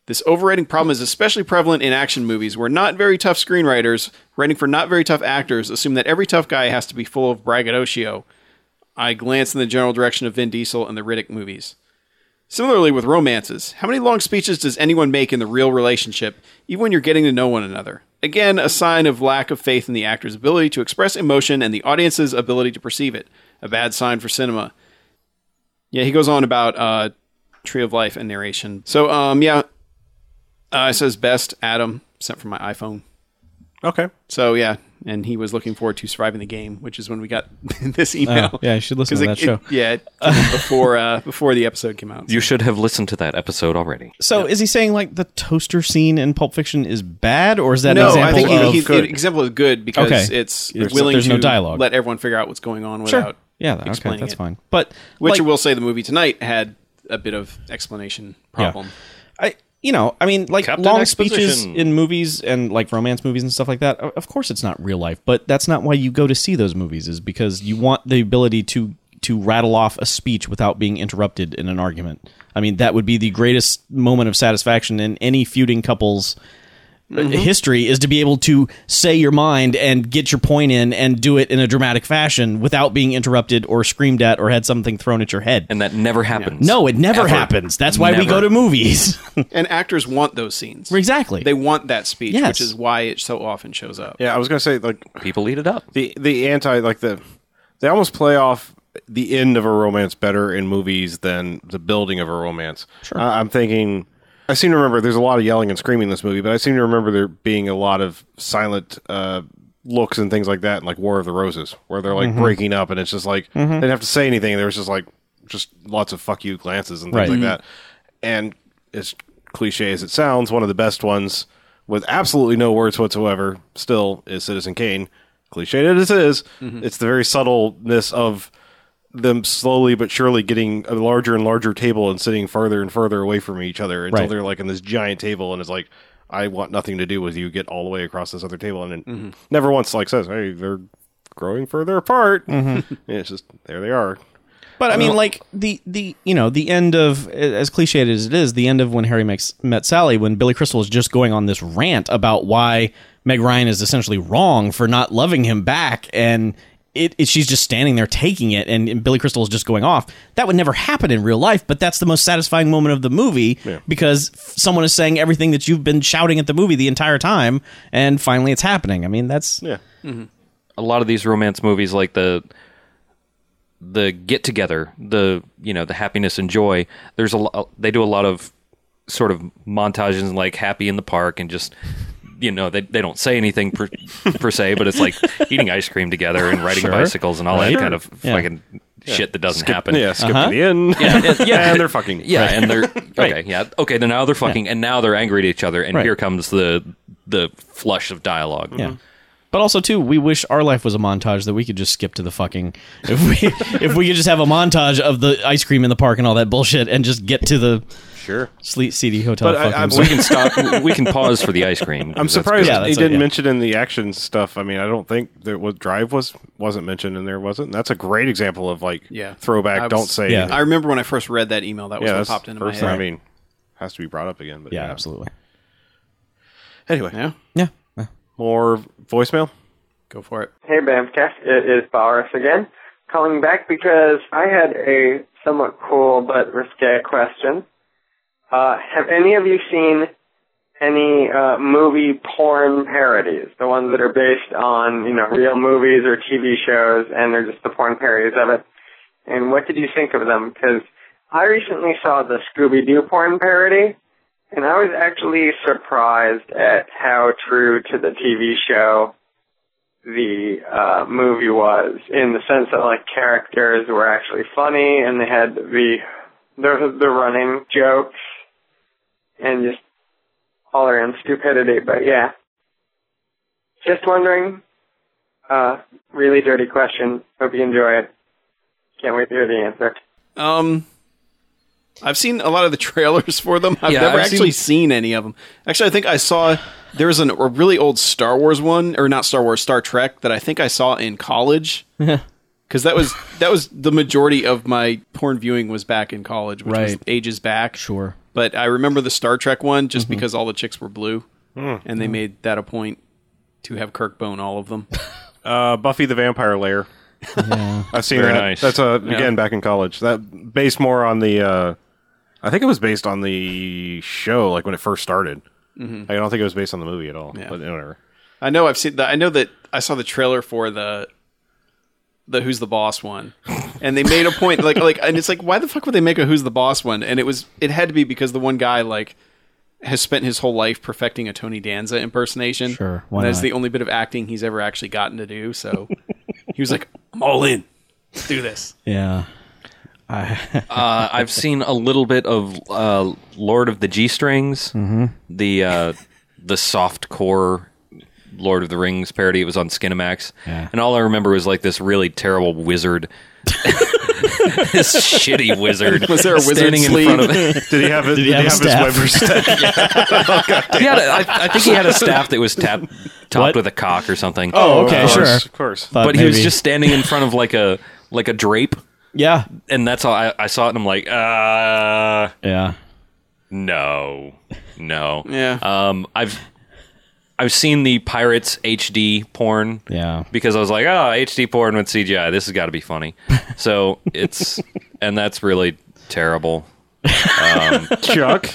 Speaker 3: This overrating problem is especially prevalent in action movies where not very tough screenwriters, writing for not very tough actors, assume that every tough guy has to be full of braggadocio. I glance in the general direction of Vin Diesel and the Riddick movies. Similarly with romances, how many long speeches does anyone make in the real relationship, even when you're getting to know one another? Again, a sign of lack of faith in the actor's ability to express emotion and the audience's ability to perceive it. A bad sign for cinema. Yeah, he goes on about uh, Tree of Life and narration. So, um, yeah, uh, it says best Adam sent from my iPhone.
Speaker 2: Okay,
Speaker 3: So yeah, and he was looking forward to surviving the game, which is when we got this email.
Speaker 4: Oh, yeah, you should listen
Speaker 3: 'Cause
Speaker 4: to
Speaker 3: it-
Speaker 4: that show.
Speaker 3: it- yeah, it came before uh, before the episode came out.
Speaker 5: You should have listened to that episode already.
Speaker 4: So is he saying like the toaster scene in Pulp Fiction is bad, or is that an
Speaker 3: no,
Speaker 4: example
Speaker 3: I think
Speaker 4: of
Speaker 3: he, he,
Speaker 2: good.
Speaker 3: it- example is good because
Speaker 4: Okay.
Speaker 3: it's
Speaker 4: There's-
Speaker 3: willing
Speaker 4: there's
Speaker 3: to
Speaker 4: no dialogue.
Speaker 3: let everyone figure out what's going on
Speaker 4: sure?
Speaker 3: without.
Speaker 4: yeah, okay,
Speaker 3: explaining
Speaker 4: that's
Speaker 3: it.
Speaker 4: fine. But
Speaker 3: Which
Speaker 4: like,
Speaker 3: I will say the movie tonight had a bit of explanation problem.
Speaker 4: I you know, I mean, like
Speaker 5: Captain
Speaker 4: long
Speaker 5: Exposition.
Speaker 4: speeches in movies and like romance movies and stuff like that. o- Of course, it's not real life, but that's not why you go to see those movies. Is because you want the ability to to rattle off a speech without being interrupted in an argument. I mean, that would be the greatest moment of satisfaction in any feuding couple's uh,
Speaker 5: Mm-hmm.
Speaker 4: history is to be able to say your mind and get your point in and do it in a dramatic fashion without being interrupted or screamed at or had something thrown at your head.
Speaker 5: And that never happens.
Speaker 4: no, it never
Speaker 5: Ever.
Speaker 4: happens. That's why we
Speaker 5: Never.
Speaker 4: go to movies.
Speaker 3: And actors want those scenes.
Speaker 4: exactly.
Speaker 3: They want that speech,
Speaker 4: Yes.
Speaker 3: which is why it so often shows up.
Speaker 2: yeah, I was gonna say like
Speaker 5: People eat it up.
Speaker 2: the the anti like the they almost play off the end of a romance better in movies than the building of a romance. Sure. I'm thinking. I seem to remember there's a lot of yelling and screaming in this movie, but I seem to remember there being a lot of silent uh, looks and things like that, in like War of the Roses, where they're like breaking up, and it's just like they didn't have to say anything. There was just like just lots of fuck you glances and things
Speaker 4: Right.
Speaker 2: like that. And as cliche as it sounds, one of the best ones with absolutely no words whatsoever still is Citizen Kane. Cliche that it is, it's the very subtleness of them slowly but surely getting a larger and larger table and sitting farther and farther away from each other until
Speaker 4: Right.
Speaker 2: they're like in this giant table and it's like, I want nothing to do with you. Get all the way across this other table and it never once like says, hey, they're growing further apart. Yeah, it's just there they are.
Speaker 4: But I mean, like the the you know the end of as cliched as it is, the end of when Harry makes, met Sally, when Billy Crystal is just going on this rant about why Meg Ryan is essentially wrong for not loving him back, and it, it she's just standing there taking it, and, and Billy Crystal is just going off. That would never happen in real life, but that's the most satisfying moment of the movie because f- someone is saying everything that you've been shouting at the movie the entire time, and finally it's happening. I mean, that's
Speaker 2: Yeah.
Speaker 5: a lot of these romance movies like the the get together the you know the happiness and joy there's a lot they do a lot of sort of montages like happy in the park and just you know they, they don't say anything per, per se but it's like eating ice cream together and riding bicycles and all that kind of
Speaker 4: Yeah.
Speaker 5: fucking shit that doesn't happen
Speaker 2: Yeah, skip to the end.
Speaker 5: yeah, yeah.
Speaker 2: Uh-huh. and they're fucking.
Speaker 5: yeah, and they're okay. Yeah, okay. Then now they're fucking, and now they're angry at each other, and
Speaker 4: Right.
Speaker 5: here comes the the flush of dialogue.
Speaker 4: Yeah. But also too, we wish our life was a montage that we could just skip to the fucking if we if we could just have a montage of the ice cream in the park and all that bullshit and just get to the
Speaker 2: Sure.
Speaker 4: sleet seedy hotel.
Speaker 2: But I-
Speaker 4: fucking
Speaker 2: I'm-
Speaker 5: We can stop. We can pause for the ice cream.
Speaker 2: I'm
Speaker 5: because that's
Speaker 2: surprised
Speaker 4: Yeah, that's
Speaker 2: he
Speaker 4: it,
Speaker 2: didn't
Speaker 4: yeah.
Speaker 2: mention in the action stuff. I mean, I don't think there was drive was wasn't mentioned in there, was it? And that's a great example of like
Speaker 3: Yeah.
Speaker 2: throwback.
Speaker 3: I was-
Speaker 2: don't say.
Speaker 4: Yeah.
Speaker 3: I remember when I first read that email, that was
Speaker 2: yeah,
Speaker 3: what
Speaker 2: that's
Speaker 3: popped into my
Speaker 2: first thing. I
Speaker 3: head.
Speaker 2: mean, has to be brought up again. But
Speaker 4: yeah, absolutely.
Speaker 2: Anyway,
Speaker 3: Yeah,
Speaker 4: Yeah. yeah.
Speaker 2: more voicemail.
Speaker 3: go for it.
Speaker 7: Hey, Bamcast, it is Boris again, calling back because I had a somewhat cool but risque question. Uh, have any of you seen any uh, movie porn parodies? The ones that are based on, you know, real movies or TV shows, and they're just the porn parodies of it. And what did you think of them? Because I recently saw the Scooby-Doo porn parody, and I was actually surprised at how true to the TV show the uh, movie was in the sense that like characters were actually funny and they had the the, the running jokes and just all around stupidity. But yeah, just wondering. Uh, really dirty question. Hope you enjoy it. Can't wait to hear the answer.
Speaker 3: Um, I've seen a lot of the trailers for them. I've
Speaker 5: Yeah,
Speaker 3: never
Speaker 5: I've
Speaker 3: actually seen any of them. Actually, I think I saw there was an, a really old Star Wars one, or not Star Wars, Star Trek that I think I saw in college. Because that was that was the majority of my porn viewing was back in college, which was
Speaker 4: Right.
Speaker 3: ages back.
Speaker 4: Sure.
Speaker 3: But I remember the Star Trek one just because all the chicks were blue, and they made that a point to have Kirk bone all of them.
Speaker 2: Uh, Buffy the Vampire Lair. I've seen
Speaker 5: Very
Speaker 2: that.
Speaker 5: nice.
Speaker 2: That's uh, again back in college. That based more on the. Uh, I think it was based on the show, like when it first started.
Speaker 3: Mm-hmm.
Speaker 2: I don't think it was based on the movie at all. But whatever.
Speaker 3: I know I've seen. The, I know that I saw the trailer for the the Who's the Boss one, and they made a point like like, and it's like, why the fuck would they make a Who's the Boss one? And it was it had to be because the one guy like has spent his whole life perfecting a Tony Danza impersonation.
Speaker 4: Sure, why
Speaker 3: and that's
Speaker 4: not?
Speaker 3: the only bit of acting he's ever actually gotten to do. So he was like, I'm all in. Let's do this.
Speaker 4: Yeah.
Speaker 5: Uh, I've seen a little bit of uh, Lord of the G Strings,
Speaker 3: Mm-hmm.
Speaker 5: the uh, the soft core Lord of the Rings parody. It was on Skinamax, and all I remember was like this really terrible wizard, this shitty wizard.
Speaker 3: Was there a wizard
Speaker 5: standing in front of
Speaker 3: sleeve?
Speaker 5: it?
Speaker 2: Did he have? Did, did he
Speaker 4: have
Speaker 2: have,
Speaker 4: a
Speaker 2: his
Speaker 4: staff?
Speaker 2: Weber staff?
Speaker 5: He had a, I, I think he had a staff that was tapped topped with a cock or something.
Speaker 4: Oh, okay,
Speaker 2: Of
Speaker 4: sure.
Speaker 2: course, Of course.
Speaker 4: Thought
Speaker 5: but he was
Speaker 4: maybe-
Speaker 5: just standing in front of like a like a drape,
Speaker 4: yeah,
Speaker 5: and that's all I, I saw it. And I'm like, uh
Speaker 4: yeah.
Speaker 5: No, no.
Speaker 3: Yeah.
Speaker 5: Um, I've I've seen the pirates HD porn.
Speaker 4: Yeah.
Speaker 5: Because I was like, oh, HD porn with CGI. This has got to be funny. So it's and that's really terrible.
Speaker 2: Chuck.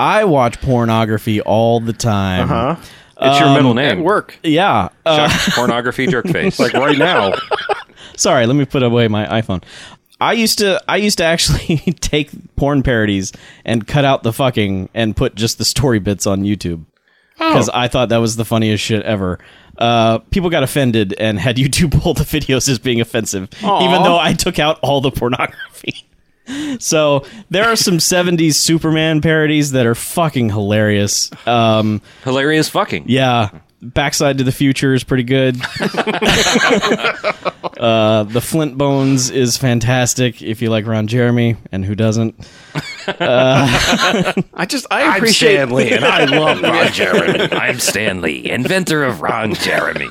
Speaker 4: I watch pornography all the time.
Speaker 2: Huh?
Speaker 5: It's your middle name.
Speaker 3: Work.
Speaker 4: Yeah. Uh,
Speaker 5: Chuck, pornography jerk face.
Speaker 2: Like right now.
Speaker 4: sorry, let me put away my iPhone. I used to I used to actually take porn parodies and cut out the fucking and put just the story bits on YouTube. Because I thought that was the funniest shit ever. Uh, people got offended and had YouTube pull the videos as being offensive, even though I took out all the pornography. so there are some '70s Superman parodies that are fucking hilarious. Um,
Speaker 5: Hilarious fucking.
Speaker 4: yeah. Backside to the Future is pretty good. uh, the Flint Bones is fantastic if you like Ron Jeremy, and who doesn't?
Speaker 3: I just I appreciate
Speaker 2: and I love
Speaker 5: Ron Jeremy. I'm Stanley, inventor of Ron Jeremy.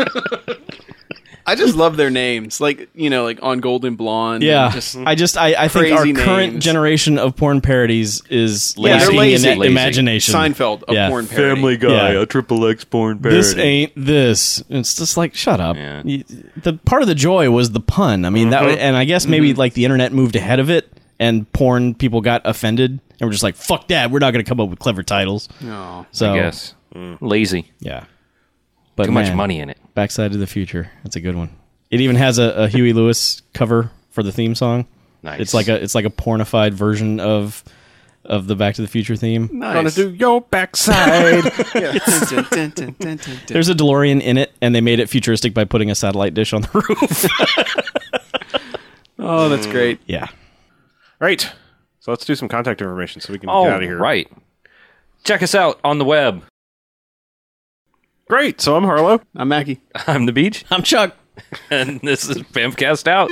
Speaker 3: I just love their names. Like, you know, like on Golden Blonde. and
Speaker 4: Yeah,
Speaker 3: Just
Speaker 4: I just I, I think our
Speaker 3: Crazy
Speaker 4: current
Speaker 3: names.
Speaker 4: generation of porn parodies is
Speaker 5: Yeah,
Speaker 3: they're
Speaker 4: lacking
Speaker 3: lazy.
Speaker 4: in
Speaker 5: Lazy.
Speaker 4: imagination.
Speaker 3: Seinfeld, a
Speaker 4: Yeah.
Speaker 3: porn parody.
Speaker 4: Guy, Yeah. a
Speaker 6: triple X porn parody.
Speaker 4: This ain't this. It's just like shut up.
Speaker 5: Yeah.
Speaker 4: You- The part of the joy was the pun. I mean that,
Speaker 3: Mm-hmm.
Speaker 4: wa- and I guess maybe like the internet moved ahead of it, and porn people got offended and were just like, "Fuck that! We're not going to come up with clever titles."
Speaker 3: Oh.
Speaker 4: So
Speaker 5: Yes. Lazy.
Speaker 4: Yeah. But
Speaker 5: Too much money in it.
Speaker 4: Backside to the Future. That's a good one. It even has a, a Huey Lewis cover for the theme song.
Speaker 5: Nice.
Speaker 4: It's like a it's like a pornified version of of the Back to the Future theme.
Speaker 2: Gonna do your backside.
Speaker 4: There's a DeLorean in it, and they made it futuristic by putting a satellite dish on the roof.
Speaker 3: oh, that's great.
Speaker 4: yeah.
Speaker 2: right. So let's do some contact information so we can
Speaker 5: Oh,
Speaker 2: get out of here.
Speaker 5: right. Check us out on the web.
Speaker 2: Great. So I'm Harlow.
Speaker 3: I'm Mackie.
Speaker 4: I'm the beach,
Speaker 1: I'm Chuck.
Speaker 4: and this is Bamcast out.